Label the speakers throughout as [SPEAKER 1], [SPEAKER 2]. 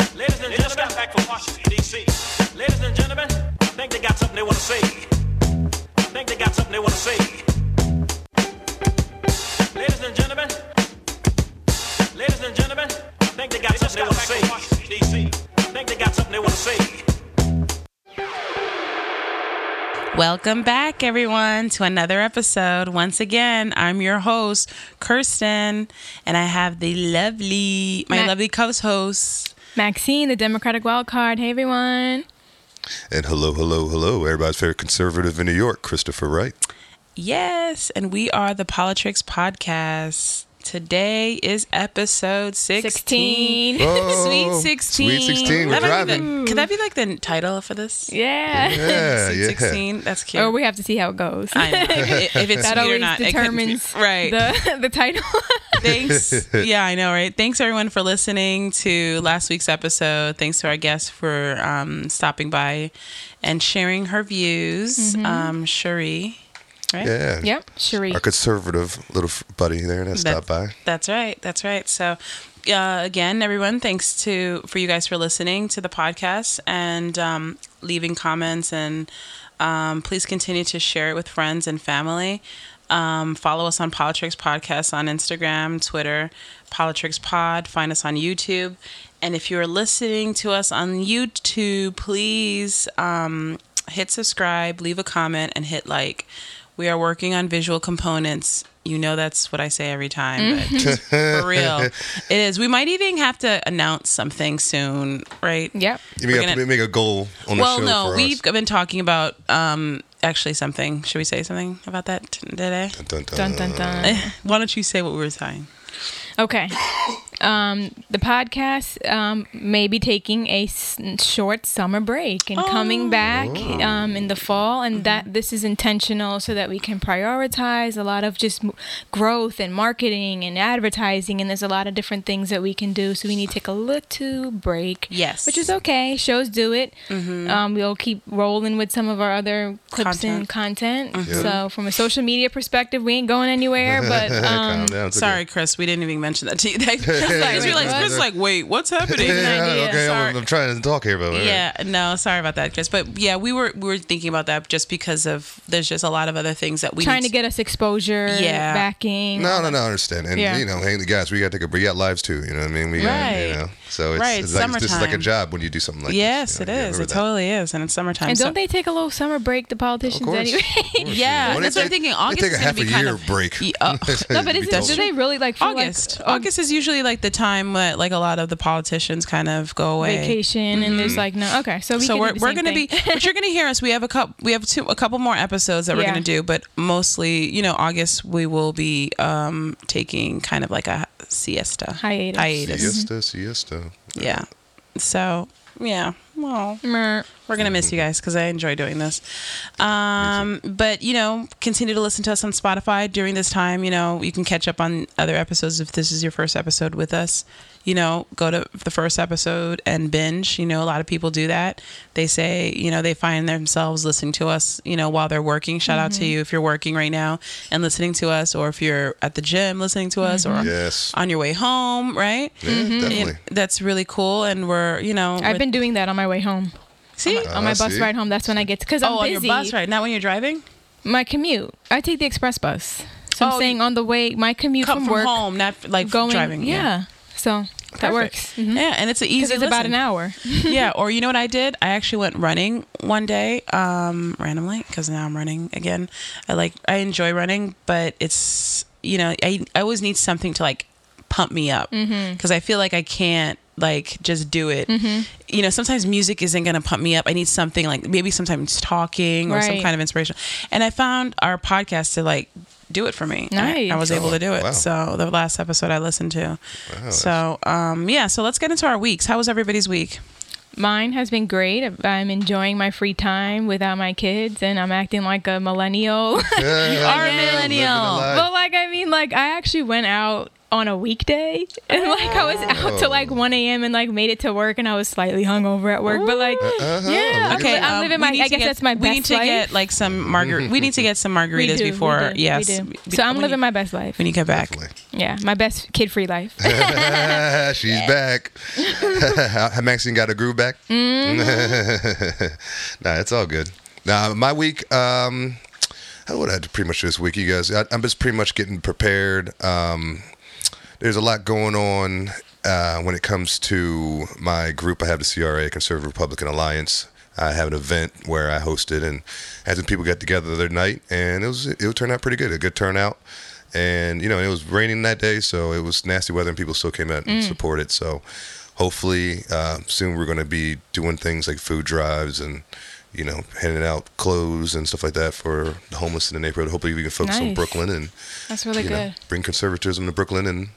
[SPEAKER 1] and gentlemen, just got back from Washington, D.C. Ladies and gentlemen, I think they got something they want to say. I think they got something they want to say. Ladies and gentlemen, ladies and gentlemen, I think they got something they want to say. D.C. I think they got something they want to say.
[SPEAKER 2] Welcome back, everyone, to another episode. Once again, I'm your host, Kirsten, and I have the lovely, my
[SPEAKER 3] Ma-
[SPEAKER 2] lovely co-host.
[SPEAKER 3] Maxine, the Democratic wild card. Hey, everyone.
[SPEAKER 4] And hello, hello, hello, everybody's favorite conservative in New York, Christopher Wright.
[SPEAKER 2] Yes, and we are the Politrix Podcast. Today is episode 16.
[SPEAKER 3] 16.
[SPEAKER 4] Whoa,
[SPEAKER 3] Oh,
[SPEAKER 2] Sweet 16.
[SPEAKER 4] Sweet 16, we're
[SPEAKER 2] That might be
[SPEAKER 4] driving.
[SPEAKER 2] the- could that be like the title for this?
[SPEAKER 3] Yeah.
[SPEAKER 4] Yeah,
[SPEAKER 2] Sweet
[SPEAKER 4] yeah.
[SPEAKER 2] 16. That's cute.
[SPEAKER 3] Or we have to see how it goes.
[SPEAKER 2] I know. If if it's
[SPEAKER 3] that
[SPEAKER 2] sweet or
[SPEAKER 3] always
[SPEAKER 2] not. it could-
[SPEAKER 3] determines
[SPEAKER 2] right.
[SPEAKER 3] the, the title.
[SPEAKER 2] Thanks. yeah, I know, right? Thanks everyone for listening to last week's episode. Thanks to our guest for um, stopping by and sharing her views. Um, Cherie, right?
[SPEAKER 4] Yeah.
[SPEAKER 3] yep, Cherie.
[SPEAKER 4] Our conservative little f- buddy there that
[SPEAKER 2] That-
[SPEAKER 4] stopped by.
[SPEAKER 2] That's right. That's right. So, uh, again, everyone, thanks to for you guys for listening to the podcast and um, leaving comments, and um, please continue to share it with friends and family. Um, follow us on Politrix Podcast on Instagram, Twitter, Politrix Pod. Find us on YouTube. And if you are listening to us on YouTube, please um, hit subscribe, leave a comment, and hit like. We are working on visual components. You know that's what I say every time, but just for real, it is. We might even have to announce something soon, right?
[SPEAKER 3] Yep.
[SPEAKER 4] You
[SPEAKER 2] We're
[SPEAKER 4] may have
[SPEAKER 2] gonna-
[SPEAKER 4] to make a goal on
[SPEAKER 2] Well,
[SPEAKER 4] the show
[SPEAKER 2] no,
[SPEAKER 4] for
[SPEAKER 2] we've
[SPEAKER 4] us.
[SPEAKER 2] been talking about um, actually something. Should we say something about that t- today? Eh,
[SPEAKER 4] Dun,
[SPEAKER 3] Dun,
[SPEAKER 4] dun,
[SPEAKER 3] dun, dun.
[SPEAKER 2] Why don't you say what we were saying?
[SPEAKER 3] Okay. Um, the podcast um, may be taking a s- short summer break and coming back um, in the fall, and that this is intentional so that we can prioritize a lot of just m- growth and marketing and advertising, and there's a lot of different things that we can do. So we need to take a little break.
[SPEAKER 2] Yes.
[SPEAKER 3] which is okay. Shows do it. Um, we'll keep rolling with some of our other clips and content. So from a social media perspective, we ain't going anywhere, but. Um,
[SPEAKER 4] Calm down, it's okay.
[SPEAKER 2] Sorry, Chris. We didn't even mention that to you. Like,
[SPEAKER 4] yeah,
[SPEAKER 2] Chris, you're like,
[SPEAKER 3] what?
[SPEAKER 2] Chris, like, wait, what's happening?
[SPEAKER 4] Yeah,
[SPEAKER 3] idea.
[SPEAKER 4] okay,
[SPEAKER 2] Sorry.
[SPEAKER 4] I'm, I'm trying to talk here, but
[SPEAKER 2] Yeah, no, sorry about that, Chris. But yeah, we were we were thinking about that just because of there's just a lot of other things that we
[SPEAKER 3] trying
[SPEAKER 2] need
[SPEAKER 3] to get us exposure,
[SPEAKER 2] Yeah.
[SPEAKER 3] backing.
[SPEAKER 4] No, no, no, I understand. And,
[SPEAKER 3] Yeah.
[SPEAKER 4] you know, hey, guys, we got to take a break. We got lives too, you know what I mean? We, uh,
[SPEAKER 2] Right.
[SPEAKER 4] you know, so it's,
[SPEAKER 2] Right,
[SPEAKER 4] it's like, this is like a
[SPEAKER 2] summertime.
[SPEAKER 4] job when you do something like
[SPEAKER 2] Yes,
[SPEAKER 4] this. you
[SPEAKER 2] it
[SPEAKER 4] know, you
[SPEAKER 2] is.
[SPEAKER 4] remember
[SPEAKER 2] It
[SPEAKER 4] that.
[SPEAKER 2] totally is, and it's summertime.
[SPEAKER 3] And
[SPEAKER 2] so-
[SPEAKER 3] don't they take a little summer break, the
[SPEAKER 4] Of
[SPEAKER 3] politicians,
[SPEAKER 4] course.
[SPEAKER 3] anyway?
[SPEAKER 4] Of course, you
[SPEAKER 2] Yeah,
[SPEAKER 4] know.
[SPEAKER 2] that's what I'm thinking. August
[SPEAKER 4] They take
[SPEAKER 2] is
[SPEAKER 4] a
[SPEAKER 2] gonna
[SPEAKER 4] half
[SPEAKER 2] be
[SPEAKER 4] a
[SPEAKER 2] kind
[SPEAKER 4] year
[SPEAKER 2] of-
[SPEAKER 4] break.
[SPEAKER 2] Yeah, uh,
[SPEAKER 3] no, but
[SPEAKER 4] To be
[SPEAKER 3] is it, do
[SPEAKER 4] told.
[SPEAKER 3] they really like feel like,
[SPEAKER 2] August.
[SPEAKER 3] oh,
[SPEAKER 2] August is usually like the time that like a lot of the politicians kind of go away.
[SPEAKER 3] vacation? And
[SPEAKER 4] Mm-hmm.
[SPEAKER 3] there's like no. Okay, so we
[SPEAKER 2] so
[SPEAKER 3] can
[SPEAKER 2] we're,
[SPEAKER 3] do the
[SPEAKER 2] we're
[SPEAKER 3] same
[SPEAKER 2] gonna be
[SPEAKER 3] thing.
[SPEAKER 2] but you're gonna hear us we have a couple we have two a couple more episodes that we're
[SPEAKER 3] Yeah.
[SPEAKER 2] gonna do but mostly you know august we will be um taking kind of like a siesta
[SPEAKER 3] Hiatus.
[SPEAKER 2] hiatus
[SPEAKER 4] Siesta,
[SPEAKER 2] Um,
[SPEAKER 4] siesta.
[SPEAKER 2] yeah so yeah well
[SPEAKER 3] Mer.
[SPEAKER 2] we're gonna miss you guys because I enjoy doing this. Um, but you know, continue to listen to us on Spotify during this time. You know, you can catch up on other episodes if this is your first episode with us. You know, go to the first episode and binge. You know, a lot of people do that. They say, you know, they find themselves listening to us, you know, while they're working. Shout out to
[SPEAKER 3] Mm-hmm.
[SPEAKER 2] you if you're working right now and listening to us, or if you're at the gym listening to us,
[SPEAKER 3] Mm-hmm.
[SPEAKER 2] or
[SPEAKER 4] Yes.
[SPEAKER 2] on your way home, right?
[SPEAKER 4] Yeah, definitely.
[SPEAKER 2] That's really cool. And we're, you know,
[SPEAKER 3] I've
[SPEAKER 2] we're-
[SPEAKER 3] been doing that on my way home,
[SPEAKER 2] see.
[SPEAKER 3] on my
[SPEAKER 4] Oh, I
[SPEAKER 3] bus
[SPEAKER 4] see.
[SPEAKER 3] ride home. That's when I get because I'm
[SPEAKER 2] oh,
[SPEAKER 3] busy.
[SPEAKER 2] on your bus, right? Not when you're driving.
[SPEAKER 3] My commute. I take the express bus. So
[SPEAKER 2] Oh,
[SPEAKER 3] I'm saying on the way, my commute
[SPEAKER 2] Come
[SPEAKER 3] from,
[SPEAKER 2] from
[SPEAKER 3] work,
[SPEAKER 2] home, not f- like
[SPEAKER 3] going.
[SPEAKER 2] driving.
[SPEAKER 3] yeah. so
[SPEAKER 2] Perfect.
[SPEAKER 3] that works. Because
[SPEAKER 2] Yeah, and it's an easy.
[SPEAKER 3] it's about
[SPEAKER 2] listen.
[SPEAKER 3] an hour.
[SPEAKER 2] yeah, or you know what I did? I actually went running one day, um, randomly, because now I'm running again. I like I enjoy running, but it's you know I I always need something to like pump me up because
[SPEAKER 3] Mm-hmm.
[SPEAKER 2] I feel like I can't like just do it. You know, sometimes music isn't gonna pump me up. I need something like maybe sometimes talking or some
[SPEAKER 3] Right.
[SPEAKER 2] kind of inspiration. And I found our podcast to like do it for me. I, I
[SPEAKER 3] Nice.
[SPEAKER 2] was able to do it.
[SPEAKER 4] Wow.
[SPEAKER 2] So the last episode I listened to. so um, yeah, so let's get into our weeks. How was everybody's week?
[SPEAKER 3] Mine has been great. I'm enjoying my free time without my kids, and I'm acting like a millennial.
[SPEAKER 4] you
[SPEAKER 2] are a millennial.
[SPEAKER 3] but like, I mean, like, I actually went out on a weekday, and
[SPEAKER 2] Oh.
[SPEAKER 3] like, I was out till like 1 a.m. and like made it to work, and I was slightly hungover at work. But like,
[SPEAKER 4] Uh-huh.
[SPEAKER 3] yeah,
[SPEAKER 4] Okay,
[SPEAKER 3] like, I'm
[SPEAKER 2] um, we
[SPEAKER 3] living my.
[SPEAKER 2] need
[SPEAKER 3] I
[SPEAKER 2] to
[SPEAKER 3] guess
[SPEAKER 2] get-
[SPEAKER 3] that's my best
[SPEAKER 2] We need to
[SPEAKER 3] life.
[SPEAKER 2] get like
[SPEAKER 4] Mm-hmm.
[SPEAKER 2] some margar. we need to get some margaritas
[SPEAKER 3] We do, we
[SPEAKER 2] before.
[SPEAKER 3] do, we
[SPEAKER 2] yes.
[SPEAKER 3] do.
[SPEAKER 2] we-
[SPEAKER 3] So I'm
[SPEAKER 2] when
[SPEAKER 3] living
[SPEAKER 2] you,
[SPEAKER 3] my best life.
[SPEAKER 2] when you get back.
[SPEAKER 4] Definitely.
[SPEAKER 3] Yeah, my best kid free life.
[SPEAKER 4] She's back. How Maxine got a groove back.
[SPEAKER 2] Mm-hmm.
[SPEAKER 4] nah, it's all good. Nah, my week. Um, I would have to pretty much this week, you guys. I, I'm just pretty much getting prepared. Um, there's a lot going on uh, when it comes to my group. I have the CRA, Conservative Republican Alliance. I have an event where I hosted, and had some people got together the other night, and it was it turned out pretty good. A good turnout, and you know it was raining that day, so it was nasty weather, and people still came out and supported. So hopefully uh, soon we're going to be doing things like food drives and. You know, handing out clothes and stuff like that for the homeless in the neighborhood. Hopefully, we can focus on
[SPEAKER 3] Nice.
[SPEAKER 4] Brooklyn and
[SPEAKER 3] That's really
[SPEAKER 4] you know,
[SPEAKER 3] good.
[SPEAKER 4] bring conservatism to Brooklyn and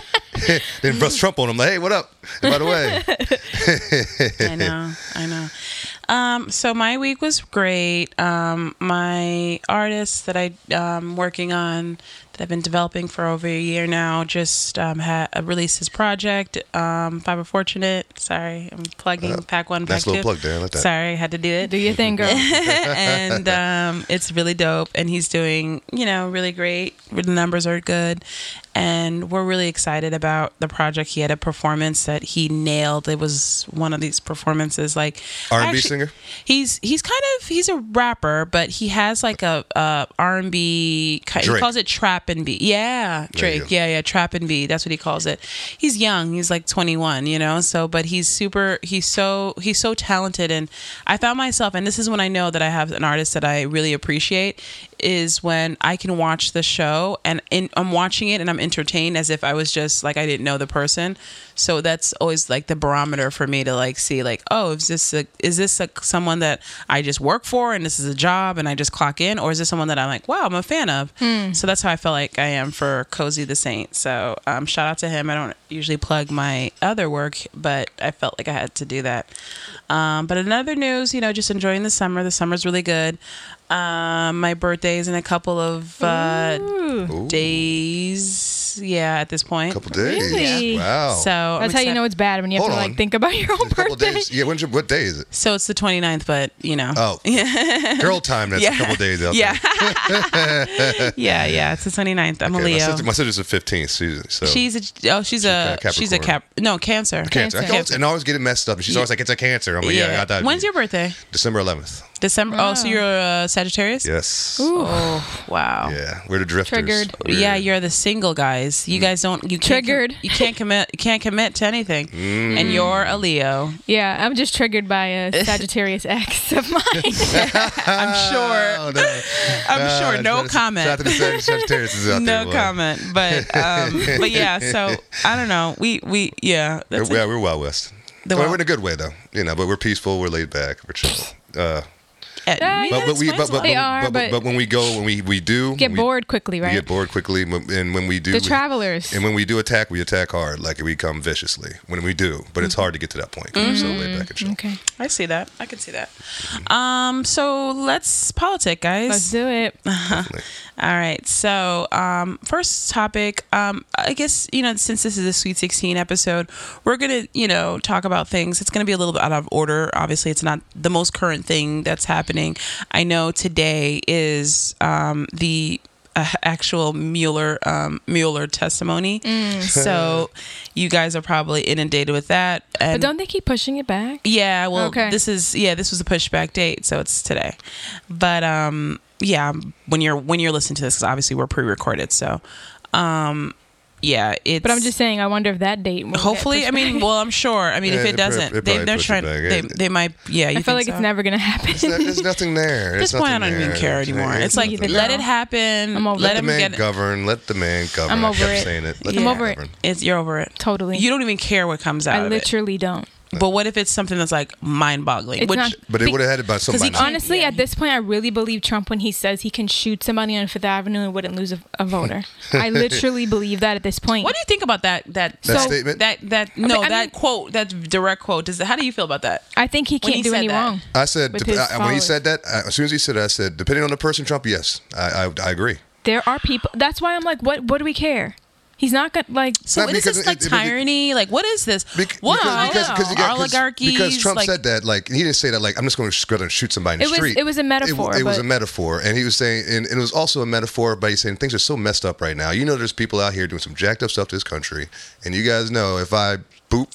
[SPEAKER 4] then bust Trump on him. Like, hey, what up? And by the way,
[SPEAKER 2] I know, I know. Um, so my week was great. Um, my artist that I um, working on that I've been developing for over a year now just um, ha- released his project. Um, Fiber Fortunate. Sorry, I'm plugging Pack One.
[SPEAKER 4] Uh, nice
[SPEAKER 2] pack
[SPEAKER 4] little
[SPEAKER 2] two.
[SPEAKER 4] plug there. I like that.
[SPEAKER 2] Sorry, I had to do it
[SPEAKER 3] Do your thing, girl.
[SPEAKER 2] and um, it's really dope. And he's doing, you know, really great. The numbers are good, and we're really excited about the project. He had a performance that he nailed. It was one of these performances, like
[SPEAKER 4] R&B
[SPEAKER 2] actually-
[SPEAKER 4] singer?
[SPEAKER 2] He's he's kind of he's a rapper, but he has like a, a R and B. He
[SPEAKER 4] Drake.
[SPEAKER 2] calls it trap and B. Yeah,
[SPEAKER 4] There you
[SPEAKER 2] Drake.
[SPEAKER 4] go.
[SPEAKER 2] Yeah, yeah, trap and B. That's what he calls it. He's young. He's like 21, you know. So, but he's super. He's so he's so talented. And I found myself, and this is when I know that I have an artist that I really appreciate, is when I can watch the show and in, I'm watching it and I'm entertained as if I was just like I didn't know the person. So that's always like the barometer for me to like see like oh is this a, is this a, someone that I just work for and this is a job and I just clock in or is this someone that I'm like wow I'm a fan of
[SPEAKER 3] Hmm.
[SPEAKER 2] so that's how I felt like I am for Cozy the Saint so um, shout out to him I don't usually plug my other work but I felt like I had to do that um, but in other news you know just enjoying the summer the summer's really good um, my birthday is in a couple of uh, days yeah at this point
[SPEAKER 4] couple oh. days.
[SPEAKER 3] Really?
[SPEAKER 4] Wow.
[SPEAKER 2] so I'm
[SPEAKER 3] That's how you
[SPEAKER 2] excited-
[SPEAKER 3] know it's bad when you have
[SPEAKER 4] Hold
[SPEAKER 3] to
[SPEAKER 4] on.
[SPEAKER 3] like think about your own
[SPEAKER 4] a couple
[SPEAKER 3] birthday.
[SPEAKER 4] days. Yeah. When's your, what day is it?
[SPEAKER 2] So it's the 29th, but you know.
[SPEAKER 4] Oh, girl time. That's a couple days out.
[SPEAKER 2] Yeah. yeah, yeah. It's the 29th. I'm
[SPEAKER 4] there.
[SPEAKER 2] a
[SPEAKER 4] Okay,
[SPEAKER 2] Leo.
[SPEAKER 4] My, sister, my sister's a 15th season, so
[SPEAKER 2] she's a oh, she's a
[SPEAKER 4] She's a
[SPEAKER 2] she's a
[SPEAKER 4] Capricorn.
[SPEAKER 2] cap no cancer.
[SPEAKER 4] cancer. I
[SPEAKER 3] Cancer.
[SPEAKER 4] always, and I always get it messed up. And she's always like, "It's a cancer." I'm like, "Yeah, I thought."
[SPEAKER 2] When's your birthday?
[SPEAKER 4] December 11th?
[SPEAKER 2] December. Oh, so you're a Sagittarius.
[SPEAKER 4] Yes.
[SPEAKER 2] Oh, wow.
[SPEAKER 4] Yeah, we're the drifters.
[SPEAKER 3] Triggered.
[SPEAKER 4] We're-
[SPEAKER 2] Yeah, you're the single guys.
[SPEAKER 4] Mm.
[SPEAKER 2] You guys don't you can't com-
[SPEAKER 3] Triggered.
[SPEAKER 2] you can't commit you can't commit to anything.
[SPEAKER 4] Mm.
[SPEAKER 2] And you're a Leo.
[SPEAKER 3] Yeah, I'm just triggered by a Sagittarius ex of mine.
[SPEAKER 2] I'm sure.
[SPEAKER 4] Oh, no.
[SPEAKER 2] I'm
[SPEAKER 4] Ah,
[SPEAKER 2] sure. No
[SPEAKER 4] shout out to- Shout out
[SPEAKER 2] comment.
[SPEAKER 4] to the Sag- Sagittarius is out
[SPEAKER 2] No
[SPEAKER 4] there, boy.
[SPEAKER 2] comment. But um but yeah, so I don't know. We we yeah, that's
[SPEAKER 4] yeah, we're Wild West.
[SPEAKER 2] The
[SPEAKER 4] Well,
[SPEAKER 2] Wild-
[SPEAKER 4] we're in a good way though, you know. But we're peaceful, we're laid back, we're chill. Uh,
[SPEAKER 2] it.
[SPEAKER 3] Yeah,
[SPEAKER 4] but, but we, but, but, but,
[SPEAKER 3] They are,
[SPEAKER 4] but,
[SPEAKER 3] but-
[SPEAKER 4] but when we go, when we we do
[SPEAKER 3] Get
[SPEAKER 4] we,
[SPEAKER 3] bored quickly,
[SPEAKER 4] we
[SPEAKER 3] right?
[SPEAKER 4] get bored quickly, m- and when we do,
[SPEAKER 3] The travelers.
[SPEAKER 4] and when we do attack, we attack hard, like we come viciously when we do. But
[SPEAKER 2] Mm-hmm.
[SPEAKER 4] it's hard to get to that point. 'cause We're so laid back and chill.
[SPEAKER 3] Okay,
[SPEAKER 2] I see that. I can see that. Um, so let's politic, guys.
[SPEAKER 3] Mm-hmm. let's do it.
[SPEAKER 4] Definitely.
[SPEAKER 2] All right. So, um, first topic, um, I guess, you know, since this is a Sweet 16 episode, we're going to, you know, talk about things. It's going to be a little bit out of order. Obviously, it's not the most current thing that's happening. I know today is um, the. Uh, actual Mueller um, Mueller testimony,
[SPEAKER 3] Mm.
[SPEAKER 2] so you guys are probably inundated with that. And
[SPEAKER 3] But don't they keep pushing it back?
[SPEAKER 2] Yeah, well,
[SPEAKER 3] Okay.
[SPEAKER 2] this is yeah, this was a pushback date, so it's today. But um, yeah, when you're when you're listening to this, 'cause obviously we're pre-recorded, so um, yeah, it's.
[SPEAKER 3] But I'm just saying, I wonder if that date. Will get
[SPEAKER 2] Hopefully, I
[SPEAKER 3] pushed
[SPEAKER 2] mean,
[SPEAKER 3] back.
[SPEAKER 2] well, I'm sure. I mean,
[SPEAKER 4] Yeah,
[SPEAKER 2] if
[SPEAKER 4] they
[SPEAKER 2] it
[SPEAKER 4] prob-
[SPEAKER 2] doesn't,
[SPEAKER 4] they
[SPEAKER 2] they,
[SPEAKER 4] probably
[SPEAKER 2] they're
[SPEAKER 4] push it
[SPEAKER 2] trying.
[SPEAKER 4] back,
[SPEAKER 2] They,
[SPEAKER 4] yeah.
[SPEAKER 2] they might. Yeah, you
[SPEAKER 3] I
[SPEAKER 2] think
[SPEAKER 3] feel like
[SPEAKER 2] so?
[SPEAKER 3] it's never gonna happen.
[SPEAKER 4] There's, no- there's nothing there.
[SPEAKER 2] At this point, I don't even care anymore. It's like
[SPEAKER 3] Neither
[SPEAKER 2] let
[SPEAKER 3] do I.
[SPEAKER 2] it happen.
[SPEAKER 3] I'm over
[SPEAKER 2] let
[SPEAKER 3] it.
[SPEAKER 4] let
[SPEAKER 2] him
[SPEAKER 4] the man
[SPEAKER 2] get.
[SPEAKER 4] govern. Let the man govern.
[SPEAKER 3] I'm
[SPEAKER 4] I
[SPEAKER 3] over
[SPEAKER 4] kept
[SPEAKER 3] it.
[SPEAKER 4] saying it. Let
[SPEAKER 2] Yeah.
[SPEAKER 4] the
[SPEAKER 2] I'm
[SPEAKER 4] man
[SPEAKER 3] over it.
[SPEAKER 4] govern.
[SPEAKER 2] It's you're over it.
[SPEAKER 3] totally.
[SPEAKER 2] You don't even care what comes out
[SPEAKER 3] I
[SPEAKER 2] of it.
[SPEAKER 3] literally don't.
[SPEAKER 2] But what if it's something that's like mind-boggling?
[SPEAKER 3] It's
[SPEAKER 2] Which
[SPEAKER 3] not-
[SPEAKER 4] But it would have had it by
[SPEAKER 2] he
[SPEAKER 4] somebody.
[SPEAKER 2] can't-
[SPEAKER 3] Honestly, at this point, I really believe Trump when he says he can shoot somebody on Fifth Avenue and wouldn't lose a, a voter. I literally believe that at this point.
[SPEAKER 2] What do you think about that? That
[SPEAKER 4] That
[SPEAKER 2] so-
[SPEAKER 4] statement?
[SPEAKER 2] That that no,
[SPEAKER 3] I mean-
[SPEAKER 2] that quote, that direct quote. Does how do you feel about that?
[SPEAKER 3] I think he
[SPEAKER 2] when
[SPEAKER 3] can't
[SPEAKER 2] he
[SPEAKER 3] do
[SPEAKER 2] said
[SPEAKER 3] any
[SPEAKER 2] that?
[SPEAKER 3] wrong.
[SPEAKER 4] I said
[SPEAKER 3] with
[SPEAKER 4] dep-
[SPEAKER 3] his
[SPEAKER 4] I- when he
[SPEAKER 3] followers.
[SPEAKER 4] said that. I, as soon as he said, it, I said, depending on the person, Trump. Yes, I I, I agree.
[SPEAKER 3] There are people. That's why I'm like, what? What do we care? He's not gonna like.
[SPEAKER 2] So
[SPEAKER 4] Not
[SPEAKER 2] what is
[SPEAKER 4] because
[SPEAKER 2] this
[SPEAKER 4] it-
[SPEAKER 2] like
[SPEAKER 4] it- because-
[SPEAKER 2] tyranny? like what is this?
[SPEAKER 4] Bec-
[SPEAKER 2] wow,
[SPEAKER 4] because, because, because, yeah, 'cause-
[SPEAKER 2] oligarchies.
[SPEAKER 4] because Trump
[SPEAKER 2] like,
[SPEAKER 4] said that, like, he didn't say that, like, I'm just going to go out and shoot somebody in the
[SPEAKER 3] It was-
[SPEAKER 4] street.
[SPEAKER 3] it was a
[SPEAKER 4] w-
[SPEAKER 3] metaphor,
[SPEAKER 4] It, was a
[SPEAKER 3] but-
[SPEAKER 4] metaphor. And he was saying, and, and it was also a metaphor by saying things are so messed up right now. You know, there's people out here doing some jacked up stuff to this country. And you guys know if I boop,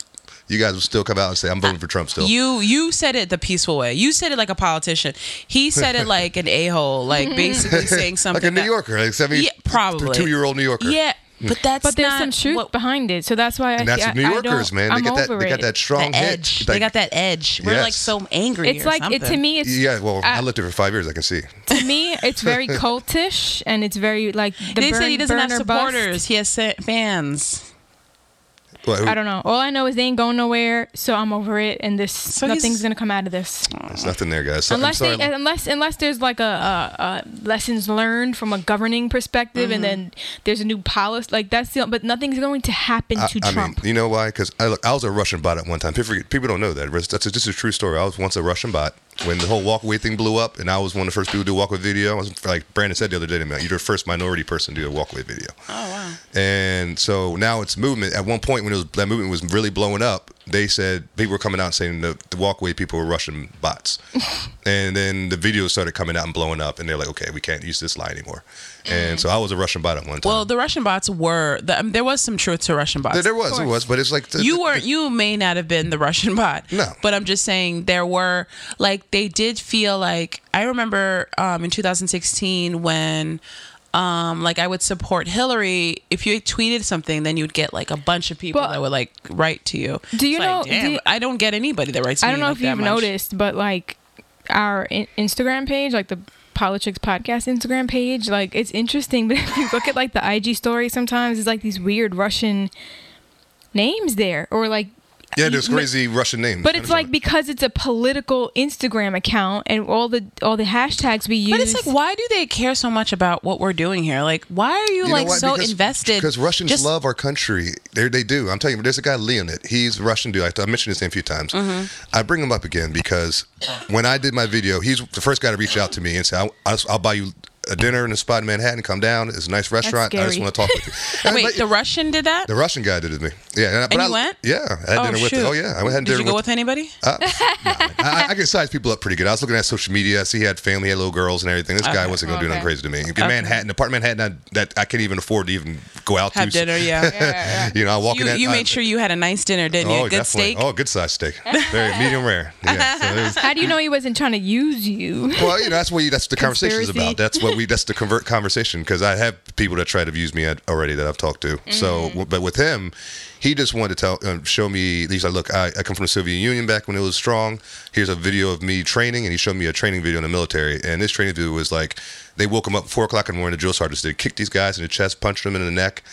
[SPEAKER 4] you guys will still come out and say, I'm voting for Trump still.
[SPEAKER 2] You you said it the peaceful way. You said it like a politician. He said it like an a hole, like basically saying something.
[SPEAKER 4] like a New
[SPEAKER 2] that-
[SPEAKER 4] Yorker, Hmm. like seventy,
[SPEAKER 2] Yeah, probably.
[SPEAKER 4] two year old New Yorker.
[SPEAKER 2] Yeah, but that's
[SPEAKER 3] But there's
[SPEAKER 2] not
[SPEAKER 3] some truth
[SPEAKER 2] what-
[SPEAKER 3] behind it, so that's why I.
[SPEAKER 4] and that's
[SPEAKER 3] I,
[SPEAKER 4] what New
[SPEAKER 3] I
[SPEAKER 4] Yorkers,
[SPEAKER 3] don't-
[SPEAKER 4] man. They
[SPEAKER 3] I'm
[SPEAKER 4] got that,
[SPEAKER 3] over
[SPEAKER 4] they got
[SPEAKER 3] it.
[SPEAKER 4] that strong
[SPEAKER 2] the edge.
[SPEAKER 4] hit.
[SPEAKER 2] they
[SPEAKER 4] Like,
[SPEAKER 2] got that edge. We're like
[SPEAKER 4] Yes.
[SPEAKER 2] so angry.
[SPEAKER 3] It's
[SPEAKER 2] or
[SPEAKER 3] like it to
[SPEAKER 2] something.
[SPEAKER 3] me. It's
[SPEAKER 4] yeah, well, I,
[SPEAKER 3] I-
[SPEAKER 4] lived there for five years. I can see.
[SPEAKER 3] to me, it's very cultish, and it's very like the
[SPEAKER 2] They
[SPEAKER 3] burn,
[SPEAKER 2] said he doesn't have
[SPEAKER 3] burner bust.
[SPEAKER 2] supporters. He has sa- fans.
[SPEAKER 4] Well,
[SPEAKER 3] I don't know. All I know is they ain't going nowhere, so I'm over it, and this
[SPEAKER 2] he's-
[SPEAKER 3] nothing's gonna come out of this
[SPEAKER 4] There's nothing there, guys. So,
[SPEAKER 3] unless
[SPEAKER 4] I'm sorry.
[SPEAKER 3] they, unless unless there's like a, a, a lessons learned from a governing perspective, and then there's a new policy. Like that's the but nothing's going to happen to
[SPEAKER 4] I
[SPEAKER 3] Trump.
[SPEAKER 4] mean, you know why? Because I, look, I was a Russian bot at one time. People, forget- people don't know that. That's a, just a true story. I was once a Russian bot when the whole walkaway thing blew up, and I was one of the first people to do a walkaway video. I was like Brandon said the other day to me, like, you're the first minority person to do a walkaway video.
[SPEAKER 2] Oh wow.
[SPEAKER 4] And so now it's movement. At one point when it was, that movement was really blowing up, they said people were coming out saying the, the walkway people were Russian bots. and then the videos started coming out and blowing up, and they're like, okay, we can't use this lie anymore. And so I was a Russian bot at one time.
[SPEAKER 2] Well, the Russian bots were. The, I mean, there was some truth to Russian bots.
[SPEAKER 4] there, there was,
[SPEAKER 3] of
[SPEAKER 4] it
[SPEAKER 3] course.
[SPEAKER 4] was, but it's like the-
[SPEAKER 2] you
[SPEAKER 4] the-
[SPEAKER 2] weren't you may not have been the russian bot
[SPEAKER 4] No.
[SPEAKER 2] but i'm just saying there were like they did feel like i remember um in 2016 when um like i would support hillary if you tweeted something then you'd get like a bunch of people
[SPEAKER 3] Well-
[SPEAKER 2] that would like write to you
[SPEAKER 3] Do you
[SPEAKER 2] It's like,
[SPEAKER 3] know- do
[SPEAKER 2] damn,
[SPEAKER 3] you-
[SPEAKER 2] i don't get anybody that writes to
[SPEAKER 3] I don't
[SPEAKER 2] me
[SPEAKER 3] know
[SPEAKER 2] like
[SPEAKER 3] if
[SPEAKER 2] that
[SPEAKER 3] you've
[SPEAKER 2] much.
[SPEAKER 3] noticed, but like our in- Instagram page, like the Politics Podcast Instagram page, like it's interesting. But if you look at like the IG story, sometimes it's like these weird Russian names there, or like
[SPEAKER 4] Yeah, there's
[SPEAKER 3] you-
[SPEAKER 4] crazy Russian names.
[SPEAKER 3] But it's like because it's a political Instagram account, and all the all the hashtags we use.
[SPEAKER 2] but it's like, why do they care so much about what we're doing here? Like, why are you, like so invested?
[SPEAKER 4] because Russians
[SPEAKER 2] Just-
[SPEAKER 4] love our country. They they do. I'm telling you, there's a guy Leonid. He's a Russian dude. I, I mentioned his name a few times.
[SPEAKER 2] Mm-hmm.
[SPEAKER 4] I bring him up again because when I did my video, he's the first guy to reach out to me and say, I'll, I'll, I'll buy you a dinner in a spot in Manhattan. Come down. It's a nice restaurant. I just
[SPEAKER 3] scary.
[SPEAKER 4] want to talk with you." And
[SPEAKER 2] Wait,
[SPEAKER 4] but-
[SPEAKER 2] the Russian did that?
[SPEAKER 4] the Russian guy did it to me. Yeah, and, I- but
[SPEAKER 2] And
[SPEAKER 4] I,
[SPEAKER 2] you went?
[SPEAKER 4] Yeah, I had
[SPEAKER 2] Oh,
[SPEAKER 4] dinner with.
[SPEAKER 2] shoot.
[SPEAKER 4] Oh yeah, I had
[SPEAKER 2] did
[SPEAKER 4] dinner
[SPEAKER 2] you go with
[SPEAKER 4] with. Uh,
[SPEAKER 2] anybody?
[SPEAKER 4] I, I can size people up pretty good. I was looking at social media. I see he had family, he had little girls and everything. This guy
[SPEAKER 2] Okay.
[SPEAKER 4] wasn't gonna do nothing
[SPEAKER 3] Okay.
[SPEAKER 4] crazy to me. If you're Manhattan, apartment Manhattan, I, that I can't even afford to even go out
[SPEAKER 2] Have
[SPEAKER 4] to.
[SPEAKER 2] dinner, yeah.
[SPEAKER 4] You know, I walk
[SPEAKER 2] You,
[SPEAKER 4] in. at-
[SPEAKER 2] you
[SPEAKER 4] I-
[SPEAKER 2] made sure you had a nice dinner, didn't you?
[SPEAKER 4] Oh,
[SPEAKER 2] Good
[SPEAKER 4] definitely.
[SPEAKER 2] steak.
[SPEAKER 4] Oh, good size steak. Very medium rare. Yeah. So it was-
[SPEAKER 3] How do you know he wasn't trying to use you?
[SPEAKER 4] well, you know, that's what you, that's what the conversation's
[SPEAKER 3] Conspiracy.
[SPEAKER 4] about. That's what we that's the convert conversation because I have people that try to abuse me at- already that I've talked to. So, w- but with him, he just wanted to tell um, show me. He's like, look, I, I come from the Soviet Union back when it was strong. Here's a video of me training, and he showed me a training video in the military. And this training video was like. They woke him up at four o'clock in the morning. The drill sergeants did kicked these guys in the chest, punched them in the neck.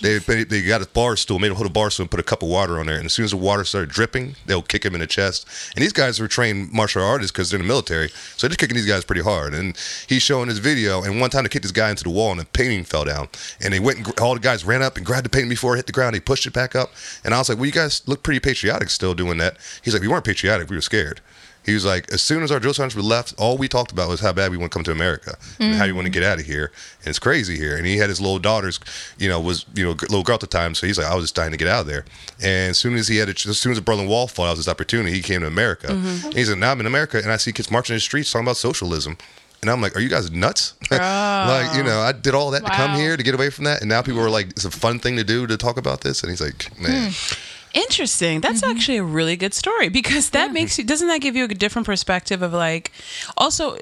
[SPEAKER 4] They they- they got a bar stool, made him hold a bar stool, and put a cup of water on there. And as soon as the water started dripping, they'll kick him in the chest. And these guys were trained martial artists because they're in the military, so they're kicking these guys pretty hard. And he's showing his video. And one time they kicked this guy into the wall, and the painting fell down. And they went, and gr- all the guys ran up and grabbed the painting before it hit the ground. They pushed it back up. And I was like, "Well, you guys look pretty patriotic still doing that." He's like, "We weren't patriotic. We were scared." He was like, as soon as our drill sergeants were left, all we talked about was how bad we want to come to America and how you want to get out of here. And it's crazy here. And he had his little daughter's, you know, was you know g- little girl at the time, so he's like, I was just dying to get out of there. And as soon as he had, a, ch- as soon as the Berlin Wall fell, that was his opportunity. He came to America. And he's like, now I'm in America, and I see kids marching in the streets talking about socialism. And I'm like, are you guys nuts? like, you know, I did all that to come
[SPEAKER 3] Wow.
[SPEAKER 4] here to get away from that, and now people are like, it's a fun thing to do to talk about this. And he's like, man,
[SPEAKER 2] Interesting. That's actually a really good story because that makes you doesn't that give you a different perspective of like also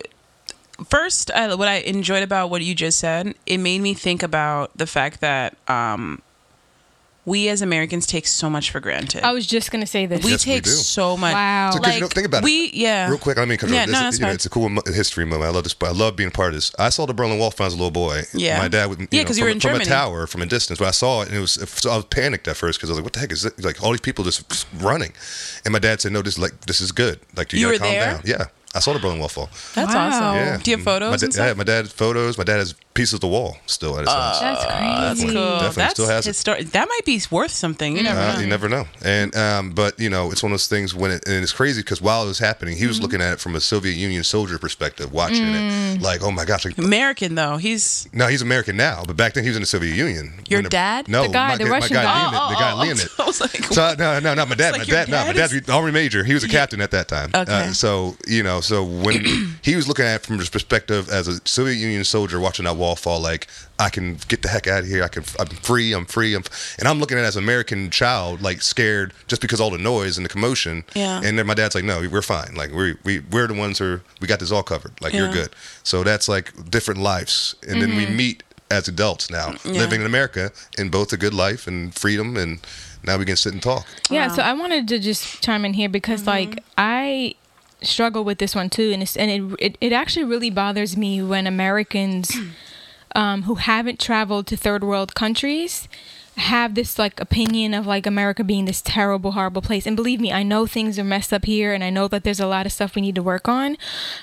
[SPEAKER 2] first I, what I enjoyed about what you just said, it made me think about the fact that um we as Americans take so much for granted.
[SPEAKER 3] I was just gonna say this.
[SPEAKER 2] we
[SPEAKER 4] Yes, we
[SPEAKER 2] take
[SPEAKER 4] do.
[SPEAKER 2] so much.
[SPEAKER 3] Oh, Wow. So,
[SPEAKER 4] 'cause you know, think about it.
[SPEAKER 2] we, yeah.
[SPEAKER 4] Real quick, I mean, 'cause
[SPEAKER 2] Yeah,
[SPEAKER 4] this,
[SPEAKER 2] no, that's
[SPEAKER 4] you know,
[SPEAKER 2] fine.
[SPEAKER 4] it's a cool mo- history moment. I love this. I love being part of this. I saw the Berlin Wall when I was a little boy.
[SPEAKER 2] Yeah.
[SPEAKER 4] my dad would. You
[SPEAKER 2] Yeah,
[SPEAKER 4] know,
[SPEAKER 2] 'cause you were
[SPEAKER 4] from-
[SPEAKER 2] in
[SPEAKER 4] from
[SPEAKER 2] Germany.
[SPEAKER 4] a tower from a distance. But I saw it, and it was. So I was panicked at first because I was like, "What the heck is it? Like all these people just running," and my dad said, "No, this is like this is good. Like you,
[SPEAKER 2] You
[SPEAKER 4] gotta
[SPEAKER 2] were
[SPEAKER 4] calm
[SPEAKER 2] there?
[SPEAKER 4] down." Yeah, I saw the Berlin Wall fall.
[SPEAKER 2] That's
[SPEAKER 3] Wow.
[SPEAKER 2] awesome.
[SPEAKER 4] Yeah. Mm-hmm.
[SPEAKER 2] Do you have
[SPEAKER 4] My
[SPEAKER 2] photos? Uh,
[SPEAKER 4] da-
[SPEAKER 2] and
[SPEAKER 4] I
[SPEAKER 2] stuff?
[SPEAKER 4] have my dad's photos. My dad has pieces the wall still at its house.
[SPEAKER 3] That's crazy.
[SPEAKER 2] That's cool.
[SPEAKER 4] Definitely
[SPEAKER 2] That's
[SPEAKER 4] still has it.
[SPEAKER 2] histor- That might be worth something. You never
[SPEAKER 4] Uh,
[SPEAKER 2] know.
[SPEAKER 4] you never know. And
[SPEAKER 3] Mm-hmm.
[SPEAKER 4] um, but you know, it's one of those things when it and it's crazy because while it was happening, he was
[SPEAKER 3] Mm-hmm.
[SPEAKER 4] looking at it from a Soviet Union soldier perspective, watching it
[SPEAKER 3] Mm.
[SPEAKER 4] like, oh my gosh. Like,
[SPEAKER 2] American though. He's
[SPEAKER 4] no, he's American now, but back then he was in the Soviet Union.
[SPEAKER 2] Your
[SPEAKER 4] When the-
[SPEAKER 2] dad?
[SPEAKER 4] No,
[SPEAKER 3] The guy,
[SPEAKER 4] my,
[SPEAKER 3] the
[SPEAKER 4] my
[SPEAKER 3] Russian
[SPEAKER 4] guy,
[SPEAKER 3] guy. Oh,
[SPEAKER 4] Leonid, the guy Leonid.
[SPEAKER 2] Oh, I was like,
[SPEAKER 4] So I- no, no, not my dad.
[SPEAKER 2] It's
[SPEAKER 4] my
[SPEAKER 2] like your
[SPEAKER 4] dad, no, my
[SPEAKER 2] dad
[SPEAKER 4] dad's
[SPEAKER 2] is-
[SPEAKER 4] army major. He was a captain at that time.
[SPEAKER 2] Okay.
[SPEAKER 4] Uh, so you know, so when he was looking at it from his perspective as a Soviet Union soldier watching that wall fall, like I can get the heck out of here. I can, I'm free. I'm free. I'm, f-" and I'm looking at it as an American child, like scared just because all the noise and the commotion.
[SPEAKER 2] Yeah.
[SPEAKER 4] And then my dad's like, no, we're fine. Like we we we're the ones who are, we got this all covered. Like
[SPEAKER 2] Yeah.
[SPEAKER 4] you're good. So that's like different lives, and then we meet. As adults now,
[SPEAKER 2] Mm-hmm. Yeah.
[SPEAKER 4] living in America, in both a good life and freedom, and now we can sit and talk.
[SPEAKER 3] Yeah, so I wanted to just chime in here because like I struggle with this one too, and it's, and it, it it actually really bothers me when Americans um, who haven't traveled to third world countries have this like opinion of like America being this terrible, horrible place. And believe me, I know things are messed up here, and I know that there's a lot of stuff we need to work on.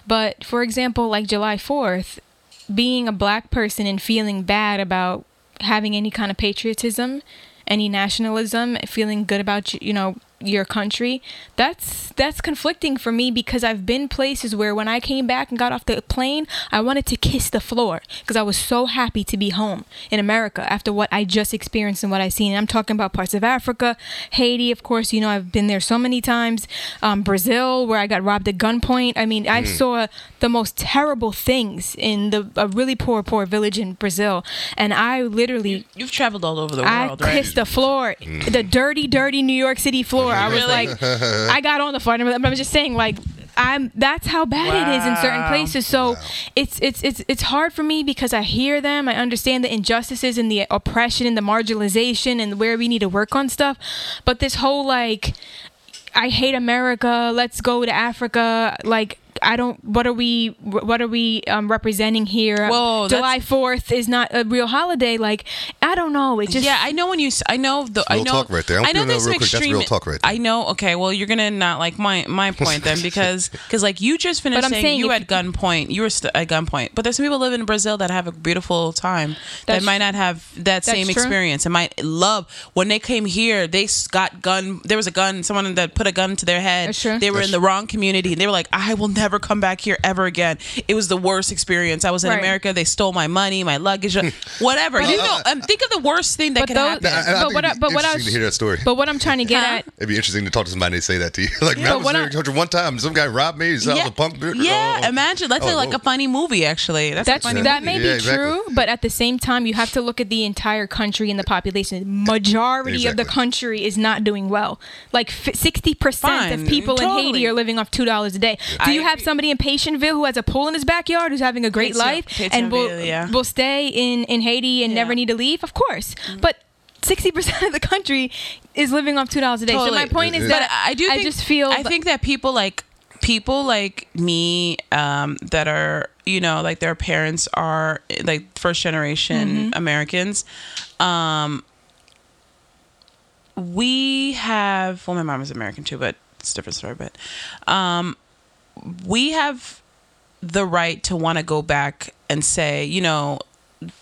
[SPEAKER 3] But for example, like July Fourth, being a black person and feeling bad about having any kind of patriotism, any nationalism, feeling good about y- you know your country, that's that's conflicting for me because I've been places where when I came back and got off the plane, I wanted to kiss the floor because I was so happy to be home in America after what I just experienced and what I seen. And I'm talking about parts of Africa, Haiti, of course. You know I've been there so many times, um, Brazil where I got robbed at gunpoint. I mean I saw the most terrible things in the a really poor poor village in Brazil, and I literally
[SPEAKER 2] you've traveled all over the
[SPEAKER 3] I
[SPEAKER 2] world, right?
[SPEAKER 3] kissed the floor, the dirty, dirty New York City floor. I was
[SPEAKER 2] Really?
[SPEAKER 3] like, I got on the floor. and I'm I'm just saying, like, I'm. That's how bad it is in certain
[SPEAKER 2] Wow.
[SPEAKER 3] places. So it's it's it's it's hard for me because I hear them. I understand the injustices and the oppression and the marginalization and where we need to work on stuff. But this whole like, I hate America. Let's go to Africa. Like. I don't. What are we? What are we um, representing here?
[SPEAKER 2] Whoa, that's-
[SPEAKER 3] July Fourth is not a real holiday. Like I don't know. It just
[SPEAKER 2] yeah, I know when you. s- I know the. I
[SPEAKER 4] real
[SPEAKER 2] know.
[SPEAKER 4] talk right there. I want
[SPEAKER 2] know
[SPEAKER 4] people to
[SPEAKER 2] there's
[SPEAKER 4] know real
[SPEAKER 2] some
[SPEAKER 4] quick, that's
[SPEAKER 2] extreme-
[SPEAKER 4] real talk right there.
[SPEAKER 2] I know. Okay, well, you're gonna not like my my point then because because like you just finished
[SPEAKER 3] But I'm
[SPEAKER 2] saying,
[SPEAKER 3] saying
[SPEAKER 2] you
[SPEAKER 3] if-
[SPEAKER 2] had gunpoint. You were st- at gunpoint, but there's some people living in Brazil that have a beautiful time that
[SPEAKER 3] That's-
[SPEAKER 2] might not have that same
[SPEAKER 3] true.
[SPEAKER 2] experience and might love when they came here. They s- got gun. There was a gun. Someone that put a gun to their head.
[SPEAKER 3] That's true.
[SPEAKER 2] They were
[SPEAKER 4] That's
[SPEAKER 2] in the wrong community and they were like, I will never come back here ever again. It was the worst experience. I was in
[SPEAKER 3] Right.
[SPEAKER 2] America. They stole my money, my luggage, uh, whatever. you know, um, think of the worst thing that
[SPEAKER 3] But
[SPEAKER 2] could happen.
[SPEAKER 3] those-
[SPEAKER 4] Nah, I- I
[SPEAKER 3] But
[SPEAKER 4] think
[SPEAKER 3] what
[SPEAKER 4] it'd
[SPEAKER 3] I-
[SPEAKER 4] be
[SPEAKER 3] but what I
[SPEAKER 4] interesting
[SPEAKER 3] was-
[SPEAKER 4] to hear that story.
[SPEAKER 3] But what I'm trying to get
[SPEAKER 2] Huh?
[SPEAKER 3] at,
[SPEAKER 4] It'd be interesting to talk to somebody and say that to you. Like, man, I was
[SPEAKER 3] what
[SPEAKER 4] in
[SPEAKER 3] I-
[SPEAKER 4] the country one time. Some guy robbed me. He's out of a punk. beer-
[SPEAKER 2] yeah,
[SPEAKER 4] oh,
[SPEAKER 2] imagine that's
[SPEAKER 4] oh,
[SPEAKER 2] like a
[SPEAKER 4] oh.
[SPEAKER 2] funny movie. Actually, that's,
[SPEAKER 3] that's
[SPEAKER 2] a funny.
[SPEAKER 3] that
[SPEAKER 4] movie.
[SPEAKER 3] may
[SPEAKER 4] Yeah,
[SPEAKER 3] be
[SPEAKER 4] exactly.
[SPEAKER 3] true, but at the same time, you have to look at the entire country and the population. Majority of the
[SPEAKER 4] Exactly.
[SPEAKER 3] country is not doing well. Like sixty percent
[SPEAKER 2] Fine,
[SPEAKER 3] of people in
[SPEAKER 2] totally.
[SPEAKER 3] Haiti are living off two dollars a day. Do
[SPEAKER 2] I
[SPEAKER 3] you have
[SPEAKER 2] agree.
[SPEAKER 3] somebody in Patientville who has a pool in his backyard who's having a great
[SPEAKER 2] Patient-
[SPEAKER 3] life and will
[SPEAKER 2] Patientville, yeah.
[SPEAKER 3] will stay in in Haiti and
[SPEAKER 2] Yeah. Mm-hmm.
[SPEAKER 3] never need to leave? Of course, but. 60% of the country is living off $2 a day. So my
[SPEAKER 2] Totally.
[SPEAKER 3] point is
[SPEAKER 4] But
[SPEAKER 3] that
[SPEAKER 2] But I do. Think,
[SPEAKER 3] I just feel
[SPEAKER 2] I think that people like people like me um, that are you know like their parents are like first generation Americans. Um, we have well, my mom is American too, but it's a different story. But um, we have the right to want to go back and say, you know,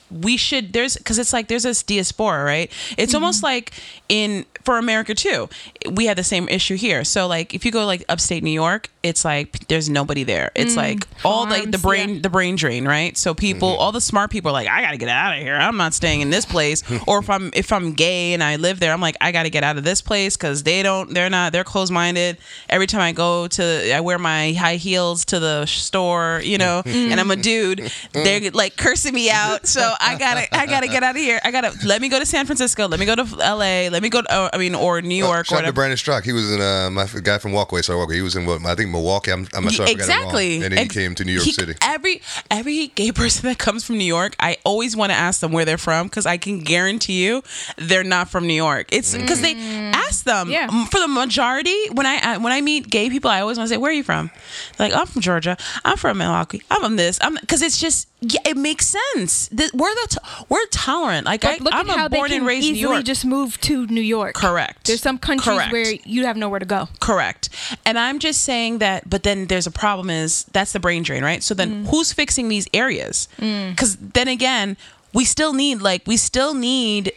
[SPEAKER 2] we should there's because it's like there's this diaspora right it's almost like in for america too we had the same issue here so like if you go like upstate new york it's like there's nobody there it's like all like the
[SPEAKER 3] farms,
[SPEAKER 2] brain
[SPEAKER 3] yeah.
[SPEAKER 2] the brain drain right so people all the smart people are like i gotta get out of here i'm not staying in this place or if i'm if i'm gay and i live there i'm like i gotta get out of this place because they don't they're not they're closed-minded every time i go to i wear my high heels to the store you know and i'm a dude they're like cursing me out so i gotta i gotta get out of here i gotta let me go to san francisco let me go to la let me go to oh, i mean or new
[SPEAKER 4] Oh,
[SPEAKER 2] york or
[SPEAKER 4] Shout out to
[SPEAKER 2] whatever
[SPEAKER 4] Brandon Strock. He was in uh, my f- guy from Walkway. Sorry, Walkway. He was in what I think Milwaukee. I'm, I'm not sure. I forgot it wrong.
[SPEAKER 2] exactly.
[SPEAKER 4] And then he
[SPEAKER 2] Ex-
[SPEAKER 4] came to New York
[SPEAKER 2] he-
[SPEAKER 4] City.
[SPEAKER 2] Every every gay person that comes from New York, I always want to ask them where they're from because I can guarantee you they're not from New York. It's because they ask them
[SPEAKER 3] Mm. Yeah.
[SPEAKER 2] m- for the majority. When I uh, when I meet gay people, I always want to say, "Where are you from?" They're like, "I'm from Georgia. I'm from Milwaukee. I'm from this." I'm because it's just yeah, it makes sense. Th- we're the t- we're tolerant. Like I,
[SPEAKER 3] But look
[SPEAKER 2] I'm
[SPEAKER 3] at how
[SPEAKER 2] a born
[SPEAKER 3] they can
[SPEAKER 2] and raised New
[SPEAKER 3] easily
[SPEAKER 2] York.
[SPEAKER 3] just move to New York.
[SPEAKER 2] Correct.
[SPEAKER 3] There's some countries
[SPEAKER 2] Correct.
[SPEAKER 3] where you have nowhere to go.
[SPEAKER 2] Correct. And I'm just saying that, but then there's a problem is that's the brain drain, right? So then who's fixing these areas? Because then again, we still need, like, we still need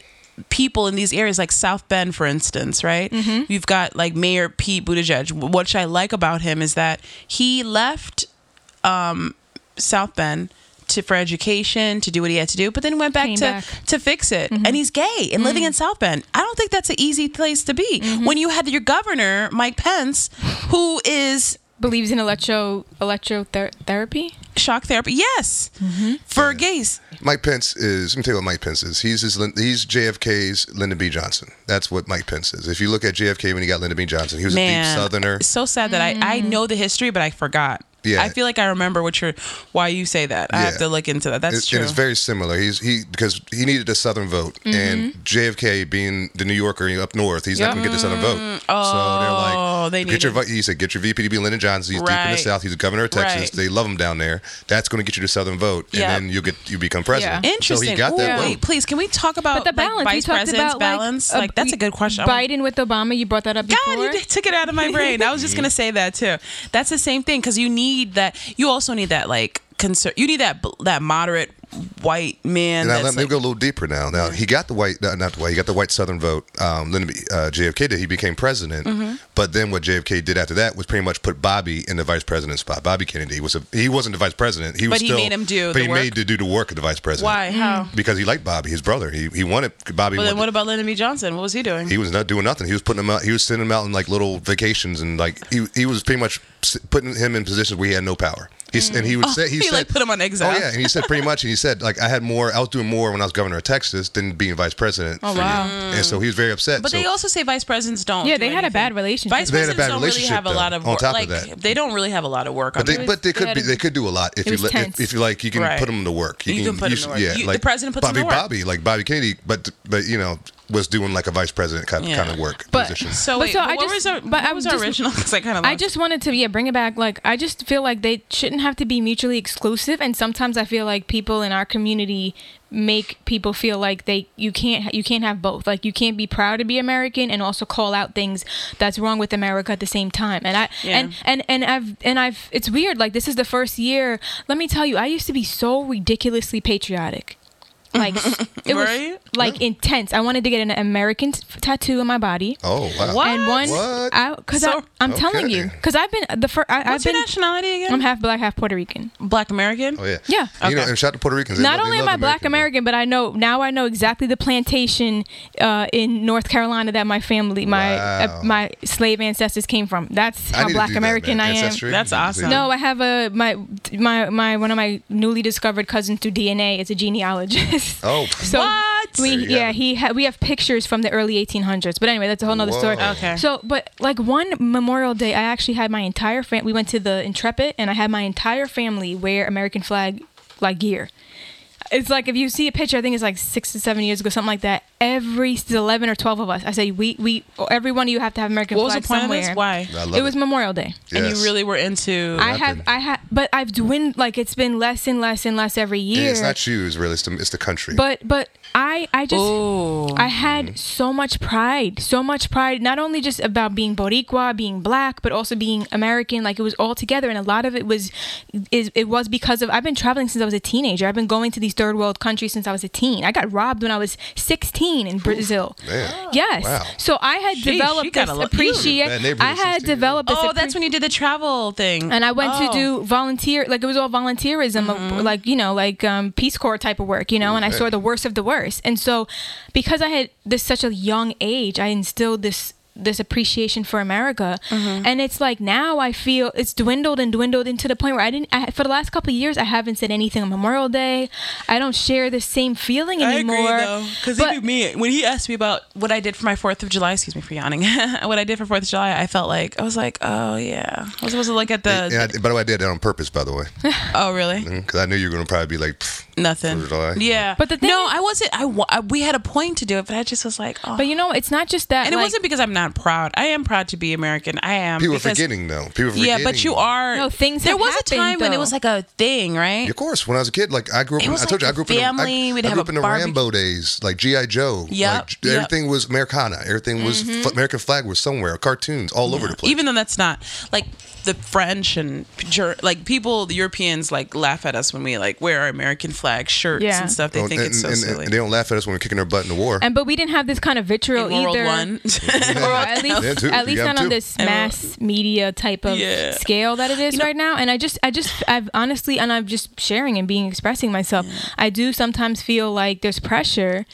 [SPEAKER 2] people in these areas, like South Bend, for instance, right? You've got like Mayor Pete Buttigieg. What I like about him is that he left South Bend to for education to do what he had to do, but then went back
[SPEAKER 3] Came
[SPEAKER 2] to
[SPEAKER 3] back. Mm-hmm. Mm.
[SPEAKER 2] to fix it. And he's gay and living in South Bend. I don't think that's an easy place to be
[SPEAKER 3] Mm-hmm.
[SPEAKER 2] when you had your governor Mike Pence, who is
[SPEAKER 3] Believes in electro electrotherapy.
[SPEAKER 2] shock therapy. Yes,
[SPEAKER 3] Mm-hmm.
[SPEAKER 2] for gays.
[SPEAKER 4] Mike Pence is. Let me tell you what Mike Pence is. He's his, Lin- he's JFK's Lyndon B. Johnson. That's what Mike Pence is. If you look at JFK when he got Lyndon B. Johnson, he was a
[SPEAKER 2] Man,
[SPEAKER 4] deep Southerner.
[SPEAKER 2] It's so sad that I
[SPEAKER 3] Mm-hmm.
[SPEAKER 2] I know the history, but I forgot.
[SPEAKER 4] Yeah.
[SPEAKER 2] I feel like I remember what you're why you say that. I have to
[SPEAKER 4] Yeah.
[SPEAKER 2] look into that. That's
[SPEAKER 4] It-
[SPEAKER 2] true. Mm-hmm.
[SPEAKER 4] And it's very similar. He's he because he needed a southern vote, and JFK being the New Yorker you know, up north, he's
[SPEAKER 3] Yep.
[SPEAKER 4] not going to get the southern vote.
[SPEAKER 2] Oh,
[SPEAKER 4] so they're
[SPEAKER 2] they
[SPEAKER 4] like, get your
[SPEAKER 2] needed-
[SPEAKER 4] vote. He said, get your VP to be Lyndon Johnson. He's deep in the
[SPEAKER 2] Right.
[SPEAKER 4] South. He's the governor of Texas.
[SPEAKER 2] Right.
[SPEAKER 4] They love him down there. That's going to get you the southern vote,
[SPEAKER 2] Yep.
[SPEAKER 4] and then you get you become president.
[SPEAKER 3] Yeah.
[SPEAKER 2] Interesting.
[SPEAKER 4] So he got
[SPEAKER 2] Ooh,
[SPEAKER 4] that
[SPEAKER 2] wait,
[SPEAKER 4] vote.
[SPEAKER 2] please, can we talk about
[SPEAKER 3] But the
[SPEAKER 2] like,
[SPEAKER 3] balance
[SPEAKER 2] vice
[SPEAKER 3] we talked
[SPEAKER 2] president's
[SPEAKER 3] about
[SPEAKER 2] balance?
[SPEAKER 3] like,
[SPEAKER 2] Like, that's a good question. I wanna-
[SPEAKER 3] Biden with Obama, you brought that up before.
[SPEAKER 2] God, you just took it out of my brain. I was just gonna say that too. That's the same thing because you need that. You also need that like concern. You need that that moderate white man.
[SPEAKER 4] And I let
[SPEAKER 2] that's
[SPEAKER 4] me
[SPEAKER 2] like,
[SPEAKER 4] go a little deeper now. Now he got the white, no, not the white. He got the white Southern vote. Um, Lyndon B, uh, JFK did. He became president.
[SPEAKER 2] Mm-hmm.
[SPEAKER 4] But then what JFK did after that was pretty much put Bobby in the vice president spot. Bobby Kennedy was a, he wasn't the vice president. He was
[SPEAKER 2] But he
[SPEAKER 4] still,
[SPEAKER 2] made him do
[SPEAKER 4] But
[SPEAKER 2] the
[SPEAKER 4] he
[SPEAKER 2] work?
[SPEAKER 4] made to do the work of the vice president.
[SPEAKER 3] Mm.
[SPEAKER 2] Why? How?
[SPEAKER 4] Because he liked Bobby, his brother. He he wanted Bobby.
[SPEAKER 2] But then
[SPEAKER 4] wanted-
[SPEAKER 2] what about Lyndon B. Johnson? What was he doing?
[SPEAKER 4] he was not doing nothing. He was putting him out. He was sending him out on like little vacations and like he he was pretty much s- putting him in positions where he had no power. He s and he would say he,
[SPEAKER 2] Mm. Oh, he,
[SPEAKER 4] said
[SPEAKER 2] like, put him on exile.
[SPEAKER 4] Oh yeah, and he said pretty much and he said like I had more. I was doing more when I was governor of Texas than being vice president. Oh
[SPEAKER 2] wow.
[SPEAKER 4] And so he was very upset.
[SPEAKER 2] but
[SPEAKER 4] so,
[SPEAKER 2] they also say vice presidents don't.
[SPEAKER 3] Yeah,
[SPEAKER 2] do
[SPEAKER 3] they had a
[SPEAKER 2] anything.
[SPEAKER 3] bad relationship.
[SPEAKER 2] Vice
[SPEAKER 4] They had a
[SPEAKER 2] presidents
[SPEAKER 4] bad
[SPEAKER 2] don't really
[SPEAKER 4] relationship,
[SPEAKER 2] have a
[SPEAKER 4] though,
[SPEAKER 2] lot of
[SPEAKER 4] on
[SPEAKER 2] work.
[SPEAKER 4] top
[SPEAKER 2] like
[SPEAKER 4] of that.
[SPEAKER 2] they don't really have a lot of work on
[SPEAKER 4] but they,
[SPEAKER 2] that.
[SPEAKER 4] but they
[SPEAKER 3] It was-
[SPEAKER 4] could
[SPEAKER 3] it
[SPEAKER 4] be.
[SPEAKER 3] had-
[SPEAKER 4] They could do a lot
[SPEAKER 3] it
[SPEAKER 4] if you
[SPEAKER 3] was
[SPEAKER 4] let-
[SPEAKER 3] tense.
[SPEAKER 4] if, if you like. You can
[SPEAKER 2] Right.
[SPEAKER 4] put them to work.
[SPEAKER 2] You can put 'em
[SPEAKER 4] should-
[SPEAKER 2] to work.
[SPEAKER 4] Yeah,
[SPEAKER 2] You- the
[SPEAKER 4] like
[SPEAKER 2] president puts 'em
[SPEAKER 4] Bobby
[SPEAKER 2] to work.
[SPEAKER 4] Bobby like Bobby Kennedy, but but you know was doing like a vice president kind,
[SPEAKER 2] Yeah.
[SPEAKER 4] kind of work
[SPEAKER 3] But-
[SPEAKER 4] position.
[SPEAKER 2] so
[SPEAKER 3] But
[SPEAKER 2] wait,
[SPEAKER 3] so
[SPEAKER 2] but
[SPEAKER 3] I
[SPEAKER 2] what
[SPEAKER 3] just-
[SPEAKER 2] was our,
[SPEAKER 3] but
[SPEAKER 2] what
[SPEAKER 3] I
[SPEAKER 2] was our
[SPEAKER 3] just-
[SPEAKER 2] original? Because I kind of
[SPEAKER 3] I just wanted to yeah bring it back. Like I just feel like they shouldn't have to be mutually exclusive, and sometimes I feel like people in our community make people feel like they you can't you can't have both. Like you can't be proud to be American and also call out things that's wrong with America at the same time. And I
[SPEAKER 2] Yeah.
[SPEAKER 3] and and and I've and I've it's weird. Like this is the first year. Let me tell you, I used to be so ridiculously patriotic. Like it was
[SPEAKER 2] Right?
[SPEAKER 3] like intense. I wanted to get an American t- tattoo on my body.
[SPEAKER 4] oh wow.
[SPEAKER 2] What?
[SPEAKER 3] And one,
[SPEAKER 4] What?
[SPEAKER 3] I, cause
[SPEAKER 2] So-
[SPEAKER 3] I, am telling
[SPEAKER 4] Okay.
[SPEAKER 3] you, because I've been the first. I've
[SPEAKER 2] What's your
[SPEAKER 3] been.
[SPEAKER 2] nationality again?
[SPEAKER 3] I'm half black, half Puerto Rican.
[SPEAKER 2] black American.
[SPEAKER 4] Oh yeah.
[SPEAKER 3] Yeah.
[SPEAKER 4] You know,
[SPEAKER 2] Okay.
[SPEAKER 4] and shout out to Puerto Ricans. They
[SPEAKER 3] Not
[SPEAKER 4] love-
[SPEAKER 3] only
[SPEAKER 4] they
[SPEAKER 3] am
[SPEAKER 4] love
[SPEAKER 3] I black
[SPEAKER 4] Americans.
[SPEAKER 3] American, but I know now I know exactly the plantation uh, in North Carolina that my family, my
[SPEAKER 4] Wow.
[SPEAKER 3] uh, my slave ancestors came from. That's
[SPEAKER 4] I
[SPEAKER 3] how
[SPEAKER 4] need to
[SPEAKER 3] black
[SPEAKER 4] do that,
[SPEAKER 3] American
[SPEAKER 4] man.
[SPEAKER 3] I am.
[SPEAKER 4] Ancestry.
[SPEAKER 2] That's awesome.
[SPEAKER 3] No, I have a my my my one of my newly discovered cousins through DNA is a genealogist.
[SPEAKER 4] Oh.
[SPEAKER 3] so
[SPEAKER 2] What?
[SPEAKER 3] We,
[SPEAKER 4] There you have
[SPEAKER 3] yeah,
[SPEAKER 4] it.
[SPEAKER 3] he ha- we have pictures from the early 1800s. But anyway, that's a whole nother story.
[SPEAKER 4] Whoa.
[SPEAKER 2] Okay.
[SPEAKER 3] So, but like one Memorial Day, I actually had my entire family. We went to the Intrepid, and I had my entire family wear American flag like gear. It's like if you see a picture, I think it's like six to seven years ago, something like that. Every it's eleven or twelve of us, I say we we every one of you have to have American
[SPEAKER 2] What was
[SPEAKER 3] flag
[SPEAKER 2] the point of
[SPEAKER 3] somewhere.
[SPEAKER 2] this? Why?
[SPEAKER 4] I love
[SPEAKER 3] It was Memorial Day.
[SPEAKER 2] And
[SPEAKER 4] Yes.
[SPEAKER 2] you really were into.
[SPEAKER 3] I have,
[SPEAKER 4] happened?
[SPEAKER 3] I have, but I've dwindled. Like it's been less and less and less every
[SPEAKER 4] And
[SPEAKER 3] year.
[SPEAKER 4] It's not shoes, really. It's the, it's the country.
[SPEAKER 3] but but I I just
[SPEAKER 2] Ooh.
[SPEAKER 3] I had so much pride, so much pride. Not only just about being Boricua, being black, but also being American. Like it was all together, and a lot of it was is it was because of I've been traveling since I was a teenager. I've been going to these third world countries since I was a teen. I got robbed when I was 16 in Brazil.
[SPEAKER 4] Man.
[SPEAKER 3] Yes.
[SPEAKER 4] Wow.
[SPEAKER 3] So I had
[SPEAKER 2] Sheesh, you
[SPEAKER 3] developed
[SPEAKER 2] got
[SPEAKER 3] this
[SPEAKER 2] a lot-
[SPEAKER 4] Bad
[SPEAKER 3] appreciation.
[SPEAKER 4] neighborhood
[SPEAKER 3] I
[SPEAKER 4] at
[SPEAKER 3] had
[SPEAKER 4] 16 years
[SPEAKER 3] developed this.
[SPEAKER 2] oh, that's when you did the travel thing.
[SPEAKER 3] and I went
[SPEAKER 2] Oh. Mm-hmm.
[SPEAKER 3] to do volunteer, like it was all volunteerism, of, like you know, like um, Peace Corps type of work, you know. And I saw the worst of the worst, and so because I had this such a young age, I instilled this this appreciation for America,
[SPEAKER 2] Mm-hmm.
[SPEAKER 3] and it's like now I feel it's dwindled and dwindled into the point where I didn't. I, for the last couple of years, I haven't said anything on Memorial Day. I don't share the same feeling anymore.
[SPEAKER 2] because
[SPEAKER 3] But-
[SPEAKER 2] even me, when he asked me about what I did for my Fourth of July, excuse me for yawning, what I did for Fourth of July, I felt like I was like, oh yeah, I was supposed to look at
[SPEAKER 4] And I,
[SPEAKER 2] the.
[SPEAKER 4] by the way, I did that on purpose, by the way,
[SPEAKER 2] oh really?
[SPEAKER 4] because I knew you were going to probably be like, "Pfft,
[SPEAKER 2] Nothing.
[SPEAKER 4] Fourth of July.
[SPEAKER 2] Yeah,
[SPEAKER 3] But the thing
[SPEAKER 2] no,
[SPEAKER 3] is-
[SPEAKER 2] I wasn't. I, wa- I we had a point to do it, but I just was like, oh.
[SPEAKER 3] But you know, it's not just that.
[SPEAKER 2] and it
[SPEAKER 3] like-
[SPEAKER 2] wasn't because I'm not not proud. I am proud to be American. I am.
[SPEAKER 4] People are
[SPEAKER 2] because-
[SPEAKER 4] forgetting though. People are forgetting.
[SPEAKER 2] Yeah, but you are.
[SPEAKER 3] No, things
[SPEAKER 2] There
[SPEAKER 3] have
[SPEAKER 2] was a
[SPEAKER 3] happened,
[SPEAKER 2] time when it
[SPEAKER 3] though.
[SPEAKER 2] was like a thing, right?
[SPEAKER 4] Of course, when I was a kid, like I grew up,
[SPEAKER 2] It
[SPEAKER 4] in,
[SPEAKER 2] was
[SPEAKER 4] I told
[SPEAKER 2] like
[SPEAKER 4] you, I
[SPEAKER 2] a
[SPEAKER 4] grew up
[SPEAKER 2] family,
[SPEAKER 4] in the, I,
[SPEAKER 2] we'd
[SPEAKER 4] I
[SPEAKER 2] have
[SPEAKER 4] grew
[SPEAKER 2] a
[SPEAKER 4] up in the
[SPEAKER 2] barbecue-
[SPEAKER 4] Rambo days, like GI Joe.
[SPEAKER 2] Yep,
[SPEAKER 4] like, j-
[SPEAKER 2] yep.
[SPEAKER 4] everything was Americana. Everything was f- American flag was somewhere. Cartoons all over the place.
[SPEAKER 2] Mm-hmm. Even though that's not like the French and Ger- like people, the Europeans like laugh at us when we like wear our American flag shirts
[SPEAKER 3] Yeah.
[SPEAKER 2] and stuff. They
[SPEAKER 4] Oh,
[SPEAKER 2] think
[SPEAKER 4] and,
[SPEAKER 2] it's so
[SPEAKER 4] and-
[SPEAKER 2] silly.
[SPEAKER 4] and they don't laugh at us when we're kicking their butt in the war.
[SPEAKER 3] And but we didn't have this kind of vitriol
[SPEAKER 2] In World
[SPEAKER 3] either.
[SPEAKER 2] One.
[SPEAKER 3] Or at least,
[SPEAKER 4] Yeah, too.
[SPEAKER 3] at
[SPEAKER 4] You
[SPEAKER 3] least
[SPEAKER 4] got
[SPEAKER 3] not on
[SPEAKER 4] them too.
[SPEAKER 3] this
[SPEAKER 2] And-
[SPEAKER 3] mass media type of
[SPEAKER 2] Yeah.
[SPEAKER 3] scale that it is right now. And I just, I just, I've honestly, and I'm just sharing and being expressing myself. I do sometimes feel like there's pressure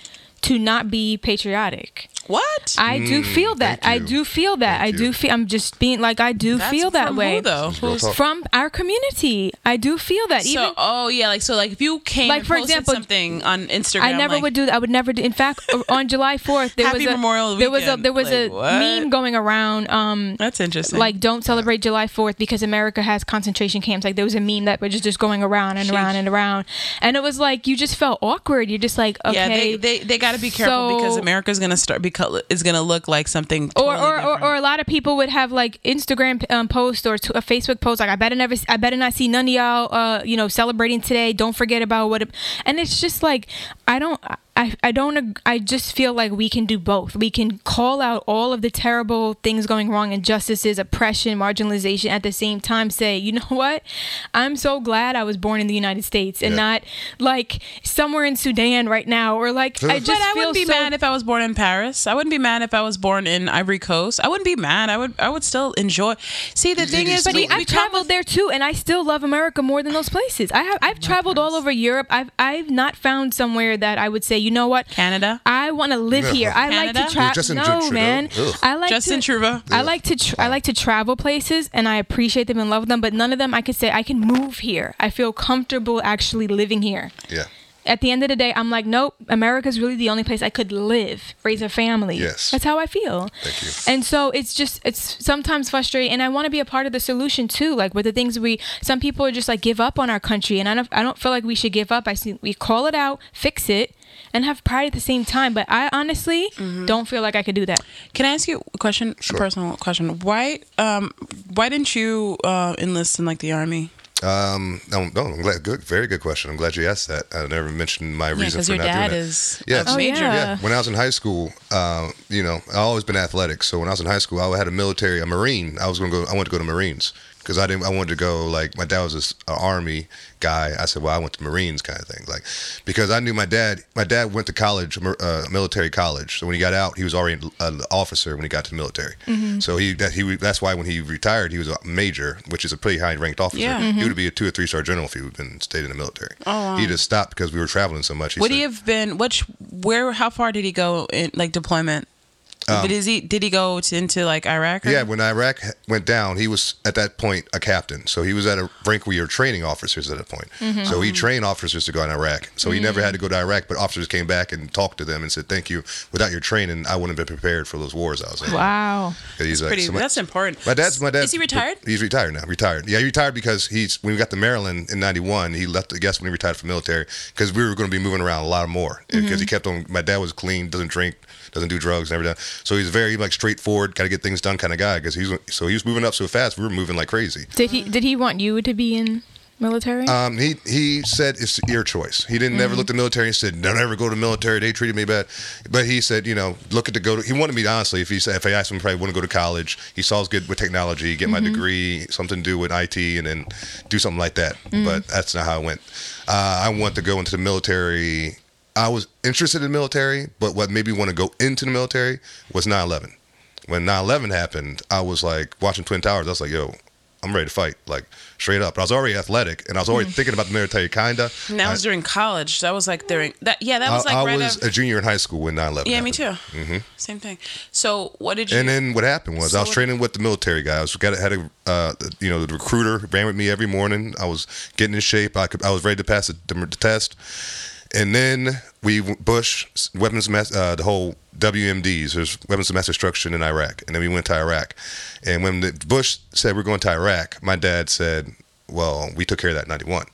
[SPEAKER 3] to not be patriotic.
[SPEAKER 2] what?
[SPEAKER 3] I do feel that. I
[SPEAKER 4] Mm, thank you.
[SPEAKER 3] do feel that.
[SPEAKER 4] Thank
[SPEAKER 3] I do
[SPEAKER 4] you.
[SPEAKER 3] feel. I'm just being like I do
[SPEAKER 2] That's
[SPEAKER 3] feel that
[SPEAKER 2] from
[SPEAKER 3] way.
[SPEAKER 2] Who, though? Who's-
[SPEAKER 4] talk.
[SPEAKER 3] From our community, I do feel that.
[SPEAKER 2] So,
[SPEAKER 3] Even
[SPEAKER 2] oh yeah, like so, like if you came
[SPEAKER 3] Like,
[SPEAKER 2] and
[SPEAKER 3] for
[SPEAKER 2] posted
[SPEAKER 3] example,
[SPEAKER 2] something on Instagram,
[SPEAKER 3] I never
[SPEAKER 2] like,
[SPEAKER 3] would do that. I would never do. In fact, on July 4th, there
[SPEAKER 2] Happy
[SPEAKER 3] was a
[SPEAKER 2] Memorial
[SPEAKER 3] there was a
[SPEAKER 2] Weekend.
[SPEAKER 3] there was a
[SPEAKER 2] Like, what?
[SPEAKER 3] meme going around. Um,
[SPEAKER 2] That's interesting.
[SPEAKER 3] like don't celebrate July 4th because America has concentration camps. Like there was a meme that was just, just going around and around
[SPEAKER 2] Sheesh.
[SPEAKER 3] and around, and it was like you just felt awkward. You're just like okay,
[SPEAKER 2] yeah, they they, they got to be careful because
[SPEAKER 3] so-
[SPEAKER 2] America's gonna start because it's gonna look like something
[SPEAKER 3] or,
[SPEAKER 2] totally
[SPEAKER 3] or, or,
[SPEAKER 2] different.
[SPEAKER 3] or a lot of people would have like Instagram um, post or t- a Facebook post like I better never I better not see none of y'all uh, you know celebrating today don't forget about what it, and it's just like I don't I, I don't ag- I just feel like we can do both we can call out all of the terrible things going wrong injustices oppression marginalization at the same time say you know what I'm so glad I was born in the United States and
[SPEAKER 4] Yeah.
[SPEAKER 3] not like somewhere in Sudan right now or like I just
[SPEAKER 2] but I
[SPEAKER 3] feel
[SPEAKER 2] wouldn't be
[SPEAKER 3] so
[SPEAKER 2] mad if I was born in Paris. I wouldn't be mad if I was born in Ivory Coast. I wouldn't be mad. I would. I would still enjoy. See, the thing
[SPEAKER 4] you
[SPEAKER 2] is,
[SPEAKER 4] still-
[SPEAKER 2] we,
[SPEAKER 4] But
[SPEAKER 2] we
[SPEAKER 3] I've
[SPEAKER 2] come
[SPEAKER 3] traveled there too, and I still love America more than those places. I have I've traveled all over Europe. I've I've not found somewhere that I would say, you know what,
[SPEAKER 2] Canada.
[SPEAKER 3] I want to live here. I like
[SPEAKER 2] Canada?
[SPEAKER 3] to travel.
[SPEAKER 4] Justin
[SPEAKER 3] No,
[SPEAKER 4] Trudeau.
[SPEAKER 3] man,
[SPEAKER 4] Ugh.
[SPEAKER 3] I like
[SPEAKER 2] Justin
[SPEAKER 3] to.
[SPEAKER 2] Truba.
[SPEAKER 3] I like to tr- I like to travel places and I appreciate them and love them, but none of them I could say I can move here. I feel comfortable actually living here.
[SPEAKER 4] yeah.
[SPEAKER 3] At the end of the day, I'm like, nope, America's really the only place I could live, raise a family.
[SPEAKER 4] Yes.
[SPEAKER 3] That's how I feel.
[SPEAKER 4] Thank you.
[SPEAKER 3] And so it's just it's sometimes frustrating, and I want to be a part of the solution too. Like with the things we, some people are just like give up on our country, and I don't I don't feel like we should give up. I see we call it out, fix it, and have pride at the same time. But I honestly don't feel like I could do that.
[SPEAKER 2] Can I ask you a question? A personal question. Why? Um, why didn't you uh, enlist in like the army?
[SPEAKER 4] Um, no, no, I'm glad. Good, very good question. I'm glad you asked that. I never mentioned my reason
[SPEAKER 2] 'cause
[SPEAKER 4] for
[SPEAKER 2] your
[SPEAKER 4] not
[SPEAKER 2] dad
[SPEAKER 4] doing that.
[SPEAKER 2] is
[SPEAKER 4] yeah,
[SPEAKER 2] a Oh, major. yeah.
[SPEAKER 4] When I was in high school, uh, you know, I always been athletic. So when I was in high school, I had a military, a marine. I was gonna go. I wanted to go to Marines because I didn't. I wanted to go like my dad was this uh, army guy. I said, well, I went to Marines kind of thing, like because I knew my dad. My dad went to college, mer- uh, military college. So when he got out, he was already an- an officer when he got to the military.
[SPEAKER 2] Mm-hmm.
[SPEAKER 4] So he that he that's why when he retired, he was a major, which is a pretty high ranked officer.
[SPEAKER 2] Yeah. Mm-hmm.
[SPEAKER 4] He would be a two or three star general if he would been stayed in the military.
[SPEAKER 2] Oh, wow.
[SPEAKER 4] He just stopped because we were traveling so much. He
[SPEAKER 2] Would
[SPEAKER 4] said-
[SPEAKER 2] he have been? Which? Where? How far did he go in like deployment? did is he? Did he go to, into like Iraq? Or?
[SPEAKER 4] Um, Yeah, when Iraq went down, he was at that point a captain. So he was at a rank where you're training officers at that point.
[SPEAKER 2] Mm-hmm.
[SPEAKER 4] So he trained officers to go in Iraq. So he
[SPEAKER 2] Mm.
[SPEAKER 4] never had to go to Iraq, but officers came back and talked to them and said, "Thank you. Without your training, I wouldn't have been prepared for those wars I was in."
[SPEAKER 3] Wow.
[SPEAKER 4] He's like,
[SPEAKER 2] Pretty,
[SPEAKER 4] so my-
[SPEAKER 2] that's important.
[SPEAKER 4] my dad's my dad.
[SPEAKER 2] Is he retired?
[SPEAKER 4] He's retired now. Retired. Yeah, he retired because he's when we got to Maryland in '91. He left. I guess when he retired from military because we were going to be moving around a lot more
[SPEAKER 2] Mm-hmm.
[SPEAKER 4] because he kept on. My dad was clean, doesn't drink, doesn't do drugs, never done. So he's very like straightforward, got to get things done kind of guy. Because he's so he was moving up so fast. We were moving like crazy.
[SPEAKER 3] Did he did he want you to be in military?
[SPEAKER 4] Um, he he said it's your choice. He didn't never look the military and said don't ever go to military. They treated me bad, but he said you know look at the go. To, he wanted me to, honestly. If he said if I asked him, probably wouldn't go to college. He saw I was good with technology, get my degree, something to do with IT, and then do something like that. But that's not how it went. Uh, I want to go into the military. I was interested in military, but what made me want to go into the military was 9/11. When 9/11 happened, I was like watching Twin Towers. I was like, yo. I'm ready to fight, like straight up. But I was already athletic, and I was already thinking about the military, kinda.
[SPEAKER 2] And Mm. that was during college. That was like during that. Yeah, that was like
[SPEAKER 4] I, I
[SPEAKER 2] right
[SPEAKER 4] was
[SPEAKER 2] after.
[SPEAKER 4] a junior in high school when 9/11.
[SPEAKER 2] yeah, me too.
[SPEAKER 4] happened.
[SPEAKER 2] Same thing. So what did you?
[SPEAKER 4] Mm-hmm. And then what happened was
[SPEAKER 2] So
[SPEAKER 4] I was
[SPEAKER 2] what-
[SPEAKER 4] training with the military guys. Got had a uh, you know the recruiter ran with me every morning. I was getting in shape. I could I was ready to pass the, the, test. And then we Bush weapons mass, uh, the whole WMDs. There's weapons of mass destruction in Iraq. And then we went to Iraq. And when the, Bush said we're going to Iraq, my dad said, "Well, we took care of that in '91."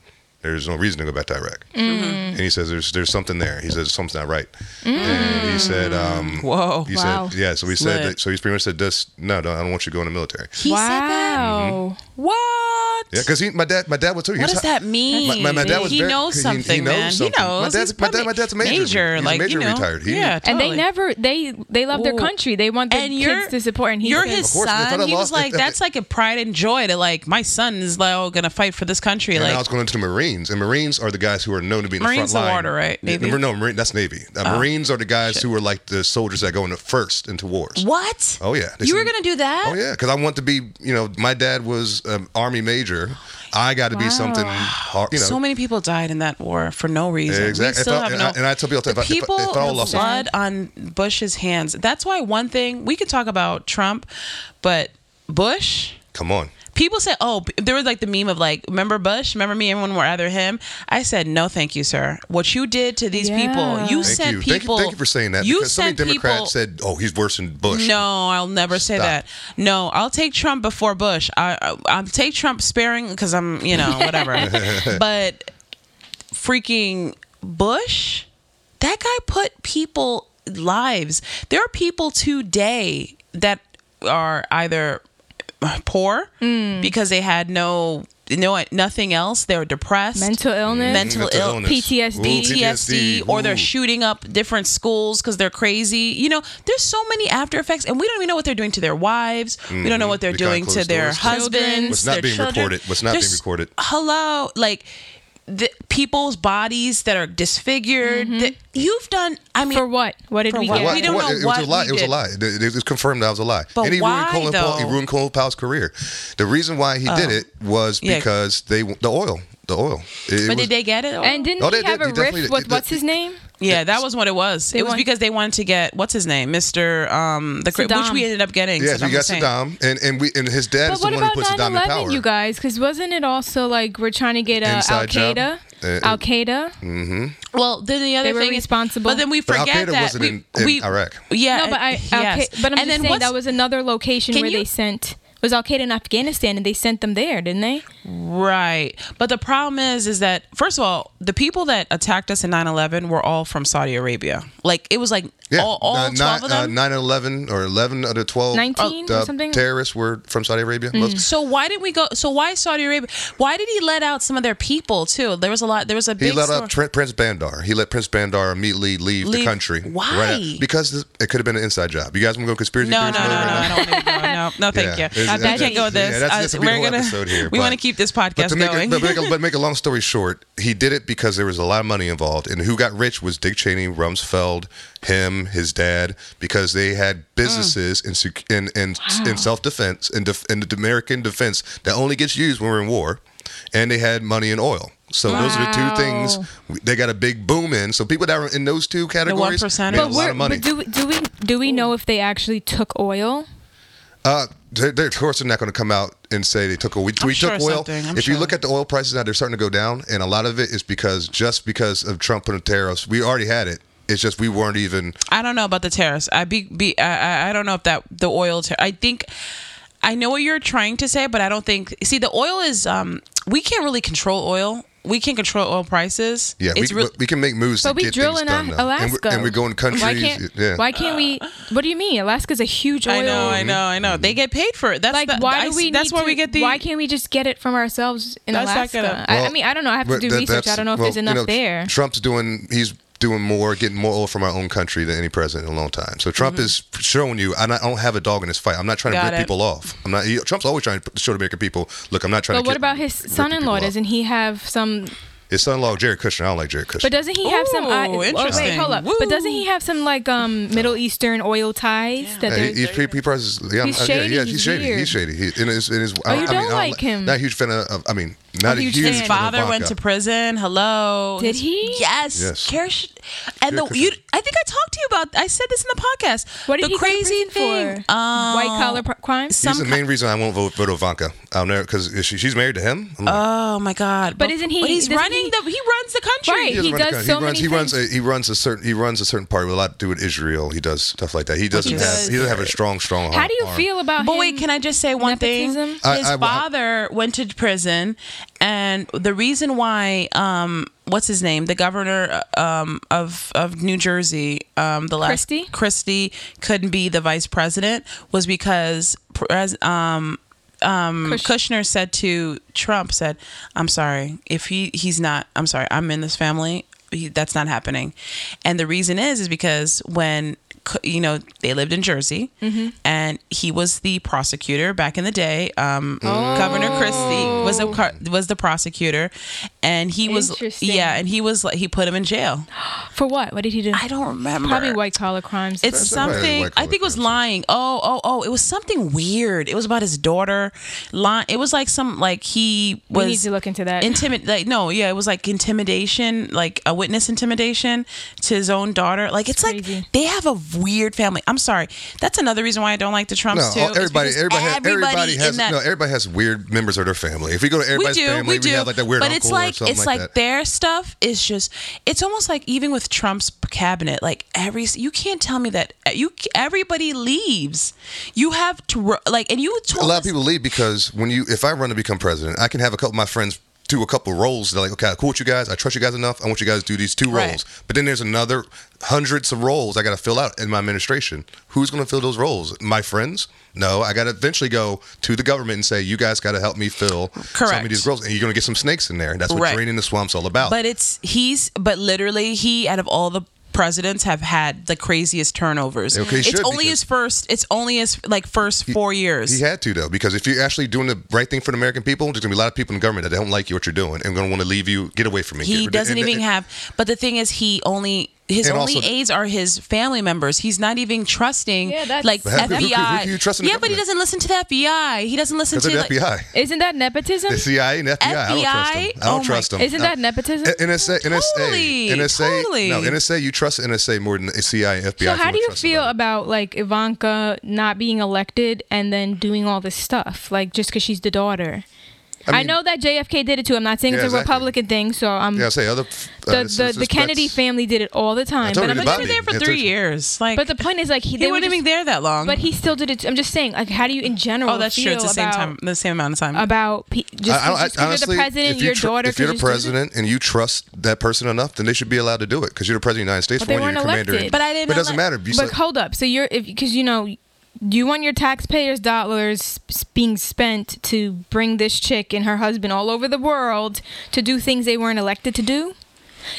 [SPEAKER 4] There's no reason to go back to Iraq.
[SPEAKER 2] Mm-hmm.
[SPEAKER 4] And he says, there's there's something there. He says something's not right.
[SPEAKER 2] Mm.
[SPEAKER 4] And he said, um,
[SPEAKER 2] Whoa.
[SPEAKER 4] He
[SPEAKER 3] Wow.
[SPEAKER 4] said, yeah. So we
[SPEAKER 2] Slit.
[SPEAKER 4] said, that, so he's pretty much said, this, no, no, I don't want you to go in the military.
[SPEAKER 2] He
[SPEAKER 3] wow.
[SPEAKER 2] said that? What?
[SPEAKER 4] Yeah, because my dad, my dad was too. He
[SPEAKER 2] What
[SPEAKER 4] was
[SPEAKER 2] does
[SPEAKER 4] hi-
[SPEAKER 2] that mean?
[SPEAKER 4] My, my, my dad was
[SPEAKER 2] he
[SPEAKER 4] very-
[SPEAKER 2] knows something,
[SPEAKER 4] knows
[SPEAKER 2] man.
[SPEAKER 4] something.
[SPEAKER 2] He knows.
[SPEAKER 4] My
[SPEAKER 2] He's
[SPEAKER 4] dad's, my, dad, my
[SPEAKER 2] probably-
[SPEAKER 4] dad's a major.
[SPEAKER 2] Major,
[SPEAKER 4] He's
[SPEAKER 2] like
[SPEAKER 4] a major
[SPEAKER 2] you know,
[SPEAKER 4] retired. He,
[SPEAKER 2] yeah,
[SPEAKER 3] And
[SPEAKER 2] totally.
[SPEAKER 3] they never they they love their
[SPEAKER 2] Ooh.
[SPEAKER 3] country. They want their
[SPEAKER 2] And you're-
[SPEAKER 3] kids to support. And he
[SPEAKER 2] you're
[SPEAKER 3] said-
[SPEAKER 2] his
[SPEAKER 4] course, if I'd
[SPEAKER 2] son.
[SPEAKER 4] have
[SPEAKER 2] He was
[SPEAKER 4] lost-
[SPEAKER 2] like,
[SPEAKER 4] if-
[SPEAKER 2] that's like a pride and joy to like my son is like oh, gonna fight for this country.
[SPEAKER 4] And
[SPEAKER 2] like
[SPEAKER 4] I was going into the Marines, and Marines are the guys who are known to be in
[SPEAKER 2] Marines
[SPEAKER 4] the front
[SPEAKER 2] are
[SPEAKER 4] line.
[SPEAKER 2] water, right? Navy? Oh,
[SPEAKER 4] No, no, Marine, that's Navy. Uh, Marines are the guys who are like the soldiers that go into first into wars.
[SPEAKER 2] what?
[SPEAKER 4] Oh yeah, They
[SPEAKER 2] you were
[SPEAKER 4] send-
[SPEAKER 2] gonna do that?
[SPEAKER 4] Oh yeah, because I want to be. You know, my dad was an army major. I got to be
[SPEAKER 3] Wow.
[SPEAKER 4] something. Hard, you know,
[SPEAKER 2] Oh so many people died in that war for no reason.
[SPEAKER 4] Exactly.
[SPEAKER 2] We
[SPEAKER 4] If
[SPEAKER 2] still
[SPEAKER 4] I-
[SPEAKER 2] have
[SPEAKER 4] and
[SPEAKER 2] no.
[SPEAKER 4] I- and I tell people, if
[SPEAKER 2] the
[SPEAKER 4] I- if I-
[SPEAKER 2] people,
[SPEAKER 4] if I all
[SPEAKER 2] the
[SPEAKER 4] lost-
[SPEAKER 2] blood on Bush's hands. That's why one thing we could talk about Trump, but Bush.
[SPEAKER 4] come on.
[SPEAKER 2] People say, "Oh, b- there was like the meme of like, remember Bush? Remember me? Everyone were either him." I said, "No, thank you, sir. What you did to these
[SPEAKER 3] Yeah.
[SPEAKER 2] people, you
[SPEAKER 3] Thank
[SPEAKER 4] Thank
[SPEAKER 2] sent
[SPEAKER 4] you.
[SPEAKER 2] people.
[SPEAKER 4] thank you. Thank you for saying that.
[SPEAKER 2] You
[SPEAKER 4] because so many
[SPEAKER 2] sent
[SPEAKER 4] Democrats
[SPEAKER 2] people.
[SPEAKER 4] said, "Oh, he's worse than Bush."
[SPEAKER 2] No, I'll never say
[SPEAKER 4] Stop.
[SPEAKER 2] that. No, I'll take Trump before Bush. I, I I'll take Trump sparing because I'm you know whatever. but freaking Bush, that guy put people lives. There are people today that are either poor
[SPEAKER 3] Mm.
[SPEAKER 2] because they had no no nothing else. They were depressed.
[SPEAKER 3] mental illness.
[SPEAKER 2] Mental
[SPEAKER 4] Mental
[SPEAKER 2] ill-
[SPEAKER 4] illness.
[SPEAKER 3] PTSD.
[SPEAKER 4] Ooh,
[SPEAKER 2] PTSD E or they're
[SPEAKER 4] Ooh.
[SPEAKER 2] shooting up different schools because they're crazy. You know, there's so many after effects, and we don't even know what they're doing to their wives. We don't know what they're
[SPEAKER 4] Behind
[SPEAKER 2] doing to
[SPEAKER 4] Mm-hmm. closed
[SPEAKER 2] their
[SPEAKER 4] doors.
[SPEAKER 2] husbands.
[SPEAKER 3] Children.
[SPEAKER 4] What's not
[SPEAKER 2] their
[SPEAKER 4] being
[SPEAKER 2] children.
[SPEAKER 4] recorded? What's not being
[SPEAKER 2] There's-
[SPEAKER 4] recorded?
[SPEAKER 2] Hello, like the people's bodies that are disfigured. That you've done. I mean,
[SPEAKER 3] Mm-hmm. For what? What did
[SPEAKER 2] For
[SPEAKER 3] we
[SPEAKER 2] what?
[SPEAKER 3] get?
[SPEAKER 2] We don't
[SPEAKER 4] what-
[SPEAKER 2] know
[SPEAKER 4] it,
[SPEAKER 2] what
[SPEAKER 4] was a lie.
[SPEAKER 2] we
[SPEAKER 4] It was a
[SPEAKER 2] did.
[SPEAKER 4] lie. It, it was confirmed that was a lie.
[SPEAKER 2] But
[SPEAKER 4] and he
[SPEAKER 2] why,
[SPEAKER 4] ruined Colin Powell. He
[SPEAKER 2] though? Oh.
[SPEAKER 4] ruined Colin Powell's career. The reason why he did it was
[SPEAKER 2] Yeah.
[SPEAKER 4] because they the oil, the oil. It, it
[SPEAKER 2] but
[SPEAKER 4] was-
[SPEAKER 2] did they get it?
[SPEAKER 3] And didn't
[SPEAKER 4] Oh, they
[SPEAKER 3] he have
[SPEAKER 4] did. He
[SPEAKER 3] a
[SPEAKER 4] definitely
[SPEAKER 3] riff
[SPEAKER 4] did.
[SPEAKER 3] with
[SPEAKER 4] They-
[SPEAKER 3] what's his name?
[SPEAKER 2] yeah, that was what it was. It was
[SPEAKER 3] want-
[SPEAKER 2] because they wanted to get what's his name, Mister um, the cri- which
[SPEAKER 3] Saddam.
[SPEAKER 2] we ended up getting.
[SPEAKER 4] Yes, we got
[SPEAKER 2] Hussein.
[SPEAKER 4] Saddam, and and we and his dad
[SPEAKER 3] But
[SPEAKER 4] is the
[SPEAKER 3] what
[SPEAKER 4] one
[SPEAKER 3] about
[SPEAKER 4] who puts Saddam in
[SPEAKER 3] 9/11,
[SPEAKER 4] power.
[SPEAKER 3] you guys? Because wasn't it also like we're trying to get uh, Al
[SPEAKER 4] Inside job.
[SPEAKER 3] Qaeda?
[SPEAKER 4] Uh,
[SPEAKER 3] Al Qaeda.
[SPEAKER 2] Well, then the other
[SPEAKER 3] They were
[SPEAKER 2] thing
[SPEAKER 3] responsible.
[SPEAKER 2] is, but then we
[SPEAKER 4] But Al
[SPEAKER 2] forget
[SPEAKER 4] Qaeda
[SPEAKER 2] that
[SPEAKER 4] wasn't
[SPEAKER 2] we,
[SPEAKER 4] in- in
[SPEAKER 2] we-
[SPEAKER 4] Iraq.
[SPEAKER 2] Yeah,
[SPEAKER 3] No, but I.
[SPEAKER 2] Uh, yes.
[SPEAKER 3] Al Qa- but
[SPEAKER 2] and
[SPEAKER 3] I'm just
[SPEAKER 2] then
[SPEAKER 3] saying
[SPEAKER 2] what's-
[SPEAKER 3] that was another location
[SPEAKER 2] Can
[SPEAKER 3] where
[SPEAKER 2] you-
[SPEAKER 3] they sent was Al Qaeda in Afghanistan, and they sent them there, didn't they?
[SPEAKER 2] Right. But the problem is is that first of all, the people that attacked us in 9/11 were all from Saudi Arabia. Like it was like
[SPEAKER 4] yeah,
[SPEAKER 2] all, all
[SPEAKER 4] uh,
[SPEAKER 2] 12
[SPEAKER 4] nine,
[SPEAKER 2] of them.
[SPEAKER 4] Uh, 9 11 or 11 out of 12
[SPEAKER 3] 19
[SPEAKER 4] uh,
[SPEAKER 3] or something?
[SPEAKER 4] terrorists were from Saudi Arabia.
[SPEAKER 2] Mm-hmm.
[SPEAKER 4] Most-
[SPEAKER 2] so why didn't we go so why Saudi Arabia? Why did he let out some of their people too? There was a lot there was a
[SPEAKER 4] He
[SPEAKER 2] big
[SPEAKER 4] let
[SPEAKER 2] story.
[SPEAKER 4] up Tr- Prince Bandar. He let Prince Bandar immediately leave, the
[SPEAKER 2] Leave-
[SPEAKER 4] country.
[SPEAKER 2] Why?
[SPEAKER 4] out- because this- it could have been an inside job. You guys want to go conspiracy
[SPEAKER 2] no, no,
[SPEAKER 4] theories
[SPEAKER 2] no, no,
[SPEAKER 4] mode right now?
[SPEAKER 2] I don't want to go. No, no, thank
[SPEAKER 4] Yeah,
[SPEAKER 2] you.
[SPEAKER 4] it's-
[SPEAKER 2] I
[SPEAKER 4] it's-
[SPEAKER 2] can't go with this.
[SPEAKER 4] yeah, that's-
[SPEAKER 2] I-
[SPEAKER 4] that's a big
[SPEAKER 2] we're
[SPEAKER 4] whole
[SPEAKER 2] gonna,
[SPEAKER 4] episode here,
[SPEAKER 2] we want to
[SPEAKER 4] but-
[SPEAKER 2] keep this
[SPEAKER 4] But
[SPEAKER 2] podcast
[SPEAKER 4] to make,
[SPEAKER 2] going.
[SPEAKER 4] it, but, make a, but make a long story short, he did it because there was a lot of money involved, and who got rich was Dick Cheney, Rumsfeld, him, his dad, because they had businesses in sec- in in, in self defense and def, in the American defense that only gets used when we're in war, and they had money and oil. So those are the two
[SPEAKER 3] Wow.
[SPEAKER 4] things we- they got a big boom in. So people that were in those two categories made
[SPEAKER 2] 1%.
[SPEAKER 4] a
[SPEAKER 2] But
[SPEAKER 4] lot
[SPEAKER 3] we're-
[SPEAKER 4] of money.
[SPEAKER 3] do, we- do we do we know if they actually took oil?
[SPEAKER 4] Uh, they're, they're, of course, they're not going to come out and say they took oil. We, we
[SPEAKER 2] sure
[SPEAKER 4] took oil.
[SPEAKER 2] something, I'm
[SPEAKER 4] If you
[SPEAKER 2] sure.
[SPEAKER 4] look at the oil prices now, they're starting to go down, and a lot of it is because just because of Trump and the tariffs, we already had it. It's just we weren't even.
[SPEAKER 2] I don't know about the tariffs. I be, be I, I- I don't know if that the oil. Tar- I think I know what you're trying to say, but I don't think. See, the oil is um we can't really control oil. We can't control oil prices.
[SPEAKER 4] Yeah, we,
[SPEAKER 2] it's real-
[SPEAKER 4] but we can make moves
[SPEAKER 3] But
[SPEAKER 4] to
[SPEAKER 3] we
[SPEAKER 4] get
[SPEAKER 3] drill
[SPEAKER 4] things
[SPEAKER 3] in
[SPEAKER 4] done.
[SPEAKER 3] Al-
[SPEAKER 4] now. and,
[SPEAKER 3] Alaska.
[SPEAKER 4] we, and we go in countries.
[SPEAKER 3] Why can't,
[SPEAKER 4] yeah.
[SPEAKER 3] why can't we? What do you mean? Alaska's a huge oil.
[SPEAKER 2] I know,
[SPEAKER 4] Mm-hmm.
[SPEAKER 2] I know, I know. They get paid for it. That's
[SPEAKER 3] Like,
[SPEAKER 2] the-
[SPEAKER 3] why
[SPEAKER 2] I
[SPEAKER 3] do
[SPEAKER 2] see-
[SPEAKER 3] we?
[SPEAKER 2] That's
[SPEAKER 3] need
[SPEAKER 2] where
[SPEAKER 3] to-
[SPEAKER 2] we get the.
[SPEAKER 3] Why can't we just get it from ourselves in
[SPEAKER 2] That's not
[SPEAKER 3] Alaska?
[SPEAKER 2] gonna-
[SPEAKER 3] I, I
[SPEAKER 4] Well,
[SPEAKER 3] mean, I don't know. I have to
[SPEAKER 4] but
[SPEAKER 3] do
[SPEAKER 4] that-
[SPEAKER 3] research. I
[SPEAKER 4] that's-
[SPEAKER 3] don't know if
[SPEAKER 4] well,
[SPEAKER 3] there's
[SPEAKER 4] you
[SPEAKER 3] enough
[SPEAKER 4] know,
[SPEAKER 3] there.
[SPEAKER 4] Trump's doing. He's doing more, getting more oil from our own country than any president in a long time. So Trump is
[SPEAKER 3] Mm-hmm.
[SPEAKER 4] showing you. I don't- I don't have a dog in this fight. I'm not trying to
[SPEAKER 2] Got
[SPEAKER 4] rip
[SPEAKER 2] it.
[SPEAKER 4] people off. I'm not. He, Trump's always trying to show the American people. Look, I'm not trying
[SPEAKER 3] But
[SPEAKER 4] to.
[SPEAKER 3] what
[SPEAKER 4] get-
[SPEAKER 3] about his
[SPEAKER 4] rip the
[SPEAKER 3] son-in-law?
[SPEAKER 4] people off."
[SPEAKER 3] Doesn't he have some?
[SPEAKER 4] His son-in-law Jared Kushner. I don't like Jared Kushner.
[SPEAKER 3] But doesn't he have some?
[SPEAKER 2] Ooh,
[SPEAKER 3] I- oh,
[SPEAKER 2] interesting.
[SPEAKER 3] wait, hold up. But doesn't
[SPEAKER 2] Woo.
[SPEAKER 3] he have some like um Middle Eastern oil ties that
[SPEAKER 4] Yeah,
[SPEAKER 3] they're
[SPEAKER 4] he, he's he, he prices. Yeah,
[SPEAKER 3] He's
[SPEAKER 4] uh, yeah,
[SPEAKER 3] shady,
[SPEAKER 4] yeah,
[SPEAKER 3] he's
[SPEAKER 4] he's shady.
[SPEAKER 3] weird. Oh,
[SPEAKER 4] He's shady. He, and his, and his,
[SPEAKER 3] you
[SPEAKER 4] I
[SPEAKER 3] don't
[SPEAKER 4] mean, I
[SPEAKER 3] like him. Oh,
[SPEAKER 4] Not a huge fan of. of- I mean, not a huge,
[SPEAKER 2] His
[SPEAKER 4] fan
[SPEAKER 2] father
[SPEAKER 4] of
[SPEAKER 2] went
[SPEAKER 4] vodka.
[SPEAKER 2] to prison. Hello.
[SPEAKER 3] Did
[SPEAKER 2] His-
[SPEAKER 3] he?
[SPEAKER 2] Yes.
[SPEAKER 4] Yes.
[SPEAKER 2] Kirsch- and
[SPEAKER 4] Yeah,
[SPEAKER 2] the you,
[SPEAKER 4] Kirsch-
[SPEAKER 2] I think I talked to you about. I said this in the podcast.
[SPEAKER 3] What did
[SPEAKER 2] the
[SPEAKER 3] he go to
[SPEAKER 2] crazy
[SPEAKER 3] prison
[SPEAKER 2] thing?
[SPEAKER 3] for?
[SPEAKER 2] Um,
[SPEAKER 3] white collar pr- crimes?
[SPEAKER 2] some
[SPEAKER 4] He's the
[SPEAKER 2] ki-
[SPEAKER 4] main reason I won't vote vote Ivanka. I'll never because she, she's married to him. I'm like,
[SPEAKER 2] Oh my God!
[SPEAKER 3] But isn't he-
[SPEAKER 2] But he's
[SPEAKER 3] doesn't
[SPEAKER 2] running
[SPEAKER 3] he-
[SPEAKER 2] the. He runs the country.
[SPEAKER 3] Right.
[SPEAKER 4] doesn't
[SPEAKER 3] he
[SPEAKER 4] run a
[SPEAKER 3] does
[SPEAKER 4] country.
[SPEAKER 3] so
[SPEAKER 4] he runs,
[SPEAKER 3] many
[SPEAKER 4] he runs
[SPEAKER 3] things.
[SPEAKER 4] A, he runs a certain. He runs a certain part with a lot to do with Israel. He does stuff like that. He doesn't have.
[SPEAKER 2] does.
[SPEAKER 4] He doesn't have a strong, strong.
[SPEAKER 3] How do you
[SPEAKER 4] arm.
[SPEAKER 3] feel about?
[SPEAKER 2] But
[SPEAKER 3] him?
[SPEAKER 2] wait, can I just say one
[SPEAKER 3] Nepotism?
[SPEAKER 2] thing?
[SPEAKER 4] I-
[SPEAKER 2] His
[SPEAKER 4] I- well, I-
[SPEAKER 2] father went to prison, And the reason why, um, what's his name, the governor um, of of New Jersey, um, the last
[SPEAKER 3] Christie?
[SPEAKER 2] Christie couldn't be the vice president was because pres- um,
[SPEAKER 3] Cush-
[SPEAKER 2] Kushner said to Trump, said, "I'm sorry if he he's not. I'm sorry. I'm in this family. He, that's not happening." And the reason is is because when Cu- you know they lived in Jersey, and he was the prosecutor back in the day. Um, Governor Christie was the car- was the prosecutor, and he was
[SPEAKER 3] Interesting.
[SPEAKER 2] yeah, and he was like he put him in jail.
[SPEAKER 3] For what? What did he do?
[SPEAKER 2] I don't remember.
[SPEAKER 3] Probably white collar crimes.
[SPEAKER 2] It's
[SPEAKER 4] That's probably
[SPEAKER 2] something.
[SPEAKER 4] white
[SPEAKER 2] I think it was
[SPEAKER 4] collar crime,
[SPEAKER 2] lying. Oh, oh, oh! It was something weird. It was about his daughter. Lying. It was like some like he was.
[SPEAKER 3] we need to look into that.
[SPEAKER 2] Intimid like no yeah it was like intimidation like a witness intimidation to his own daughter like it's
[SPEAKER 3] crazy.
[SPEAKER 2] like they have a weird family I'm sorry that's another reason why I don't like the Trumps
[SPEAKER 4] No,
[SPEAKER 2] too
[SPEAKER 4] all-
[SPEAKER 2] is
[SPEAKER 4] everybody,
[SPEAKER 2] because
[SPEAKER 4] everybody, has,
[SPEAKER 2] everybody
[SPEAKER 4] everybody
[SPEAKER 2] in
[SPEAKER 4] has
[SPEAKER 2] that-
[SPEAKER 4] no, everybody has weird members of their family. If we go to
[SPEAKER 2] we
[SPEAKER 4] everybody's
[SPEAKER 2] do,
[SPEAKER 4] family,
[SPEAKER 2] we do.
[SPEAKER 4] have like that weird
[SPEAKER 2] but
[SPEAKER 4] uncle
[SPEAKER 2] it's
[SPEAKER 4] or
[SPEAKER 2] like
[SPEAKER 4] something
[SPEAKER 2] it's
[SPEAKER 4] like,
[SPEAKER 2] like,
[SPEAKER 4] that.
[SPEAKER 2] their stuff is just. It's almost like even with Trump's cabinet, like every you can't tell me that uh, you everybody leaves. You have to ru- like, and you told
[SPEAKER 4] a lot of
[SPEAKER 2] us-
[SPEAKER 4] people leave because when you if I run to become president, I can have a couple of my friends do a couple roles. They're like, okay, I'm cool with you guys. I trust you guys enough. I want you guys to do these two
[SPEAKER 2] Right.
[SPEAKER 4] roles. But then there's another hundreds of roles I got to fill out in my administration. Who's going to fill those roles? My friends? No, I got to eventually go to the government and say, you guys got to help me fill some
[SPEAKER 2] Correct.
[SPEAKER 4] of these roles, and you're going to get some snakes in there. That's what
[SPEAKER 2] Right.
[SPEAKER 4] draining the swamp's all about.
[SPEAKER 2] But it's he's but literally he out of all the presidents have had the craziest turnovers.
[SPEAKER 4] Okay, he
[SPEAKER 2] it's
[SPEAKER 4] should,
[SPEAKER 2] only
[SPEAKER 4] because-
[SPEAKER 2] his first. It's only his like first four years.
[SPEAKER 4] He had to though, because if you're actually doing the right thing for the American people, there's gonna be a lot of people in government that don't like you what you're doing and gonna want to leave you. Get away from me.
[SPEAKER 2] he
[SPEAKER 4] Get-
[SPEAKER 2] doesn't
[SPEAKER 4] and-
[SPEAKER 2] even
[SPEAKER 4] and-
[SPEAKER 2] have but the thing is he only his
[SPEAKER 4] And
[SPEAKER 2] only
[SPEAKER 4] also-
[SPEAKER 2] aides are his family members. He's not even trusting
[SPEAKER 3] Yeah, that's-
[SPEAKER 2] like
[SPEAKER 3] But
[SPEAKER 4] how- who can-
[SPEAKER 2] FBI.
[SPEAKER 4] who can you trust in the
[SPEAKER 2] yeah, but he
[SPEAKER 4] government?
[SPEAKER 2] doesn't listen to the FBI. He doesn't listen
[SPEAKER 4] That's
[SPEAKER 2] to
[SPEAKER 4] an
[SPEAKER 2] like,
[SPEAKER 4] FBI.
[SPEAKER 3] Isn't that nepotism?
[SPEAKER 4] The CIA and FBI. I don't trust them. I
[SPEAKER 2] Oh
[SPEAKER 4] don't
[SPEAKER 2] my-
[SPEAKER 4] trust them.
[SPEAKER 3] Isn't that nepotism?
[SPEAKER 4] N- NSA, NSA,
[SPEAKER 2] Totally,
[SPEAKER 4] NSA.
[SPEAKER 2] totally.
[SPEAKER 4] No, NSA. You trust NSA more than CIA, and FBI.
[SPEAKER 3] so
[SPEAKER 4] if
[SPEAKER 3] how
[SPEAKER 4] wanna
[SPEAKER 3] do you
[SPEAKER 4] trust
[SPEAKER 3] feel
[SPEAKER 4] somebody.
[SPEAKER 3] about like Ivanka not being elected and then doing all this stuff like just because she's the daughter? I,
[SPEAKER 4] mean-
[SPEAKER 3] know that JFK did it too. I'm not saying
[SPEAKER 4] Yeah,
[SPEAKER 3] it's a
[SPEAKER 4] exactly.
[SPEAKER 3] Republican thing. So I'm
[SPEAKER 4] Yeah, I say other. uh,
[SPEAKER 3] the, the, the Kennedy family did it all the time.
[SPEAKER 4] told
[SPEAKER 3] But,
[SPEAKER 4] you
[SPEAKER 3] I'm like,
[SPEAKER 4] the
[SPEAKER 2] He
[SPEAKER 4] Bobby.
[SPEAKER 2] was there for
[SPEAKER 4] Yeah,
[SPEAKER 2] three
[SPEAKER 4] that's-
[SPEAKER 2] years. Like
[SPEAKER 3] but the point is like he,
[SPEAKER 2] he
[SPEAKER 3] they were
[SPEAKER 2] wouldn't
[SPEAKER 3] just-
[SPEAKER 2] even there that long.
[SPEAKER 3] But he still did it. I'm just saying like how do you in general?
[SPEAKER 2] oh, that's true.
[SPEAKER 3] feel
[SPEAKER 2] It's the same
[SPEAKER 3] about,
[SPEAKER 2] time, the same amount of time.
[SPEAKER 3] about pe- just,
[SPEAKER 4] I, I, don't-
[SPEAKER 3] just 'cause
[SPEAKER 4] I, honestly,
[SPEAKER 3] you're the president,
[SPEAKER 4] if you
[SPEAKER 3] your
[SPEAKER 4] tr-
[SPEAKER 3] daughter.
[SPEAKER 4] if you're
[SPEAKER 3] could just
[SPEAKER 4] the
[SPEAKER 3] do this.
[SPEAKER 4] president and you trust that person enough, then they should be allowed to do it because you're the president of the United States.
[SPEAKER 3] But they
[SPEAKER 4] for one, you're
[SPEAKER 3] weren't
[SPEAKER 4] the commander.
[SPEAKER 3] elected.
[SPEAKER 2] But I didn't
[SPEAKER 4] But it doesn't
[SPEAKER 2] elect-
[SPEAKER 4] matter. You
[SPEAKER 3] But
[SPEAKER 4] said-
[SPEAKER 3] hold up. So you're if because you know you want your taxpayers' dollars s- being spent to bring this chick and her husband all over the world to do things they weren't elected to do.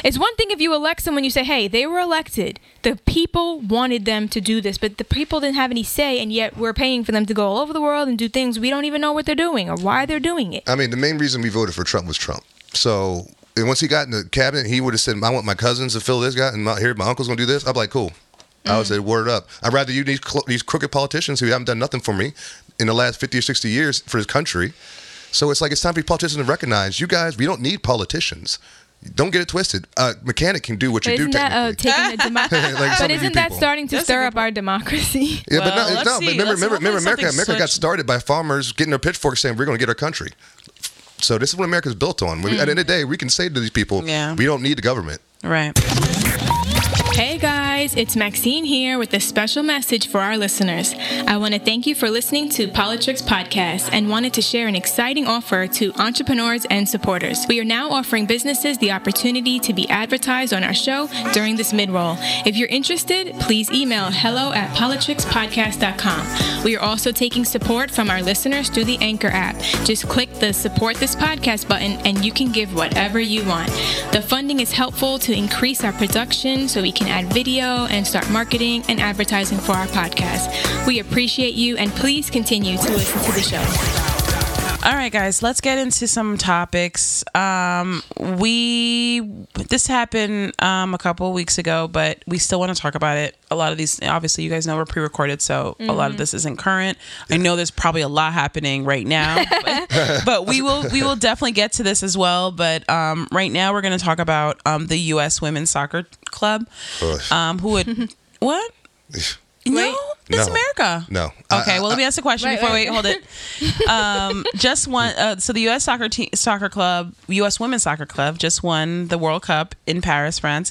[SPEAKER 3] It's one thing if you elect someone, you say, "Hey, they were elected. The people wanted them to do this, but the people didn't have any say, and yet we're paying for them to go all over the world and do things we don't even know what they're doing or why they're doing it."
[SPEAKER 4] I mean, the main reason we voted for Trump was Trump. So and once he got in the cabinet, he would have said, "I want my cousins to fill this guy, and my, here my uncle's gonna do this." I'm like, "Cool." I
[SPEAKER 3] Mm.
[SPEAKER 4] would say, "Word up." I'd rather you these cl- these crooked politicians who haven't done nothing for me in the last fifty or sixty years for this country. So it's like it's time for politicians to recognize you guys. We don't need politicians. Don't get it twisted. A mechanic can do what you
[SPEAKER 3] But
[SPEAKER 4] do
[SPEAKER 3] isn't that uh,
[SPEAKER 4] technically.
[SPEAKER 3] taking the democracy?
[SPEAKER 4] Like
[SPEAKER 3] but
[SPEAKER 4] some of you
[SPEAKER 3] isn't that
[SPEAKER 4] people.
[SPEAKER 3] starting to
[SPEAKER 2] That's a
[SPEAKER 3] stir
[SPEAKER 2] good
[SPEAKER 3] up our democracy?
[SPEAKER 4] yeah, but
[SPEAKER 2] Well,
[SPEAKER 4] no, it's
[SPEAKER 2] let's
[SPEAKER 4] not.
[SPEAKER 2] see.
[SPEAKER 4] But remember,
[SPEAKER 2] Let's-
[SPEAKER 4] remember, remember,
[SPEAKER 2] hopefully
[SPEAKER 4] America.
[SPEAKER 2] something
[SPEAKER 4] America got
[SPEAKER 2] switched.
[SPEAKER 4] started by farmers getting their pitchforks saying, "We're going to get our country." So this is what America's built on. We- At the end of the day, we can say to these people,
[SPEAKER 2] Hmm. Yeah.
[SPEAKER 4] "We don't need the government."
[SPEAKER 2] right.
[SPEAKER 3] Hey guys, it's Maxine here with a special message for our listeners. I want to thank you for listening to Politrix Podcast and wanted to share an exciting offer to entrepreneurs and supporters. We are now offering businesses the opportunity to be advertised on our show during this mid-roll. If you're interested, please email hello at politrixpodcast.com. We are also taking support from our listeners through the Anchor app. Just click the support this podcast button and you can give whatever you want. The funding is helpful to increase our production so we can add video and start marketing and advertising for our podcast. We appreciate you and please continue to listen to the show.
[SPEAKER 2] All right, guys, let's get into some topics. Um, we this happened um, a couple of weeks ago, but we still want to talk about it. A lot of these, obviously, you guys know we're pre-recorded, so a lot of this isn't current. I know there's probably a lot happening right now, but, but we will we will definitely get to this as well. But um, right now, we're going to talk about um, the U.S. Women's Soccer Club,
[SPEAKER 4] Ugh.
[SPEAKER 2] um, who would what?
[SPEAKER 3] Wait.
[SPEAKER 2] No, it's
[SPEAKER 4] No.
[SPEAKER 2] America.
[SPEAKER 4] No.
[SPEAKER 2] Okay.
[SPEAKER 4] I-
[SPEAKER 2] well, let me ask a question
[SPEAKER 3] Wait,
[SPEAKER 2] before.
[SPEAKER 3] wait.
[SPEAKER 2] Wait, hold it. Um, just one. Uh, so the U.S. soccer team, soccer club, U.S. women's soccer club, just won the World Cup in Paris, France.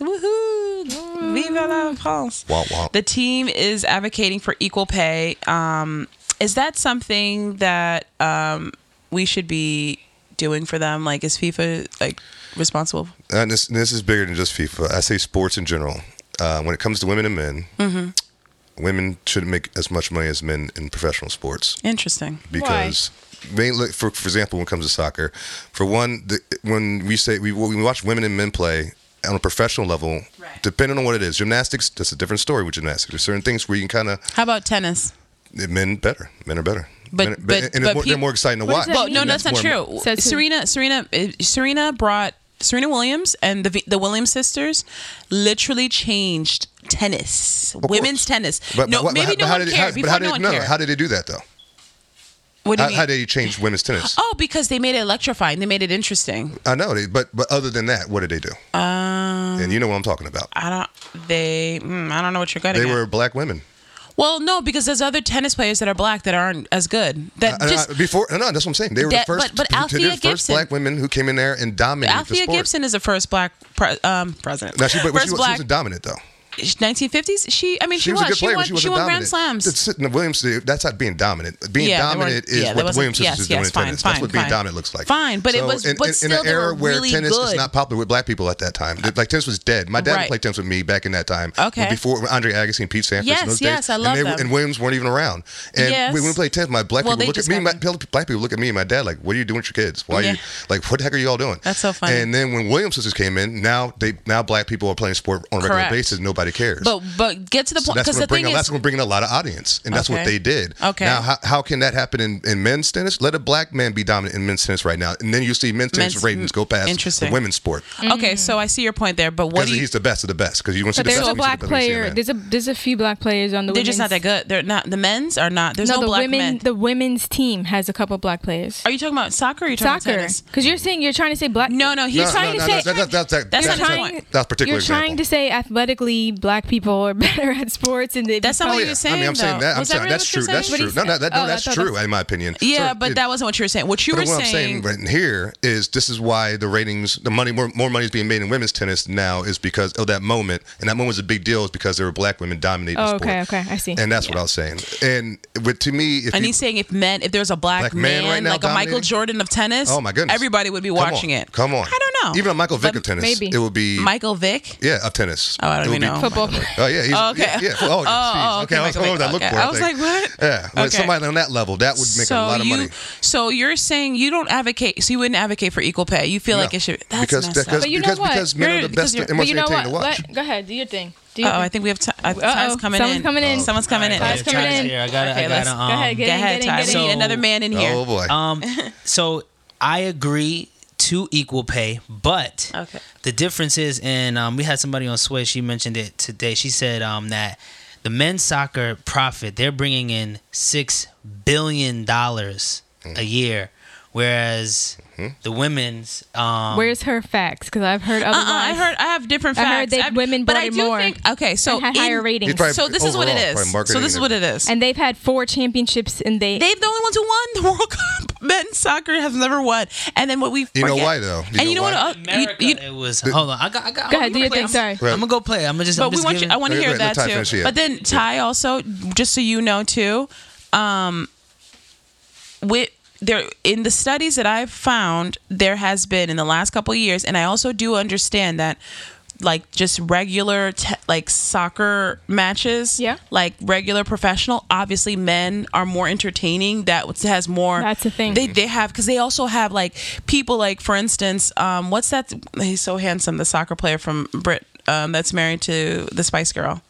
[SPEAKER 2] Woohoo! Vive la France!
[SPEAKER 4] Wah, wah.
[SPEAKER 2] The team is advocating for equal pay. Um, is that something that um, we should be doing for them? Like, is FIFA like responsible?
[SPEAKER 4] and this, and this is bigger than just FIFA. I say sports in general. Uh, when it comes to women and men,
[SPEAKER 2] Mm-hmm.
[SPEAKER 4] women shouldn't make as much money as men in professional sports
[SPEAKER 2] Interesting.
[SPEAKER 4] because mainly for for example when it comes to soccer for one the, when we say we, when we watch women and men play on a professional level
[SPEAKER 2] Right.
[SPEAKER 4] depending on what it is gymnastics that's a different story with gymnastics there's certain things where you can kind of
[SPEAKER 2] How about tennis?
[SPEAKER 4] men better men are better
[SPEAKER 2] But-
[SPEAKER 4] men
[SPEAKER 2] but-
[SPEAKER 4] are- and
[SPEAKER 2] but
[SPEAKER 4] it's more, they're
[SPEAKER 2] peop-
[SPEAKER 4] more exciting to
[SPEAKER 3] What
[SPEAKER 4] watch
[SPEAKER 3] does that
[SPEAKER 2] Well,
[SPEAKER 3] mean?
[SPEAKER 2] no, that's not
[SPEAKER 4] more-
[SPEAKER 2] true.
[SPEAKER 3] Says who?
[SPEAKER 2] Serena, Serena, uh, Serena brought Serena Williams and the V- the Williams sisters literally changed tennis, women's
[SPEAKER 4] course.
[SPEAKER 2] tennis.
[SPEAKER 4] But,
[SPEAKER 2] no,
[SPEAKER 4] but what-
[SPEAKER 2] maybe
[SPEAKER 4] but
[SPEAKER 2] no
[SPEAKER 4] how
[SPEAKER 2] one
[SPEAKER 4] did,
[SPEAKER 2] cared
[SPEAKER 4] how- but
[SPEAKER 2] before.
[SPEAKER 4] how did,
[SPEAKER 2] no one
[SPEAKER 4] no,
[SPEAKER 2] cared.
[SPEAKER 4] how did they do that though?
[SPEAKER 2] what do you
[SPEAKER 4] How,
[SPEAKER 2] mean?
[SPEAKER 4] how did they change women's tennis?
[SPEAKER 2] oh, because they made it electrifying. They made it interesting.
[SPEAKER 4] I know, they, but but other than that, what did they do?
[SPEAKER 2] Um,
[SPEAKER 4] and you know what I'm talking about.
[SPEAKER 2] I don't. They. Mm, I don't know what you're getting.
[SPEAKER 4] They
[SPEAKER 2] at.
[SPEAKER 4] were black women.
[SPEAKER 2] Well, no, because there's other tennis players that are black that aren't as good. That
[SPEAKER 4] I- I-
[SPEAKER 2] just
[SPEAKER 4] Uh, before, no, that's what I'm saying. They were
[SPEAKER 2] That-
[SPEAKER 4] the first,
[SPEAKER 2] but- but
[SPEAKER 4] they're the
[SPEAKER 2] Althea
[SPEAKER 4] first
[SPEAKER 2] Gibson-
[SPEAKER 4] black women who came in there and dominated the
[SPEAKER 2] Althea
[SPEAKER 4] sport.
[SPEAKER 2] Gibson is the first black pre- um, president.
[SPEAKER 4] Now she, but
[SPEAKER 2] first
[SPEAKER 4] she, was- she
[SPEAKER 2] black
[SPEAKER 4] wasn't dominant though.
[SPEAKER 2] 1950s. She. I mean, she,
[SPEAKER 4] She was a good player,
[SPEAKER 2] She won.
[SPEAKER 4] but she wasn't
[SPEAKER 2] won
[SPEAKER 4] dominant.
[SPEAKER 2] grand slams.
[SPEAKER 4] That's, it. No, Williams, that's not being dominant. Being
[SPEAKER 2] Yeah, they
[SPEAKER 4] dominant
[SPEAKER 2] weren't-
[SPEAKER 4] is
[SPEAKER 2] yeah, they
[SPEAKER 4] what the
[SPEAKER 2] wasn't-
[SPEAKER 4] Williams
[SPEAKER 2] yes,
[SPEAKER 4] sisters do
[SPEAKER 2] yes,
[SPEAKER 4] in
[SPEAKER 2] fine,
[SPEAKER 4] tennis.
[SPEAKER 2] fine,
[SPEAKER 4] that's what being
[SPEAKER 2] fine.
[SPEAKER 4] dominant looks like.
[SPEAKER 2] Fine, but it was-
[SPEAKER 4] in,
[SPEAKER 2] but
[SPEAKER 4] in,
[SPEAKER 2] still
[SPEAKER 4] in an
[SPEAKER 2] they
[SPEAKER 4] era
[SPEAKER 2] were
[SPEAKER 4] where
[SPEAKER 2] really
[SPEAKER 4] tennis is
[SPEAKER 2] good.
[SPEAKER 4] not popular with black people at that time. Like tennis was dead. My dad
[SPEAKER 2] Right.
[SPEAKER 4] played tennis with me back in that time.
[SPEAKER 2] Okay.
[SPEAKER 4] Before Andre Agassi and Pete Sampras.
[SPEAKER 2] Yes,
[SPEAKER 4] in those
[SPEAKER 2] yes,
[SPEAKER 4] days,
[SPEAKER 2] I love
[SPEAKER 4] and
[SPEAKER 2] them.
[SPEAKER 4] And Williams weren't even around. And
[SPEAKER 2] Yes.
[SPEAKER 4] when we played tennis, my black
[SPEAKER 2] Well, they
[SPEAKER 4] people look at
[SPEAKER 2] just
[SPEAKER 4] me. My,
[SPEAKER 2] got-
[SPEAKER 4] black people look at me and my dad like, "What are you doing with your kids? Why
[SPEAKER 2] Yeah.
[SPEAKER 4] are you like? What the heck are you all doing?"
[SPEAKER 2] That's so funny.
[SPEAKER 4] And then when Williams sisters came in, now they now black people are playing sport on a regular
[SPEAKER 2] Correct.
[SPEAKER 4] basis. Nobody cares.
[SPEAKER 2] but but get to the
[SPEAKER 4] So
[SPEAKER 2] point because
[SPEAKER 4] that's
[SPEAKER 2] the
[SPEAKER 4] going
[SPEAKER 2] thing is,
[SPEAKER 4] to bring in a lot of audience, and that's what
[SPEAKER 2] Okay.
[SPEAKER 4] they did.
[SPEAKER 2] Okay.
[SPEAKER 4] Now, how, how can that happen in, in men's tennis? Let a black man be dominant in men's tennis right now, and then you see men's tennis
[SPEAKER 2] Men's-
[SPEAKER 4] ratings go past
[SPEAKER 2] Interesting.
[SPEAKER 4] the women's sport
[SPEAKER 3] Mm-hmm.
[SPEAKER 2] okay, so I see your point there. But what
[SPEAKER 4] because
[SPEAKER 2] do you?
[SPEAKER 4] he's the best of the best. Because you want to see
[SPEAKER 3] But
[SPEAKER 4] the best.
[SPEAKER 3] there's a
[SPEAKER 4] when you see
[SPEAKER 3] black
[SPEAKER 4] the best, when you see a
[SPEAKER 3] player.
[SPEAKER 4] man.
[SPEAKER 3] There's a there's a few black players on the.
[SPEAKER 2] They're just not that
[SPEAKER 3] women's-
[SPEAKER 2] good. They're not. The men's are not. There's no,
[SPEAKER 3] No, the
[SPEAKER 2] black
[SPEAKER 3] women.
[SPEAKER 2] men.
[SPEAKER 3] The women's team has a couple black players.
[SPEAKER 2] are you talking about soccer? or Are you talking about
[SPEAKER 3] Soccer,
[SPEAKER 2] tennis?
[SPEAKER 3] because you're saying you're trying to say black.
[SPEAKER 2] No, no, he's
[SPEAKER 3] You're
[SPEAKER 2] no, no,
[SPEAKER 3] trying to
[SPEAKER 2] no,
[SPEAKER 3] say.
[SPEAKER 2] that-
[SPEAKER 4] that- that- that-
[SPEAKER 2] That's
[SPEAKER 4] that's
[SPEAKER 2] not
[SPEAKER 4] a-
[SPEAKER 2] his point.
[SPEAKER 4] that's a particular
[SPEAKER 3] You're trying
[SPEAKER 4] example.
[SPEAKER 3] to say athletically black people are better at sports and they
[SPEAKER 2] That's not
[SPEAKER 4] Oh,
[SPEAKER 2] what
[SPEAKER 4] yeah.
[SPEAKER 2] you were saying.
[SPEAKER 4] I mean, I'm
[SPEAKER 2] though.
[SPEAKER 4] saying that. I'm
[SPEAKER 2] Was that
[SPEAKER 4] saying
[SPEAKER 2] really
[SPEAKER 4] that's
[SPEAKER 2] what
[SPEAKER 4] true.
[SPEAKER 2] you're
[SPEAKER 4] That's
[SPEAKER 2] saying?
[SPEAKER 4] true. No, no, that, no,
[SPEAKER 3] Oh, I
[SPEAKER 4] that's
[SPEAKER 3] thought
[SPEAKER 4] true.
[SPEAKER 3] that's-
[SPEAKER 4] In my opinion.
[SPEAKER 2] Yeah,
[SPEAKER 4] So
[SPEAKER 2] but
[SPEAKER 4] it-
[SPEAKER 2] that wasn't what you were saying. What you
[SPEAKER 4] But
[SPEAKER 2] were
[SPEAKER 4] what I'm
[SPEAKER 2] saying.
[SPEAKER 4] saying right here is this is why the ratings, the money, more, more money is being made in women's tennis now is because of that moment, and that moment was a big deal is because there were black women dominating. the
[SPEAKER 3] Oh,
[SPEAKER 4] sport.
[SPEAKER 3] okay, okay, I see.
[SPEAKER 4] And that's what I was saying. And with, to me, if
[SPEAKER 2] And
[SPEAKER 4] you-
[SPEAKER 2] he's saying if men, if there's a black,
[SPEAKER 4] Black man right now
[SPEAKER 2] like a Michael
[SPEAKER 4] dominating?
[SPEAKER 2] Jordan of tennis,
[SPEAKER 4] oh my goodness,
[SPEAKER 2] everybody would be
[SPEAKER 4] Come
[SPEAKER 2] watching
[SPEAKER 4] on.
[SPEAKER 2] it.
[SPEAKER 4] Come on,
[SPEAKER 2] I don't know.
[SPEAKER 4] Even a Michael Vick
[SPEAKER 2] But
[SPEAKER 4] of tennis,
[SPEAKER 3] maybe.
[SPEAKER 4] it would be
[SPEAKER 2] Michael Vick.
[SPEAKER 4] Yeah, of tennis.
[SPEAKER 2] Oh, I don't
[SPEAKER 4] It would
[SPEAKER 2] even
[SPEAKER 4] be-
[SPEAKER 2] know.
[SPEAKER 3] football.
[SPEAKER 4] Oh yeah, he's,
[SPEAKER 2] Oh, okay.
[SPEAKER 4] Yeah, yeah. Oh,
[SPEAKER 2] Oh, oh,
[SPEAKER 4] geez. okay.
[SPEAKER 2] okay,
[SPEAKER 4] I was,
[SPEAKER 2] Michael
[SPEAKER 4] what was I
[SPEAKER 2] Vick,
[SPEAKER 4] looking
[SPEAKER 2] okay.
[SPEAKER 4] for?
[SPEAKER 2] I was
[SPEAKER 4] think.
[SPEAKER 2] like, what?
[SPEAKER 4] Yeah, but
[SPEAKER 2] Okay.
[SPEAKER 4] somebody on that level that would make
[SPEAKER 2] so
[SPEAKER 4] a lot of
[SPEAKER 2] you,
[SPEAKER 4] money.
[SPEAKER 2] so you're saying you don't advocate. So you wouldn't advocate for equal pay. You feel
[SPEAKER 4] No.
[SPEAKER 2] like it should. That's
[SPEAKER 4] because
[SPEAKER 2] messed
[SPEAKER 4] because
[SPEAKER 2] up.
[SPEAKER 3] But you know
[SPEAKER 4] because,
[SPEAKER 3] what?
[SPEAKER 4] because men
[SPEAKER 2] You're-
[SPEAKER 4] are the
[SPEAKER 2] because
[SPEAKER 4] best
[SPEAKER 2] you're-
[SPEAKER 4] and
[SPEAKER 3] But
[SPEAKER 4] most
[SPEAKER 3] you know
[SPEAKER 4] entertaining
[SPEAKER 3] what?
[SPEAKER 4] to watch.
[SPEAKER 3] Let- go ahead, do your thing. Do your
[SPEAKER 2] Oh, I
[SPEAKER 3] thing.
[SPEAKER 2] think we have t- uh,
[SPEAKER 3] Uh-oh,
[SPEAKER 2] time's coming
[SPEAKER 3] someone's
[SPEAKER 2] in.
[SPEAKER 3] coming in.
[SPEAKER 2] Someone's coming in.
[SPEAKER 3] Time's
[SPEAKER 2] Go
[SPEAKER 3] coming
[SPEAKER 5] Time's
[SPEAKER 3] in.
[SPEAKER 5] here. I gotta- I
[SPEAKER 2] Okay,
[SPEAKER 5] gotta,
[SPEAKER 2] let's-
[SPEAKER 5] um,
[SPEAKER 3] Go ahead, get in,
[SPEAKER 2] ahead,
[SPEAKER 3] get in,
[SPEAKER 2] Todd.
[SPEAKER 3] get in.
[SPEAKER 2] We need
[SPEAKER 5] So-
[SPEAKER 2] another man in here.
[SPEAKER 4] uh-uh.
[SPEAKER 2] Uh-uh,
[SPEAKER 4] Oh boy.
[SPEAKER 5] Um, so I agree to equal pay, but
[SPEAKER 2] Okay.
[SPEAKER 5] the difference is, and um, we had somebody on Switch. She mentioned it today. She said um, that the men's soccer profit they're bringing in six billion dollars a year, whereas the women's um,
[SPEAKER 3] Where's her facts? Because I've heard otherwise.
[SPEAKER 2] Uh-uh, I heard I have different
[SPEAKER 3] Oh, I
[SPEAKER 2] facts.
[SPEAKER 3] heard that
[SPEAKER 2] I've-
[SPEAKER 3] women
[SPEAKER 2] but
[SPEAKER 3] bought
[SPEAKER 2] I
[SPEAKER 3] it
[SPEAKER 2] do
[SPEAKER 3] more
[SPEAKER 2] think okay. So
[SPEAKER 3] and had higher
[SPEAKER 2] in-
[SPEAKER 3] ratings.
[SPEAKER 4] You probably-
[SPEAKER 2] So this is what it
[SPEAKER 4] overall, probably
[SPEAKER 2] is.
[SPEAKER 4] marketing
[SPEAKER 2] So this is
[SPEAKER 4] and
[SPEAKER 2] what it is.
[SPEAKER 3] and they've had four championships and they.
[SPEAKER 2] They've the only ones who won the World Cup. Men's soccer has never won. And then what we
[SPEAKER 4] You know
[SPEAKER 2] forget-
[SPEAKER 4] why, though? You
[SPEAKER 2] and you know
[SPEAKER 4] know
[SPEAKER 2] what?
[SPEAKER 4] why?
[SPEAKER 2] uh, you-
[SPEAKER 5] America,
[SPEAKER 2] you-
[SPEAKER 5] it was. Hold on, I got. I got
[SPEAKER 3] Go ahead, do
[SPEAKER 5] I'm
[SPEAKER 3] your
[SPEAKER 5] gonna
[SPEAKER 3] thing.
[SPEAKER 5] play. I'm-
[SPEAKER 3] Sorry.
[SPEAKER 5] I'm gonna go play. I'm gonna just.
[SPEAKER 2] but
[SPEAKER 5] I'm
[SPEAKER 2] we
[SPEAKER 5] just
[SPEAKER 2] want you,
[SPEAKER 5] giving-
[SPEAKER 2] I want to
[SPEAKER 4] Wait,
[SPEAKER 2] hear
[SPEAKER 4] wait,
[SPEAKER 2] that
[SPEAKER 4] let Ty
[SPEAKER 2] too.
[SPEAKER 4] finish, yeah.
[SPEAKER 2] But then Ty also, just so you know too, um, with there in the studies that I've found, there has been in the last couple of years, and I also do understand that. Like just regular te- like soccer matches,
[SPEAKER 3] Yeah.
[SPEAKER 2] Like regular professional, obviously men are more entertaining. That has more.
[SPEAKER 3] That's the thing.
[SPEAKER 2] They they have because they also have like people like for instance, um, what's that? He's so handsome, the soccer player from Brit um, that's married to the Spice Girl.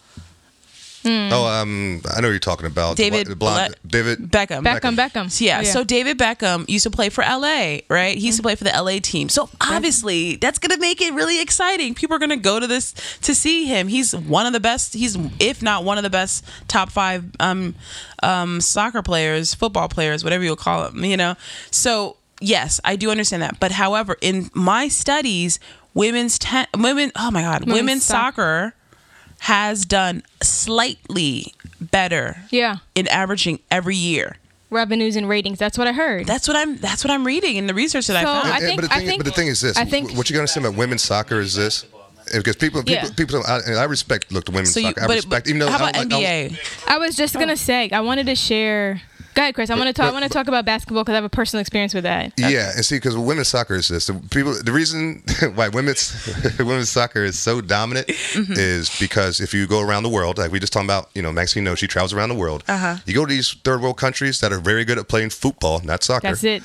[SPEAKER 4] Oh, um, I know what you're talking about. The
[SPEAKER 2] David
[SPEAKER 4] bl- the blonde,
[SPEAKER 2] Ble-
[SPEAKER 4] David
[SPEAKER 2] Beckham.
[SPEAKER 3] Beckham, Beckham.
[SPEAKER 2] Yeah. So David Beckham used to play for LA, right? He used to play for the LA team. So obviously, that's going to make it really exciting. People are going to go to this to see him. He's one of the best. He's if not one of the best top five um, um, soccer players, football players, whatever you'll call them. You know. So yes, I do understand that. But however, in my studies, women's ten, women. Oh my God, women's,
[SPEAKER 3] soc-
[SPEAKER 2] soccer has done slightly better
[SPEAKER 3] yeah,
[SPEAKER 2] in averaging every year.
[SPEAKER 3] revenues and ratings. That's what I heard.
[SPEAKER 2] That's what I'm. That's what I'm reading in the research that
[SPEAKER 3] So,
[SPEAKER 2] I
[SPEAKER 3] I
[SPEAKER 2] found.
[SPEAKER 4] Yeah,
[SPEAKER 3] think-
[SPEAKER 4] but, the thing,
[SPEAKER 3] think-
[SPEAKER 4] but the thing is this:
[SPEAKER 3] I think-
[SPEAKER 4] what you got to say about women's soccer is this, because people, people,
[SPEAKER 3] Yeah.
[SPEAKER 4] people. I, and I respect. Look, the women's
[SPEAKER 2] So you,
[SPEAKER 4] soccer. I
[SPEAKER 2] but,
[SPEAKER 4] respect.
[SPEAKER 2] but
[SPEAKER 4] even though oh,
[SPEAKER 2] how
[SPEAKER 4] I
[SPEAKER 2] about
[SPEAKER 4] don't like, I don't-
[SPEAKER 2] NBA?
[SPEAKER 3] I was just gonna say I wanted to share Go ahead, Chris. I want to talk. I want to talk about basketball because I have a personal experience with that.
[SPEAKER 4] Yeah, and see, because women's soccer is this. The people, the reason why women's women's soccer is so dominant
[SPEAKER 3] Mm-hmm.
[SPEAKER 4] is because if you go around the world, like we just talking about, you know, Maxine knows she travels around the world.
[SPEAKER 2] Uh-huh.
[SPEAKER 4] You go to these third world countries that are very good at playing football, not soccer.
[SPEAKER 3] That's it.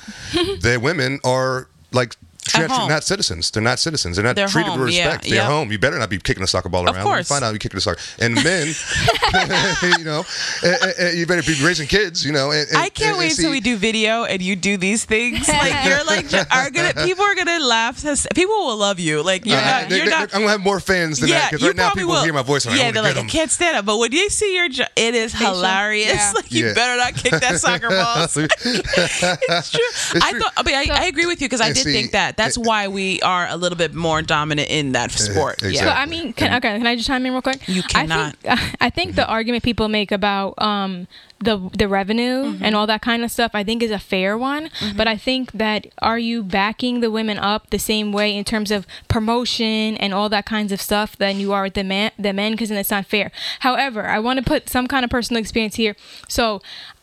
[SPEAKER 4] Their women are like.
[SPEAKER 2] At home.
[SPEAKER 4] not citizens. They're not citizens. They're not
[SPEAKER 2] They're
[SPEAKER 4] treated
[SPEAKER 2] home,
[SPEAKER 4] with
[SPEAKER 2] yeah,
[SPEAKER 4] respect. They're
[SPEAKER 2] yep.
[SPEAKER 4] home. You better not be kicking a soccer ball around. Let me
[SPEAKER 2] course.
[SPEAKER 4] Find out you kicking a soccer. And men, you know, eh, eh, eh, you better be raising kids. You know, and, and-
[SPEAKER 2] I can't
[SPEAKER 4] and-
[SPEAKER 2] wait
[SPEAKER 4] and
[SPEAKER 2] till
[SPEAKER 4] see-
[SPEAKER 2] we do video and you do these things. Like you're like are gonna people are gonna laugh. People will love you. Like you're
[SPEAKER 4] Uh,
[SPEAKER 2] not.
[SPEAKER 4] they-
[SPEAKER 2] You're
[SPEAKER 4] they-
[SPEAKER 2] not.
[SPEAKER 4] I'm gonna have more fans than
[SPEAKER 2] Yeah,
[SPEAKER 4] that because
[SPEAKER 2] you
[SPEAKER 4] right now
[SPEAKER 2] probably
[SPEAKER 4] people
[SPEAKER 2] will.
[SPEAKER 4] hear my voice and
[SPEAKER 2] yeah,
[SPEAKER 4] I
[SPEAKER 2] they're like, I can't stand up. But when they see your, jo- it is hilarious.
[SPEAKER 3] Yeah.
[SPEAKER 2] Like you
[SPEAKER 4] Yeah.
[SPEAKER 2] better not kick that soccer ball. it's true. I
[SPEAKER 4] true.
[SPEAKER 2] thought. I mean, I, I agree with you because I
[SPEAKER 4] And
[SPEAKER 2] did
[SPEAKER 4] see,
[SPEAKER 2] think that. That's why we are a little bit more dominant in that sport.
[SPEAKER 4] Eh, exactly.
[SPEAKER 2] Yeah.
[SPEAKER 3] So I mean, can, okay, can I just chime in real quick?
[SPEAKER 2] You cannot. Mm-hmm.
[SPEAKER 3] I think, I think the argument people make about um, the the revenue and all that kind of stuff, I think, is a fair one. But I think that are you backing the women up the same way in terms of promotion and all that kinds of stuff than you are with the man the men? Because then it's not fair. However, I want to put some kind of personal experience here. So.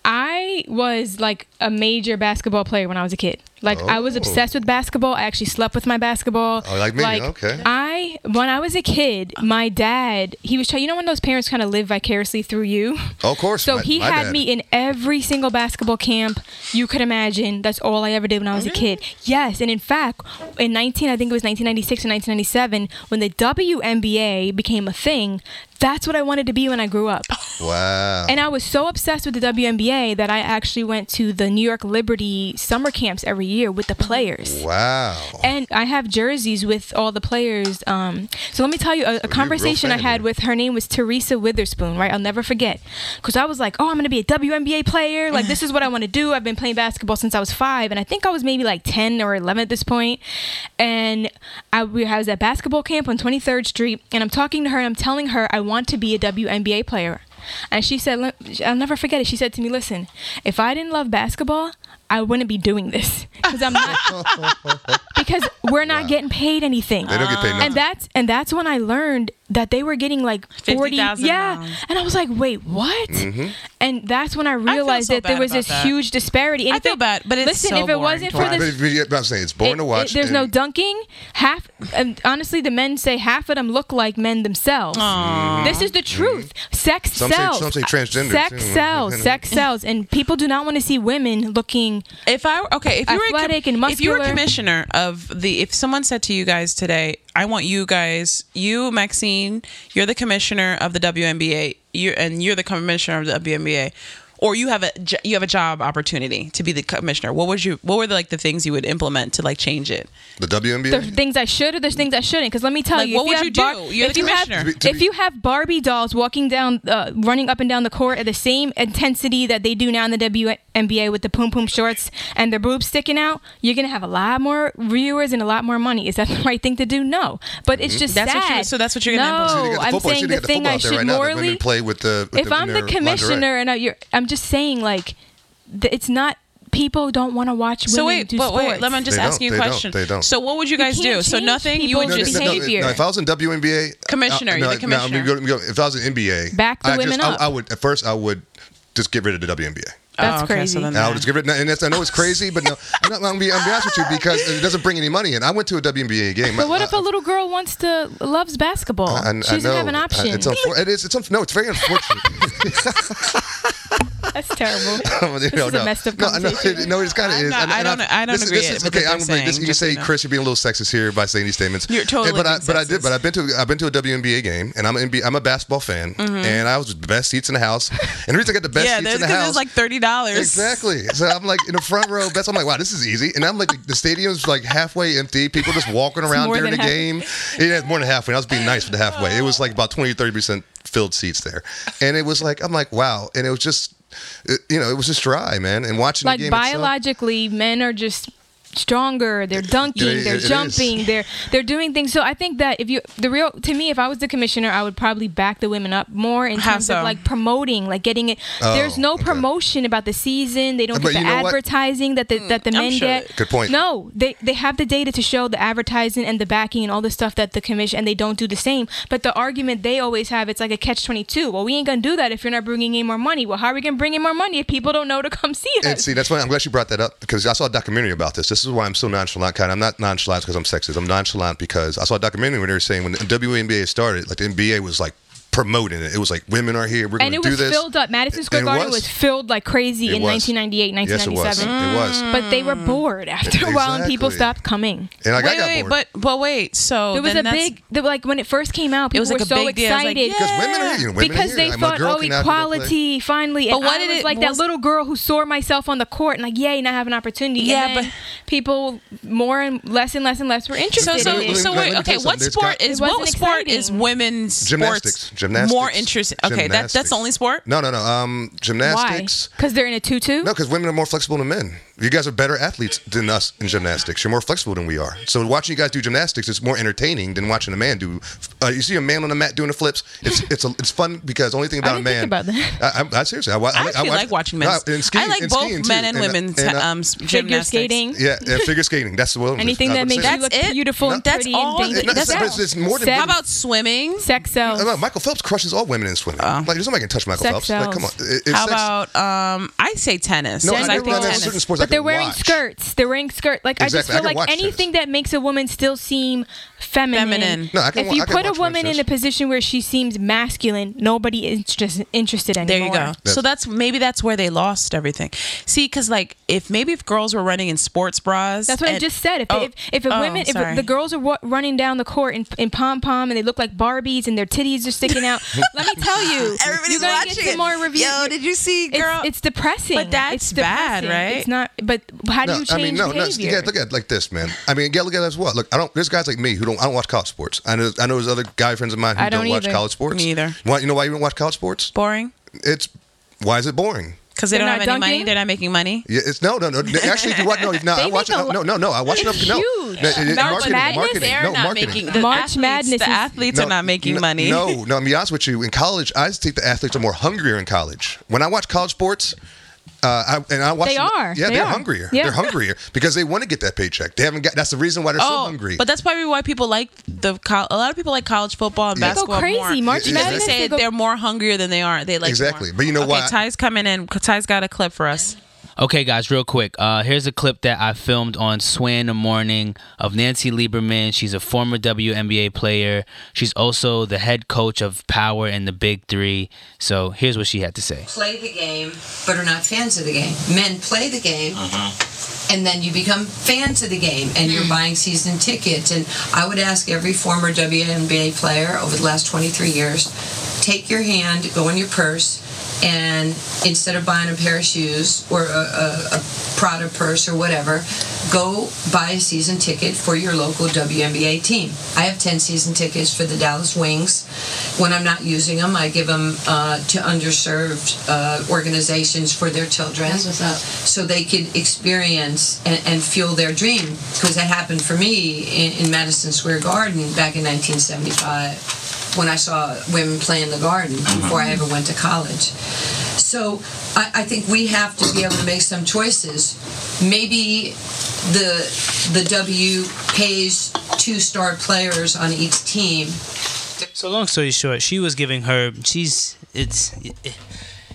[SPEAKER 3] I was like a major basketball player when I was a kid. Like I was
[SPEAKER 4] Oh.
[SPEAKER 3] obsessed with basketball. I actually slept with my basketball.
[SPEAKER 4] Oh, like me, okay.
[SPEAKER 3] I when I was a kid, my dad he was try- you know when those parents kind of live vicariously through you.
[SPEAKER 4] Oh, Of course,
[SPEAKER 3] So
[SPEAKER 4] my-
[SPEAKER 3] he
[SPEAKER 4] my
[SPEAKER 3] had
[SPEAKER 4] dad.
[SPEAKER 3] me in every single basketball camp you could imagine. That's all I ever did when I was a kid. Yes, and in fact, in 19 I think it was 1996 or 1997 when the WNBA became a thing. That's what I wanted to be when I grew up.
[SPEAKER 4] Wow.
[SPEAKER 3] And I was so obsessed with the WNBA that I actually went to the New York Liberty summer camps every year with the players.
[SPEAKER 4] wow.
[SPEAKER 3] And I have jerseys with all the players. Um, so let me tell you a, a conversation I
[SPEAKER 4] fan
[SPEAKER 3] had
[SPEAKER 4] here.
[SPEAKER 3] with her name was Teresa Witherspoon, right? I'll never forget. Because I was like, oh, I'm going to be a WNBA player. Like, this is what I want to do. I've been playing basketball since I was five. And I think I was maybe like 10 or 11 at this point. And I, we, I was at basketball camp on 23rd Street. And I'm talking to her and I'm telling her I want to be a WNBA player. And she said, let- I'll never forget it. She said to me, listen, if I didn't love basketball, I wouldn't be doing this because I'm not because we're not getting paid anything.
[SPEAKER 4] They don't get paid nothing.
[SPEAKER 3] and that's and that's when I learned that they were getting like forty.
[SPEAKER 2] 50,000
[SPEAKER 3] yeah,
[SPEAKER 2] pounds.
[SPEAKER 3] and I was like, wait, what?
[SPEAKER 4] Mm-hmm.
[SPEAKER 3] And that's when I
[SPEAKER 2] feel
[SPEAKER 3] realized
[SPEAKER 2] so
[SPEAKER 3] that there
[SPEAKER 2] bad
[SPEAKER 3] was
[SPEAKER 2] about
[SPEAKER 3] this
[SPEAKER 2] that.
[SPEAKER 3] huge disparity. And
[SPEAKER 2] I
[SPEAKER 3] if
[SPEAKER 2] feel
[SPEAKER 3] it-
[SPEAKER 2] bad, but it's
[SPEAKER 3] listen,
[SPEAKER 2] so
[SPEAKER 3] if it
[SPEAKER 2] boring
[SPEAKER 3] wasn't
[SPEAKER 2] to
[SPEAKER 3] for
[SPEAKER 2] watch.
[SPEAKER 4] but,
[SPEAKER 3] this
[SPEAKER 4] if you- but I'm saying it's boring
[SPEAKER 3] it-
[SPEAKER 4] to watch.
[SPEAKER 3] it- there's no
[SPEAKER 4] and-
[SPEAKER 3] dunking. Half, and honestly, the men say half of them look like men themselves. This is the truth. Sex
[SPEAKER 4] Mm-hmm. Some say-
[SPEAKER 3] sells.
[SPEAKER 4] some say transgender,
[SPEAKER 3] Sex
[SPEAKER 4] too.
[SPEAKER 3] sells. Sex sells. And people do not want to see women looking.
[SPEAKER 2] If I okay, if you were a,
[SPEAKER 3] Athletic
[SPEAKER 2] com-
[SPEAKER 3] and
[SPEAKER 2] if you were a
[SPEAKER 3] muscular.
[SPEAKER 2] commissioner of the, if someone said to you guys today, I want you guys, you Maxine, you're the commissioner of the WNBA, you and you're the commissioner of the WNBA, or you have a j- you have a job opportunity to be the commissioner. What would you? What were the, like the things you would implement to like change it?
[SPEAKER 4] The WNBA.
[SPEAKER 3] There's things I should or there's things I shouldn't. Because let me tell
[SPEAKER 2] Like,
[SPEAKER 3] you,
[SPEAKER 2] what
[SPEAKER 3] if
[SPEAKER 2] would
[SPEAKER 3] have
[SPEAKER 2] you do?
[SPEAKER 3] Bar-
[SPEAKER 2] You're the
[SPEAKER 3] if you have-
[SPEAKER 2] commissioner. To
[SPEAKER 4] be- to
[SPEAKER 3] if
[SPEAKER 4] be-
[SPEAKER 3] you have Barbie dolls walking down, uh, running up and down the court at the same intensity that they do now in the WNBA with the poom poom shorts and their boobs sticking out, you're gonna have a lot more viewers and a lot more money. Is that the right thing to do? No, but
[SPEAKER 4] Mm-hmm.
[SPEAKER 3] it's just
[SPEAKER 2] That's
[SPEAKER 3] sad.
[SPEAKER 2] what you- so that's what you're gonna implement.
[SPEAKER 3] no,
[SPEAKER 4] See, they got the
[SPEAKER 3] I'm
[SPEAKER 4] football- see,
[SPEAKER 3] saying the
[SPEAKER 4] they got the
[SPEAKER 3] thing
[SPEAKER 4] football
[SPEAKER 3] I
[SPEAKER 4] out there
[SPEAKER 3] should
[SPEAKER 4] right now that women
[SPEAKER 3] morally
[SPEAKER 4] play with the- with
[SPEAKER 3] if
[SPEAKER 4] the- in
[SPEAKER 3] I'm the
[SPEAKER 4] their lingerie.
[SPEAKER 3] commissioner and I, you're, I'm just saying like, th- it's not. People don't want to watch women
[SPEAKER 2] So wait,
[SPEAKER 3] do
[SPEAKER 2] but
[SPEAKER 3] sports.
[SPEAKER 2] wait, let me just
[SPEAKER 4] They
[SPEAKER 2] ask
[SPEAKER 4] don't,
[SPEAKER 2] you a
[SPEAKER 4] they don't,
[SPEAKER 2] question.
[SPEAKER 4] they don't.
[SPEAKER 2] So what would you guys
[SPEAKER 3] can't
[SPEAKER 2] do? So
[SPEAKER 3] change
[SPEAKER 2] nothing. You would
[SPEAKER 3] people's
[SPEAKER 2] just
[SPEAKER 3] behavior.
[SPEAKER 4] No, if I was in WNBA, uh,
[SPEAKER 2] Commissioner,
[SPEAKER 4] uh,
[SPEAKER 2] you're the
[SPEAKER 4] no, no, I mean,
[SPEAKER 2] commissioner.
[SPEAKER 4] go- go- if I was in NBA,
[SPEAKER 3] Back the
[SPEAKER 4] I just,
[SPEAKER 3] women
[SPEAKER 4] I-
[SPEAKER 3] up.
[SPEAKER 4] I, would at first I would just get rid of the WNBA.
[SPEAKER 3] That's
[SPEAKER 2] Oh, okay,
[SPEAKER 3] crazy.
[SPEAKER 2] so then
[SPEAKER 4] And I
[SPEAKER 2] that-
[SPEAKER 4] would just get rid. And that's, I know it's crazy, but no, I'm, not, I'm, gonna be, I'm gonna be honest with you because it doesn't bring any money in. I went to a WNBA game.
[SPEAKER 3] But what
[SPEAKER 4] I-
[SPEAKER 3] if a little girl wants to loves basketball?
[SPEAKER 4] I, I
[SPEAKER 3] she doesn't
[SPEAKER 4] know.
[SPEAKER 3] have an
[SPEAKER 4] I-
[SPEAKER 3] option.
[SPEAKER 4] It's unfor- it is. It's unf- no. It's very unfortunate.
[SPEAKER 3] That's terrible.
[SPEAKER 4] no,
[SPEAKER 3] This
[SPEAKER 4] no,
[SPEAKER 3] is a
[SPEAKER 4] no.
[SPEAKER 3] messed up
[SPEAKER 4] No, I know.
[SPEAKER 3] conversation.
[SPEAKER 4] no, it's kind of
[SPEAKER 2] I'm
[SPEAKER 4] is.
[SPEAKER 2] not-
[SPEAKER 4] And-
[SPEAKER 2] I
[SPEAKER 4] and
[SPEAKER 2] don't- I don't
[SPEAKER 4] this is-
[SPEAKER 2] agree
[SPEAKER 4] this
[SPEAKER 2] with
[SPEAKER 4] is,
[SPEAKER 2] what
[SPEAKER 4] okay,
[SPEAKER 2] they're
[SPEAKER 4] I'm gonna- this-
[SPEAKER 2] saying,
[SPEAKER 4] You
[SPEAKER 2] just so
[SPEAKER 4] say,
[SPEAKER 2] you know.
[SPEAKER 4] Chris, you're being a little sexist here by saying these statements.
[SPEAKER 2] You're totally
[SPEAKER 4] But I,
[SPEAKER 2] being
[SPEAKER 4] but I
[SPEAKER 2] sexist.
[SPEAKER 4] did. But I've been to. I've been to a WNBA game, and I'm an NBA, I'm a basketball fan, and I was the best seats in the house. And the reason I got the best
[SPEAKER 2] Mm-hmm. yeah,
[SPEAKER 4] seats
[SPEAKER 2] there's
[SPEAKER 4] in the
[SPEAKER 2] because
[SPEAKER 4] house.
[SPEAKER 2] it's like thirty dollars.
[SPEAKER 4] Exactly. So I'm like in the front row. That's I'm like, wow, this is easy. And I'm like, the, the stadium's like halfway empty. People just walking around
[SPEAKER 3] more
[SPEAKER 4] during the
[SPEAKER 3] than half-
[SPEAKER 4] game. Yeah, it's more than halfway. I was being nice for the halfway. It was like about 20, 30 percent filled seats there, and it was like, I'm like, wow. And it was just, it, you know, it was just dry, man. And watching
[SPEAKER 3] Like
[SPEAKER 4] the game itself-
[SPEAKER 3] biologically, men are just stronger. They're dunking.
[SPEAKER 4] it-
[SPEAKER 3] they're
[SPEAKER 4] it is.
[SPEAKER 3] jumping. They're they're doing things. So I think that if you the real to me, if I was the commissioner, I would probably back the women up more in
[SPEAKER 2] How
[SPEAKER 3] terms
[SPEAKER 2] so?
[SPEAKER 3] of like promoting, like getting it.
[SPEAKER 4] Oh,
[SPEAKER 3] There's no
[SPEAKER 4] okay.
[SPEAKER 3] promotion about the season. They don't
[SPEAKER 4] But
[SPEAKER 3] get
[SPEAKER 4] you
[SPEAKER 3] the
[SPEAKER 4] know what?
[SPEAKER 3] advertising that the that the
[SPEAKER 2] Hmm, I'm
[SPEAKER 3] men
[SPEAKER 2] sure
[SPEAKER 3] get.
[SPEAKER 4] Good point.
[SPEAKER 3] No, they they have the data to show the advertising and the backing and all the stuff that the commission and they don't do the same. But the argument they always have it's like a catch twenty two. Well, we ain't gonna do that if you're not bringing in more money. Well, how are we gonna bring in more money if people don't know to come see us?
[SPEAKER 4] And see, that's why I'm glad you brought that up because I saw a documentary about this. This is why I'm so nonchalant. Kind, I'm not nonchalant because I'm sexist. I'm nonchalant because I saw a documentary when they were saying when the WNBA started, like the NBA was like promoting it. It was like women are here. We're going
[SPEAKER 3] and
[SPEAKER 4] to
[SPEAKER 3] it
[SPEAKER 4] do
[SPEAKER 3] was
[SPEAKER 4] this.
[SPEAKER 3] filled up. Madison Square
[SPEAKER 4] It
[SPEAKER 3] Garden
[SPEAKER 4] was.
[SPEAKER 3] was. filled like crazy
[SPEAKER 4] It
[SPEAKER 3] in
[SPEAKER 4] was.
[SPEAKER 3] 1998,
[SPEAKER 4] Yes, it was.
[SPEAKER 3] 1997.
[SPEAKER 4] It was.
[SPEAKER 2] Mm.
[SPEAKER 3] But they were bored after a while, and people
[SPEAKER 4] Exactly.
[SPEAKER 3] stopped coming.
[SPEAKER 4] And like, I
[SPEAKER 2] wait,
[SPEAKER 4] got
[SPEAKER 2] wait,
[SPEAKER 4] bored.
[SPEAKER 2] but but wait. So
[SPEAKER 3] There was
[SPEAKER 2] then
[SPEAKER 3] a
[SPEAKER 2] that's-
[SPEAKER 3] big, the, like when it first came out, people
[SPEAKER 2] was like
[SPEAKER 3] were
[SPEAKER 2] a
[SPEAKER 3] so
[SPEAKER 2] big deal. It was like,
[SPEAKER 3] excited
[SPEAKER 2] yeah.
[SPEAKER 4] because women are here. Women
[SPEAKER 3] because
[SPEAKER 4] are here.
[SPEAKER 3] they
[SPEAKER 4] I'm a
[SPEAKER 3] thought,
[SPEAKER 4] girl
[SPEAKER 3] oh,
[SPEAKER 4] can now go play.
[SPEAKER 3] equality, finally.
[SPEAKER 2] But
[SPEAKER 3] And
[SPEAKER 2] why
[SPEAKER 3] I
[SPEAKER 2] did
[SPEAKER 3] was
[SPEAKER 2] it-
[SPEAKER 3] like
[SPEAKER 2] was-
[SPEAKER 3] that little girl who saw myself on the court, and like, yay, not have an opportunity.
[SPEAKER 2] Yeah,
[SPEAKER 3] and then
[SPEAKER 2] but-
[SPEAKER 3] people more and less and less and less were
[SPEAKER 2] So
[SPEAKER 3] interested.
[SPEAKER 2] so
[SPEAKER 3] in it.
[SPEAKER 2] so
[SPEAKER 4] Let me- let
[SPEAKER 2] wait.
[SPEAKER 4] me tell
[SPEAKER 2] Okay,
[SPEAKER 4] you
[SPEAKER 2] what
[SPEAKER 4] something. There's
[SPEAKER 2] sport
[SPEAKER 4] got-
[SPEAKER 2] is
[SPEAKER 3] It wasn't
[SPEAKER 2] what sport is
[SPEAKER 3] exciting.
[SPEAKER 2] women's
[SPEAKER 4] Gymnastics.
[SPEAKER 2] sports
[SPEAKER 4] Gymnastics.
[SPEAKER 2] more interesting? Okay, that that's
[SPEAKER 4] Gymnastics.
[SPEAKER 2] the only sport.
[SPEAKER 4] No, no, no. Um,
[SPEAKER 3] why?
[SPEAKER 4] gymnastics.
[SPEAKER 3] Because they're in a tutu.
[SPEAKER 4] No, because women are more flexible than men. You guys are better athletes than us in gymnastics. You're more flexible than we are. So watching you guys do gymnastics is more entertaining than watching a man do. Uh, you see a man on the mat doing the flips. It's it's a, it's fun because the only thing about
[SPEAKER 3] didn't
[SPEAKER 4] a
[SPEAKER 3] think
[SPEAKER 4] man.
[SPEAKER 3] about that.
[SPEAKER 4] I, I, I seriously, I, wa-
[SPEAKER 2] I
[SPEAKER 4] wa-
[SPEAKER 2] actually
[SPEAKER 4] watch-
[SPEAKER 2] like watching men.
[SPEAKER 4] No, and
[SPEAKER 2] I
[SPEAKER 4] skiing-
[SPEAKER 2] like
[SPEAKER 4] and
[SPEAKER 2] both
[SPEAKER 4] skiing,
[SPEAKER 2] men
[SPEAKER 4] too.
[SPEAKER 2] and
[SPEAKER 4] uh,
[SPEAKER 2] women's
[SPEAKER 4] and, uh,
[SPEAKER 2] um, s-
[SPEAKER 3] Figure
[SPEAKER 2] gymnastics.
[SPEAKER 3] skating.
[SPEAKER 4] yeah, and figure skating. That's the one.
[SPEAKER 3] Anything that makes you
[SPEAKER 2] That's
[SPEAKER 3] look
[SPEAKER 2] it?
[SPEAKER 3] beautiful and
[SPEAKER 2] That's
[SPEAKER 3] pretty
[SPEAKER 2] all?
[SPEAKER 3] and
[SPEAKER 2] It-
[SPEAKER 3] dainty.
[SPEAKER 2] no,
[SPEAKER 4] it's- it's- it's more than
[SPEAKER 3] Sex-
[SPEAKER 4] that.
[SPEAKER 2] How about swimming?
[SPEAKER 3] sex sells?
[SPEAKER 4] Uh, Michael Phelps crushes all women in swimming.
[SPEAKER 2] Oh.
[SPEAKER 4] Like there's nobody can touch Michael
[SPEAKER 3] Sex
[SPEAKER 4] Phelps. Like, come on.
[SPEAKER 3] sells.
[SPEAKER 4] It- it's
[SPEAKER 2] How
[SPEAKER 4] sex-
[SPEAKER 2] about um? I say tennis.
[SPEAKER 4] No, I
[SPEAKER 2] because I,
[SPEAKER 4] know-
[SPEAKER 2] think
[SPEAKER 4] no, no,
[SPEAKER 2] tennis.
[SPEAKER 4] certain sports I
[SPEAKER 3] but they're
[SPEAKER 4] can
[SPEAKER 3] wearing
[SPEAKER 4] watch.
[SPEAKER 3] skirts. They're wearing skirts. Like I just
[SPEAKER 4] Exactly. I
[SPEAKER 3] feel
[SPEAKER 4] can watch
[SPEAKER 3] like anything that makes a woman still seem feminine.
[SPEAKER 2] Feminine.
[SPEAKER 4] No, I can
[SPEAKER 3] if
[SPEAKER 4] wa-
[SPEAKER 3] you
[SPEAKER 4] I can
[SPEAKER 3] put a
[SPEAKER 4] watch
[SPEAKER 3] woman in
[SPEAKER 4] myself.
[SPEAKER 3] a position where she seems masculine, nobody is just interested
[SPEAKER 2] There
[SPEAKER 3] anymore.
[SPEAKER 2] you go. so that's maybe that's where they lost everything. See, because like if maybe if girls were running in sports bras,
[SPEAKER 3] That's what I
[SPEAKER 2] and-
[SPEAKER 3] just said. If
[SPEAKER 2] Oh,
[SPEAKER 3] if, if a
[SPEAKER 2] oh,
[SPEAKER 3] women,
[SPEAKER 2] sorry.
[SPEAKER 3] if the girls are wa- running down the court in, in pom pom and they look like Barbies and their titties are sticking out, let me tell you,
[SPEAKER 6] Everybody's
[SPEAKER 3] you're gonna
[SPEAKER 6] watching
[SPEAKER 3] get some
[SPEAKER 6] it.
[SPEAKER 3] more reviews.
[SPEAKER 6] Yo, did you see,
[SPEAKER 3] It's,
[SPEAKER 6] girl?
[SPEAKER 3] it's depressing.
[SPEAKER 2] But that's
[SPEAKER 3] It's
[SPEAKER 2] bad,
[SPEAKER 3] depressing.
[SPEAKER 2] right?
[SPEAKER 3] It's not. But how do you change behavior?
[SPEAKER 4] yeah, look at it like this, man. I mean, yeah, look at it as well. Look, I don't. There's guys like me who don't. I don't watch college sports. I know. I know there's other guy friends of mine who
[SPEAKER 3] I
[SPEAKER 4] don't,
[SPEAKER 3] don't
[SPEAKER 4] watch
[SPEAKER 3] either.
[SPEAKER 4] college sports.
[SPEAKER 2] Me either.
[SPEAKER 4] Why, you know why you don't watch college sports?
[SPEAKER 2] boring
[SPEAKER 4] It's why is it boring?
[SPEAKER 2] because they
[SPEAKER 3] They're
[SPEAKER 2] don't have
[SPEAKER 3] not
[SPEAKER 2] any money.
[SPEAKER 3] dunking?
[SPEAKER 2] They're not making money.
[SPEAKER 4] Yeah, it's no, no, no. Actually, if you watch, no, if not, I
[SPEAKER 3] They
[SPEAKER 4] watch it.
[SPEAKER 3] make a
[SPEAKER 4] No, no,
[SPEAKER 3] lot-
[SPEAKER 4] no, no. I watch
[SPEAKER 3] It's
[SPEAKER 4] enough. No,
[SPEAKER 3] huge.
[SPEAKER 4] No, it- it-
[SPEAKER 3] March
[SPEAKER 4] marketing,
[SPEAKER 3] Madness,
[SPEAKER 4] marketing,
[SPEAKER 2] They're
[SPEAKER 4] no,
[SPEAKER 2] not
[SPEAKER 4] marketing.
[SPEAKER 2] making the
[SPEAKER 3] March
[SPEAKER 2] athletes,
[SPEAKER 3] Madness
[SPEAKER 2] The
[SPEAKER 3] is-
[SPEAKER 2] athletes
[SPEAKER 4] No,
[SPEAKER 2] are not making
[SPEAKER 4] n-
[SPEAKER 2] money.
[SPEAKER 4] No, no. I'm be honest with you. In college, I just think the athletes are more hungrier in college. When I watch college sports, uh, I, and I watch.
[SPEAKER 3] They
[SPEAKER 4] them-
[SPEAKER 3] are.
[SPEAKER 4] Yeah,
[SPEAKER 3] They
[SPEAKER 4] are
[SPEAKER 3] are.
[SPEAKER 4] hungrier.
[SPEAKER 3] Yeah.
[SPEAKER 4] They're hungrier because they want to get that paycheck. They haven't got. That's the reason why they're so hungry.
[SPEAKER 2] Oh, But that's probably why people like the col- a lot of people like college football and
[SPEAKER 4] Yeah. They
[SPEAKER 3] go
[SPEAKER 2] basketball
[SPEAKER 3] crazy.
[SPEAKER 2] more.
[SPEAKER 3] March
[SPEAKER 2] because they
[SPEAKER 4] Madness,
[SPEAKER 2] say
[SPEAKER 3] they go-
[SPEAKER 2] they're more hungrier than they are. They like
[SPEAKER 4] Exactly.
[SPEAKER 2] more.
[SPEAKER 4] But you know
[SPEAKER 2] okay,
[SPEAKER 4] why-
[SPEAKER 2] Ty's coming in. Ty's got a clip for us.
[SPEAKER 5] Okay, guys, real quick. Uh, here's a clip that I filmed on Sway in the Morning of Nancy Lieberman. She's a former WNBA player. She's also the head coach of Power and the Big Three. So here's what she had to say.
[SPEAKER 7] play the game but are not fans of the game. Men play the game and then you become fans of the game and you're buying season tickets. And I would ask every former WNBA player over the last 23 years take your hand, go in your purse, and instead of buying a pair of shoes or a, a, a Prada purse or whatever, go buy a season ticket for your local WNBA team. I have 10 season tickets for the Dallas Wings. When I'm not using them, I give them uh, to underserved uh, organizations for their children so they could experience and, and fuel their dream because that happened for me in, in Madison Square Garden back in 1975 when I saw women play in the garden before I ever went to college. So I, I think we have to be able to make some choices. Maybe the the W pays two star players on each team.
[SPEAKER 5] So long story short, she was giving her. She's it's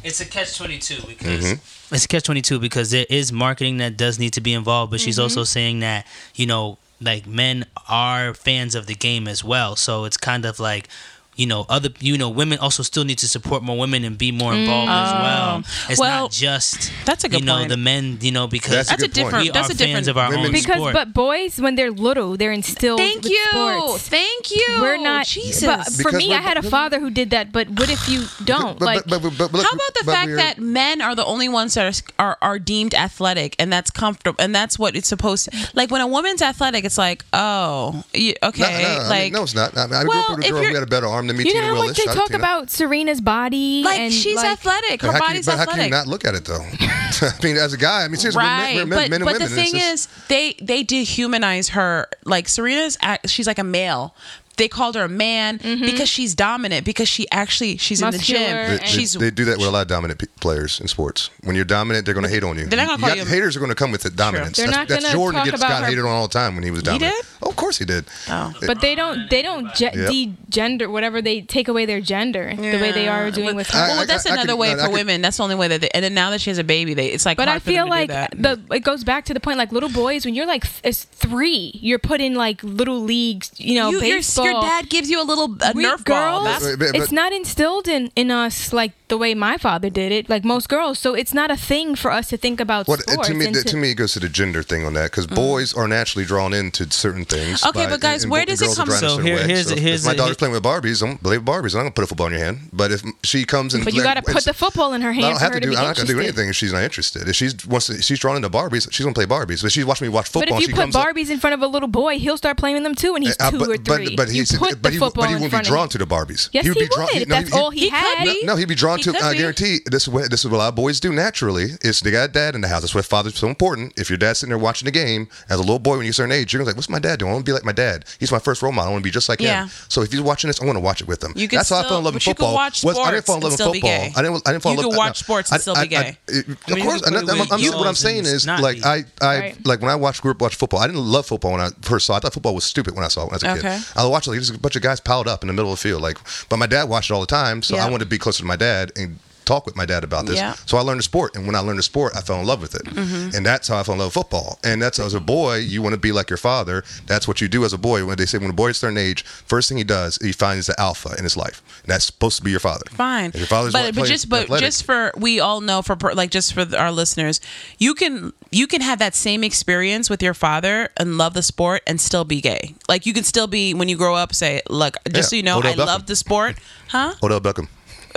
[SPEAKER 5] it's a catch twenty two because
[SPEAKER 4] Mm-hmm.
[SPEAKER 5] it's a catch twenty two because there is marketing that does need to be involved, but she's
[SPEAKER 2] Mm-hmm.
[SPEAKER 5] also saying that you know like men are fans of the game as well, so it's kind of like. You know, other you know, women also still need to support more women and be more involved as well. It's
[SPEAKER 2] Mm. Oh. Well,
[SPEAKER 5] not just
[SPEAKER 2] that's a good
[SPEAKER 5] you know
[SPEAKER 2] point.
[SPEAKER 5] the men. You know because
[SPEAKER 4] That's a
[SPEAKER 2] That's a
[SPEAKER 4] good point.
[SPEAKER 2] different.
[SPEAKER 5] we
[SPEAKER 2] That's
[SPEAKER 5] are
[SPEAKER 2] a different.
[SPEAKER 5] fans of our
[SPEAKER 4] Women-
[SPEAKER 5] own
[SPEAKER 3] because
[SPEAKER 5] sport.
[SPEAKER 3] but boys when they're little they're instilled
[SPEAKER 2] Thank
[SPEAKER 3] with
[SPEAKER 2] you.
[SPEAKER 3] sports.
[SPEAKER 2] Thank you.
[SPEAKER 3] we're not
[SPEAKER 2] Jesus.
[SPEAKER 3] but for
[SPEAKER 4] Because
[SPEAKER 3] me
[SPEAKER 4] we're-
[SPEAKER 3] i had a father who did that but what if you don't like
[SPEAKER 4] look,
[SPEAKER 2] How about the
[SPEAKER 4] but
[SPEAKER 2] fact
[SPEAKER 4] we're-
[SPEAKER 2] that men are the only ones that are, are are deemed athletic, and that's comfortable, and that's what it's supposed to. Like when a woman's athletic, it's like, oh, you,
[SPEAKER 4] No,
[SPEAKER 2] okay,
[SPEAKER 4] no, I mean,
[SPEAKER 2] like
[SPEAKER 4] no, it's not. I, mean, I grew
[SPEAKER 2] Well,
[SPEAKER 4] up with
[SPEAKER 2] if
[SPEAKER 4] a girl who
[SPEAKER 2] you're-
[SPEAKER 4] had a better arm to meet
[SPEAKER 3] You
[SPEAKER 4] Tina
[SPEAKER 3] know how
[SPEAKER 4] Willis.
[SPEAKER 3] much they
[SPEAKER 4] Shout out
[SPEAKER 3] talk
[SPEAKER 4] Tina.
[SPEAKER 3] about Serena's body?
[SPEAKER 2] Like
[SPEAKER 3] and,
[SPEAKER 2] she's
[SPEAKER 3] like,
[SPEAKER 2] athletic. Her
[SPEAKER 4] But how can you-
[SPEAKER 2] body's
[SPEAKER 4] but how
[SPEAKER 2] athletic.
[SPEAKER 4] can you not look at it though? I mean, as a guy, I mean, seriously,
[SPEAKER 2] right
[SPEAKER 4] we're men, we're men,
[SPEAKER 2] but,
[SPEAKER 4] men and
[SPEAKER 2] but
[SPEAKER 4] women.
[SPEAKER 2] the
[SPEAKER 4] It's
[SPEAKER 2] thing
[SPEAKER 4] just-
[SPEAKER 2] is they they dehumanize her like serena's act, she's like a male they called her a man because she's dominant because she actually she's
[SPEAKER 3] Mm-hmm. Muscular
[SPEAKER 2] in the
[SPEAKER 4] They,
[SPEAKER 2] gym
[SPEAKER 3] and-
[SPEAKER 4] they-
[SPEAKER 2] she's
[SPEAKER 4] they do that with a lot of dominant pe- players in sports. When you're dominant, they're going to hate on you.
[SPEAKER 2] They're not gonna call
[SPEAKER 4] got-
[SPEAKER 2] you a-
[SPEAKER 4] haters are going to come with it. Dominance.
[SPEAKER 3] They're
[SPEAKER 4] That's,
[SPEAKER 3] not
[SPEAKER 4] that's
[SPEAKER 3] gonna
[SPEAKER 4] Jordan
[SPEAKER 3] talk
[SPEAKER 4] gets
[SPEAKER 3] about
[SPEAKER 4] got
[SPEAKER 3] her-
[SPEAKER 4] hated on all the time when he was dominant.
[SPEAKER 2] did?
[SPEAKER 4] Oh, of course he did.
[SPEAKER 2] Oh.
[SPEAKER 4] It-
[SPEAKER 3] But they don't. They don't ge- de-gender whatever. They take away their gender the way they are doing with her.
[SPEAKER 4] I-
[SPEAKER 2] well, that's
[SPEAKER 4] I
[SPEAKER 2] another
[SPEAKER 4] could-
[SPEAKER 2] way
[SPEAKER 4] no,
[SPEAKER 2] for
[SPEAKER 4] I could-
[SPEAKER 2] women. That's the only way that. They, and then now that she has a baby, they it's like.
[SPEAKER 3] But I
[SPEAKER 2] hard for them
[SPEAKER 3] feel
[SPEAKER 2] to do
[SPEAKER 3] like
[SPEAKER 2] that.
[SPEAKER 3] the it goes back to the point like little boys when you're like th- it's three you're put in like little leagues you know
[SPEAKER 2] You- your-
[SPEAKER 3] baseball.
[SPEAKER 2] Your dad gives you a little a
[SPEAKER 3] We
[SPEAKER 2] Nerf ball.
[SPEAKER 3] girls,
[SPEAKER 2] That's,
[SPEAKER 4] Wait, but-
[SPEAKER 3] it's not instilled in, in us like the way my father did it, like most girls. So it's not a thing for us to think about
[SPEAKER 4] What uh,
[SPEAKER 3] sports. Mm.
[SPEAKER 4] to me
[SPEAKER 3] and
[SPEAKER 4] to, me it goes to the gender thing on that because boys are naturally drawn into certain things.
[SPEAKER 2] Okay, but guys, where does it
[SPEAKER 4] girls are
[SPEAKER 2] come-
[SPEAKER 4] drawn a
[SPEAKER 2] So
[SPEAKER 4] certain
[SPEAKER 5] here-
[SPEAKER 4] way.
[SPEAKER 5] here's-
[SPEAKER 4] So
[SPEAKER 5] here's
[SPEAKER 4] if my
[SPEAKER 5] the-
[SPEAKER 4] daughter's playing with Barbies. I'm gonna play with Barbies. I'm not gonna put a football in your hand. But if she comes and
[SPEAKER 3] but you got to put the football in her
[SPEAKER 4] I
[SPEAKER 3] hand.
[SPEAKER 4] don't
[SPEAKER 3] for
[SPEAKER 4] have
[SPEAKER 3] her
[SPEAKER 4] to do.
[SPEAKER 3] be
[SPEAKER 4] I don't have to do
[SPEAKER 3] interested.
[SPEAKER 4] anything if she's not interested. If she's wants to, she's drawn into Barbies. She's gonna play Barbies. But she's watching me watch
[SPEAKER 3] But
[SPEAKER 4] football.
[SPEAKER 3] if you
[SPEAKER 4] she
[SPEAKER 3] put
[SPEAKER 4] comes up-
[SPEAKER 3] Barbies in front of a little boy, he'll start playing with them too when he's
[SPEAKER 4] Uh,
[SPEAKER 3] two
[SPEAKER 4] but,
[SPEAKER 3] or three.
[SPEAKER 4] But, but
[SPEAKER 3] you
[SPEAKER 4] he's,
[SPEAKER 3] put
[SPEAKER 4] but
[SPEAKER 3] the
[SPEAKER 4] he,
[SPEAKER 3] football
[SPEAKER 4] but he
[SPEAKER 3] in
[SPEAKER 4] won't be
[SPEAKER 3] front of
[SPEAKER 4] drawn
[SPEAKER 3] him.
[SPEAKER 4] to the Barbies.
[SPEAKER 3] Yes,
[SPEAKER 4] would
[SPEAKER 3] he
[SPEAKER 4] be drawn.
[SPEAKER 3] would, if that's all he had.
[SPEAKER 4] No, no, he'd be drawn
[SPEAKER 2] He
[SPEAKER 4] to.
[SPEAKER 2] could
[SPEAKER 4] I
[SPEAKER 2] be.
[SPEAKER 4] guarantee this is what this is what a lot of boys do naturally. Is they got a dad in the house. That's why fathers are so important. If your dad's sitting there watching the game as a little boy when you get a certain age, you're gonna be like, "What's my dad doing? I want to be like my dad. He's my first role model. I want to be just like
[SPEAKER 2] Yeah.
[SPEAKER 4] him." So if he's watching this, I want to watch it with him.
[SPEAKER 2] You could
[SPEAKER 4] that's how I fell
[SPEAKER 2] still-
[SPEAKER 4] in love with
[SPEAKER 2] but you could
[SPEAKER 4] football.
[SPEAKER 2] watch
[SPEAKER 4] Was- I didn't fall in
[SPEAKER 2] sports
[SPEAKER 4] love with
[SPEAKER 2] and still be
[SPEAKER 4] football.
[SPEAKER 2] gay.
[SPEAKER 4] I didn't. I didn't fall
[SPEAKER 2] You
[SPEAKER 4] in love.
[SPEAKER 2] could
[SPEAKER 4] I-
[SPEAKER 2] watch
[SPEAKER 4] no.
[SPEAKER 2] sports and
[SPEAKER 4] I-
[SPEAKER 2] still be
[SPEAKER 4] I- I-
[SPEAKER 2] gay.
[SPEAKER 4] it-
[SPEAKER 5] mean,
[SPEAKER 4] Of
[SPEAKER 5] you
[SPEAKER 4] course.
[SPEAKER 5] could
[SPEAKER 4] I'm
[SPEAKER 5] play
[SPEAKER 4] not-
[SPEAKER 5] with
[SPEAKER 4] I'm- I'm- What I'm
[SPEAKER 5] dolls
[SPEAKER 4] saying
[SPEAKER 5] and
[SPEAKER 4] is
[SPEAKER 5] not
[SPEAKER 4] like
[SPEAKER 5] be-
[SPEAKER 4] I I
[SPEAKER 3] Right.
[SPEAKER 4] like when I watched grew up watching football. I didn't love football when I first saw it. I thought football was stupid when I saw it when I was a
[SPEAKER 2] Okay.
[SPEAKER 4] kid. I watched it, like there's a bunch of guys piled up in the middle of the field. Like, but my dad watched it all the time, so
[SPEAKER 2] Yeah.
[SPEAKER 4] I wanted to be closer to my dad and talk with my dad about this.
[SPEAKER 2] Yeah.
[SPEAKER 4] So I learned the sport, and when I learned the sport, I fell in love with it, and that's how I fell in love with football. And that's as a boy, you want to be like your father. That's what you do as a boy. When they say when a boy is certain age, first thing he does, he finds the alpha in his life, and that's supposed to be your father.
[SPEAKER 2] fine.
[SPEAKER 4] If your father's
[SPEAKER 2] but, but
[SPEAKER 4] playing
[SPEAKER 2] just but
[SPEAKER 4] athletic-
[SPEAKER 2] just for we all know for per- like just for the- our listeners, you can you can have that same experience with your father and love the sport and still be gay. Like you can still be when you grow up. Say, look, just
[SPEAKER 4] Yeah,
[SPEAKER 2] so you know,
[SPEAKER 4] Odell
[SPEAKER 2] I
[SPEAKER 4] Beckham.
[SPEAKER 2] love the sport, huh?
[SPEAKER 4] Odell Beckham.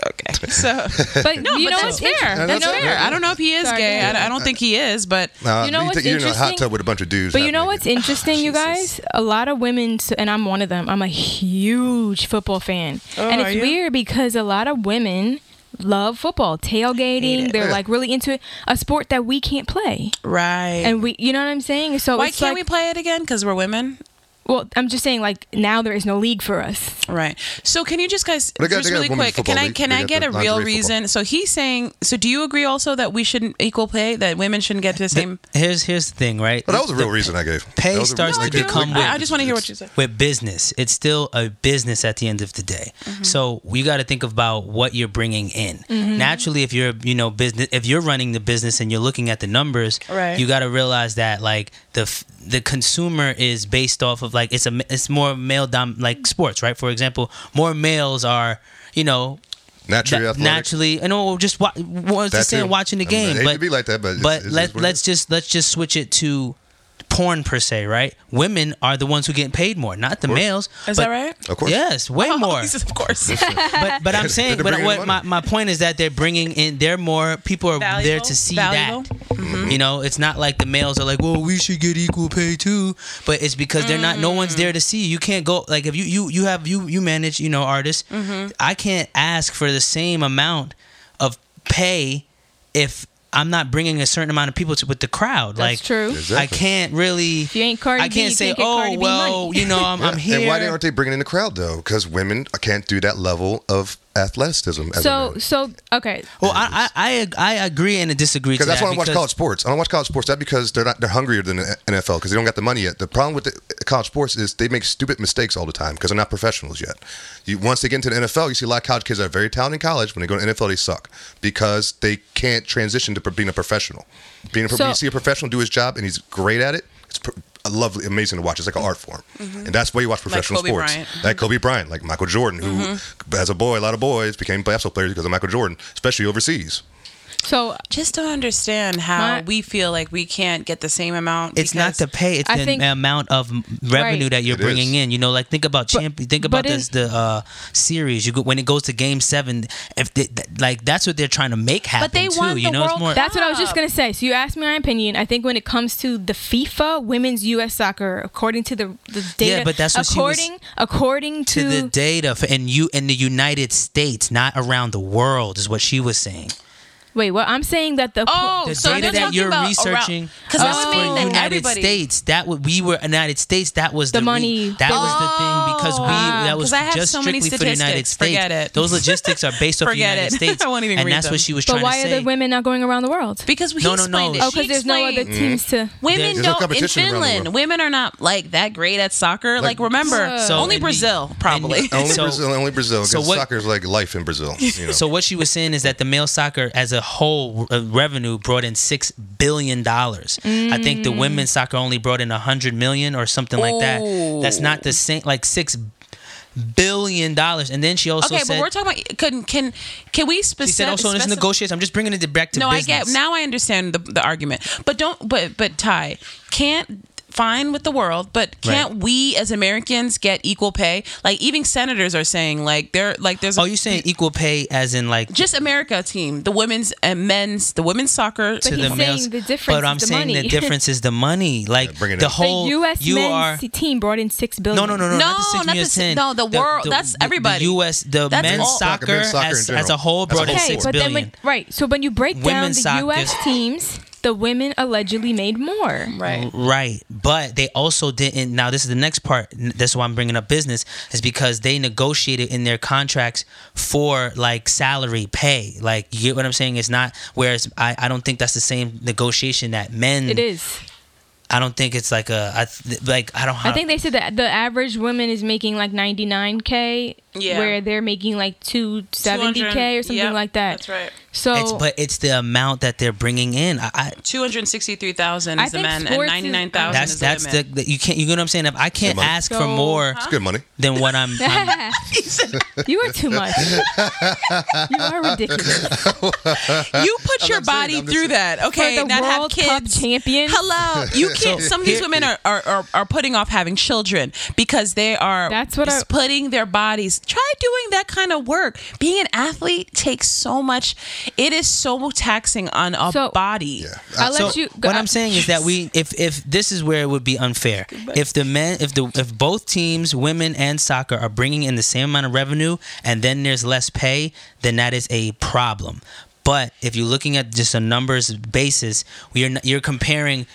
[SPEAKER 2] Okay, so
[SPEAKER 3] But
[SPEAKER 2] no,
[SPEAKER 3] you
[SPEAKER 2] but
[SPEAKER 3] know
[SPEAKER 2] that's
[SPEAKER 3] what's fair.
[SPEAKER 2] fair.
[SPEAKER 3] You
[SPEAKER 2] That's
[SPEAKER 3] know-
[SPEAKER 2] fair. I don't know if he is
[SPEAKER 3] Sorry.
[SPEAKER 2] gay. I, I don't think he is, but
[SPEAKER 4] Uh,
[SPEAKER 3] You know what's
[SPEAKER 4] think you're in a hot
[SPEAKER 3] interesting?
[SPEAKER 4] tub with a bunch of dudes.
[SPEAKER 3] But you know
[SPEAKER 4] happening.
[SPEAKER 3] what's interesting, you guys? A lot of women, s- and I'm one of them. I'm a huge football fan, and
[SPEAKER 2] Oh, are
[SPEAKER 3] it's
[SPEAKER 2] you?
[SPEAKER 3] weird because a lot of women love football, tailgating. They're
[SPEAKER 4] Yeah.
[SPEAKER 3] like really into it, a sport that we can't play,
[SPEAKER 2] right.
[SPEAKER 3] and we, you know what I'm saying? So
[SPEAKER 2] why
[SPEAKER 3] it's
[SPEAKER 2] can't we
[SPEAKER 3] like,
[SPEAKER 2] play it again? Because we're women,
[SPEAKER 3] Well, I'm just saying, like now there is no league for us.
[SPEAKER 2] right? So can you just guys
[SPEAKER 4] They got-
[SPEAKER 2] just
[SPEAKER 4] they got
[SPEAKER 2] really
[SPEAKER 4] women's
[SPEAKER 2] quick?
[SPEAKER 4] football.
[SPEAKER 2] Can I
[SPEAKER 4] They-
[SPEAKER 2] can I
[SPEAKER 4] they got
[SPEAKER 2] get
[SPEAKER 4] the
[SPEAKER 2] a real
[SPEAKER 4] lingerie football.
[SPEAKER 2] reason? So he's saying. So do you agree also that we shouldn't equal pay? That women shouldn't get to the same.
[SPEAKER 5] Here's here's the thing, right?
[SPEAKER 4] But that was a real
[SPEAKER 5] The-
[SPEAKER 4] reason I gave.
[SPEAKER 5] pay
[SPEAKER 4] That was a
[SPEAKER 5] starts
[SPEAKER 4] reason
[SPEAKER 5] to
[SPEAKER 4] I gave.
[SPEAKER 5] become
[SPEAKER 2] I- I just want to hear what you said.
[SPEAKER 5] with business it's still a business at the end of the day so you got to think about what you're bringing in naturally if you're you know business if you're running the business and you're looking at the numbers
[SPEAKER 2] Right.
[SPEAKER 5] you got to realize that like the f- the consumer is based off of like it's a m- it's more male dom like sports right for example more males are you know
[SPEAKER 4] naturally
[SPEAKER 5] that-
[SPEAKER 4] athletic.
[SPEAKER 5] naturally and oh just wa- was
[SPEAKER 4] That
[SPEAKER 5] just saying
[SPEAKER 4] too.
[SPEAKER 5] watching the
[SPEAKER 4] I mean, I
[SPEAKER 5] game
[SPEAKER 4] hate
[SPEAKER 5] but
[SPEAKER 4] to be like that, but it's- it's just
[SPEAKER 5] let
[SPEAKER 4] what it
[SPEAKER 5] let's
[SPEAKER 4] is.
[SPEAKER 5] just let's just switch it to porn per se right women are the ones who get paid more not the males
[SPEAKER 2] Is
[SPEAKER 5] but-
[SPEAKER 2] that right? Oh,
[SPEAKER 4] Of course.
[SPEAKER 5] yes way more
[SPEAKER 2] He says, of course.
[SPEAKER 5] but but i'm saying
[SPEAKER 4] They're
[SPEAKER 5] but
[SPEAKER 4] bringing
[SPEAKER 5] what my,
[SPEAKER 4] money.
[SPEAKER 5] my point is that they're bringing in they're more people are there
[SPEAKER 2] Valuable,
[SPEAKER 5] to see
[SPEAKER 2] valuable.
[SPEAKER 5] that
[SPEAKER 3] Mm-hmm.
[SPEAKER 5] you know it's not like the males are like well we should get equal pay too but it's because they're not no
[SPEAKER 3] Mm.
[SPEAKER 5] one's there to see you can't go like if you you you have you you manage you know artists
[SPEAKER 3] Mm-hmm.
[SPEAKER 5] i can't ask for the same amount of pay if i'm not bringing a certain amount of people to with the crowd
[SPEAKER 3] That's
[SPEAKER 5] like
[SPEAKER 3] true.
[SPEAKER 5] i
[SPEAKER 4] Exactly.
[SPEAKER 5] can't really
[SPEAKER 3] you ain't Cardi
[SPEAKER 5] i
[SPEAKER 3] B,
[SPEAKER 5] can't
[SPEAKER 3] you
[SPEAKER 5] say
[SPEAKER 3] can't get Cardi
[SPEAKER 5] oh
[SPEAKER 3] B
[SPEAKER 5] well
[SPEAKER 3] money."
[SPEAKER 5] you know Um, i'm, I'm
[SPEAKER 4] Yeah,
[SPEAKER 5] here
[SPEAKER 4] And why aren't they bringing in the crowd though? Because women can't do that level of athleticism. As
[SPEAKER 3] So, so okay,
[SPEAKER 5] Well, I, I I I agree and disagree. to
[SPEAKER 4] because that's
[SPEAKER 5] that
[SPEAKER 4] why I don't watch
[SPEAKER 5] because-
[SPEAKER 4] college sports. I don't watch college sports. That because they're not they're hungrier than the NFL because they don't got the money yet. The problem with the college sports is they make stupid mistakes all the time because they're not professionals yet. You once they get into the NFL, you see a lot of college kids that are very talented in college. When they go to NFL, they suck because they can't transition to pro- being a professional. Being a, pro
[SPEAKER 3] So-
[SPEAKER 4] you see a professional do his job and he's great at it. It's pr- a lovely, amazing to watch. It's like an art form,
[SPEAKER 5] Mm-hmm.
[SPEAKER 4] and that's why you watch professional
[SPEAKER 2] Kobe
[SPEAKER 4] sports.
[SPEAKER 2] Bryant.
[SPEAKER 4] Like Kobe Bryant, like Michael
[SPEAKER 5] Mm-hmm.
[SPEAKER 4] Jordan, who as a boy, a lot of boys became basketball players because of Michael Jordan, especially overseas.
[SPEAKER 3] So
[SPEAKER 2] Just don't understand how
[SPEAKER 3] My-
[SPEAKER 2] we feel like we can't get the same amount.
[SPEAKER 5] It's not the
[SPEAKER 2] because-
[SPEAKER 5] pay; it's
[SPEAKER 3] I
[SPEAKER 5] the
[SPEAKER 3] think-
[SPEAKER 5] amount of m- revenue
[SPEAKER 3] Right.
[SPEAKER 5] that you're
[SPEAKER 4] It
[SPEAKER 5] bringing
[SPEAKER 4] is.
[SPEAKER 5] in. You know, like think about champion. Think about
[SPEAKER 3] but in-
[SPEAKER 5] this the uh, series. You go, when it goes to Game Seven, if they, th- like that's what they're trying to make happen.
[SPEAKER 2] they
[SPEAKER 5] too,
[SPEAKER 2] won
[SPEAKER 5] you
[SPEAKER 2] the
[SPEAKER 5] know, it's
[SPEAKER 2] World
[SPEAKER 5] more.
[SPEAKER 2] Cup.
[SPEAKER 3] That's what I was just gonna say. So you asked me my opinion. I think when it comes to the FIFA Women's U.S. Soccer, according to the the data,
[SPEAKER 5] but that's what she was-
[SPEAKER 3] according according to,
[SPEAKER 5] to the data for, and you in the United States, not around the world, is what she was saying.
[SPEAKER 3] wait. Well, I'm saying that the
[SPEAKER 2] Oh,
[SPEAKER 5] The
[SPEAKER 2] so
[SPEAKER 5] data
[SPEAKER 2] they're
[SPEAKER 5] that
[SPEAKER 2] talking
[SPEAKER 5] you're
[SPEAKER 2] about
[SPEAKER 5] researching
[SPEAKER 2] because
[SPEAKER 5] was
[SPEAKER 2] that would
[SPEAKER 5] for
[SPEAKER 2] mean that
[SPEAKER 5] United
[SPEAKER 2] everybody.
[SPEAKER 5] States. That what we were United States. That was the,
[SPEAKER 3] The
[SPEAKER 5] re-
[SPEAKER 3] money.
[SPEAKER 5] that was the thing because we
[SPEAKER 2] Ah,
[SPEAKER 5] that was
[SPEAKER 2] 'cause I have
[SPEAKER 5] just
[SPEAKER 2] so many
[SPEAKER 5] strictly for the United
[SPEAKER 2] statistics.
[SPEAKER 5] States.
[SPEAKER 2] Forget it.
[SPEAKER 5] Those logistics are based off the
[SPEAKER 2] Forget
[SPEAKER 5] United
[SPEAKER 2] it.
[SPEAKER 5] States.
[SPEAKER 2] I won't even
[SPEAKER 5] and
[SPEAKER 2] read
[SPEAKER 5] that's
[SPEAKER 2] them.
[SPEAKER 5] what she was
[SPEAKER 3] but
[SPEAKER 5] trying
[SPEAKER 3] why
[SPEAKER 5] to
[SPEAKER 3] are
[SPEAKER 5] say.
[SPEAKER 3] the women not going around the world?
[SPEAKER 2] because he
[SPEAKER 5] No, no, no.
[SPEAKER 2] explained it.
[SPEAKER 5] Oh,
[SPEAKER 2] She
[SPEAKER 3] Oh, because there's no other
[SPEAKER 2] explained-
[SPEAKER 3] teams
[SPEAKER 5] Mm-hmm.
[SPEAKER 3] to.
[SPEAKER 2] Women
[SPEAKER 4] There's no
[SPEAKER 2] don't in
[SPEAKER 4] competition around the
[SPEAKER 2] Finland.
[SPEAKER 4] world.
[SPEAKER 2] Women are not like that great at soccer. Like, remember,
[SPEAKER 5] So-
[SPEAKER 2] only
[SPEAKER 5] and-
[SPEAKER 2] Brazil probably.
[SPEAKER 5] and-
[SPEAKER 4] Only
[SPEAKER 5] So-
[SPEAKER 4] Brazil, only Brazil. Because
[SPEAKER 5] so what-
[SPEAKER 4] soccer's like life in Brazil. You know?
[SPEAKER 5] So what she was saying is that the male soccer as a whole uh, revenue brought in six billion dollars. I think the
[SPEAKER 2] Mm.
[SPEAKER 5] women's soccer only brought in a hundred million or something like that. That's not the same. Like six billion dollars. And then she also
[SPEAKER 2] okay,
[SPEAKER 5] said
[SPEAKER 2] but we're talking about can can can we specify?
[SPEAKER 5] she said also in this negotiation. I'm just bringing it back to
[SPEAKER 2] no,
[SPEAKER 5] business.
[SPEAKER 2] I get now. I understand the, the argument, but don't. But but Ty can't. Fine with the world, but can't
[SPEAKER 5] Right.
[SPEAKER 2] we as Americans get equal pay? Like even senators are saying, like they're like there's.
[SPEAKER 5] Oh, you saying equal pay as in like
[SPEAKER 2] just America team, the women's and men's, the women's soccer.
[SPEAKER 5] to
[SPEAKER 3] he's
[SPEAKER 5] the
[SPEAKER 3] saying
[SPEAKER 5] males?
[SPEAKER 3] the difference
[SPEAKER 5] but I'm
[SPEAKER 3] is the
[SPEAKER 5] saying the
[SPEAKER 3] money.
[SPEAKER 5] difference is the money. Like
[SPEAKER 4] Yeah, bring it in.
[SPEAKER 5] the
[SPEAKER 4] The
[SPEAKER 3] The
[SPEAKER 5] whole
[SPEAKER 3] U.S.
[SPEAKER 5] you are
[SPEAKER 3] men's team brought in six billion.
[SPEAKER 5] No, no, no, no, not the six
[SPEAKER 2] not the
[SPEAKER 5] million
[SPEAKER 2] si-
[SPEAKER 5] ten.
[SPEAKER 2] no, the world- that's everybody.
[SPEAKER 5] The U.S. the
[SPEAKER 2] That's
[SPEAKER 5] men's
[SPEAKER 2] all-
[SPEAKER 5] soccer,
[SPEAKER 4] Men's soccer in
[SPEAKER 5] as,
[SPEAKER 4] general.
[SPEAKER 5] as a whole
[SPEAKER 4] That's a
[SPEAKER 5] brought in
[SPEAKER 4] whole
[SPEAKER 5] six
[SPEAKER 3] but
[SPEAKER 5] billion.
[SPEAKER 3] then when, right. So when you break down
[SPEAKER 5] Women's
[SPEAKER 3] the
[SPEAKER 5] soccer-
[SPEAKER 3] U.S. teams, the women allegedly made more.
[SPEAKER 2] Right.
[SPEAKER 5] Right, but they also didn't. Now this is the next part. n- That's why I'm bringing up business is because they negotiated in their contracts for like salary pay. Like you get what I'm saying? It's not. Whereas I, I don't think that's the same negotiation that men.
[SPEAKER 3] It is.
[SPEAKER 5] I don't think it's like a I th- like I don't.
[SPEAKER 3] I think they said that the average woman is making like 99k,
[SPEAKER 2] Yeah.
[SPEAKER 3] where they're making like 270k or
[SPEAKER 2] 200,
[SPEAKER 3] something
[SPEAKER 2] yep,
[SPEAKER 3] like that.
[SPEAKER 2] that's right.
[SPEAKER 3] So
[SPEAKER 5] It's, but it's the amount that they're bringing in. I, I
[SPEAKER 2] Two hundred sixty-three thousand
[SPEAKER 3] I
[SPEAKER 2] is the
[SPEAKER 3] think
[SPEAKER 2] men, and
[SPEAKER 3] sports is-
[SPEAKER 2] ninety-nine thousand
[SPEAKER 5] that's
[SPEAKER 2] is the
[SPEAKER 5] that's the,
[SPEAKER 2] women.
[SPEAKER 5] the- you can't you know what I'm saying. If I can't
[SPEAKER 4] money.
[SPEAKER 5] ask for
[SPEAKER 3] So-
[SPEAKER 5] more
[SPEAKER 4] it's good money.
[SPEAKER 5] than what I'm, I'm
[SPEAKER 3] you are too much. you are ridiculous.
[SPEAKER 2] you put your
[SPEAKER 4] not saying-
[SPEAKER 2] body
[SPEAKER 4] I'm just
[SPEAKER 2] through
[SPEAKER 4] saying.
[SPEAKER 2] that, okay?
[SPEAKER 3] For the
[SPEAKER 2] Not have
[SPEAKER 3] World Cup
[SPEAKER 2] kids.
[SPEAKER 3] champion.
[SPEAKER 2] Hello, you can't. some of these
[SPEAKER 5] here-
[SPEAKER 2] women are, are, are, are putting off having children because they are
[SPEAKER 3] That's what I-
[SPEAKER 2] s- putting their bodies. Try doing that kind of work. Being an athlete takes so much. It is so taxing on a
[SPEAKER 3] So-
[SPEAKER 2] body.
[SPEAKER 4] Yeah.
[SPEAKER 3] I'll
[SPEAKER 5] So
[SPEAKER 3] let you. Go.
[SPEAKER 5] what I'm saying is that we, if if this is where it would be unfair, if the men, if the if both teams, women and soccer, are bringing in the same amount of revenue, and then there's less pay, then that is a problem. But if you're looking at just a numbers basis, we are not, you're comparing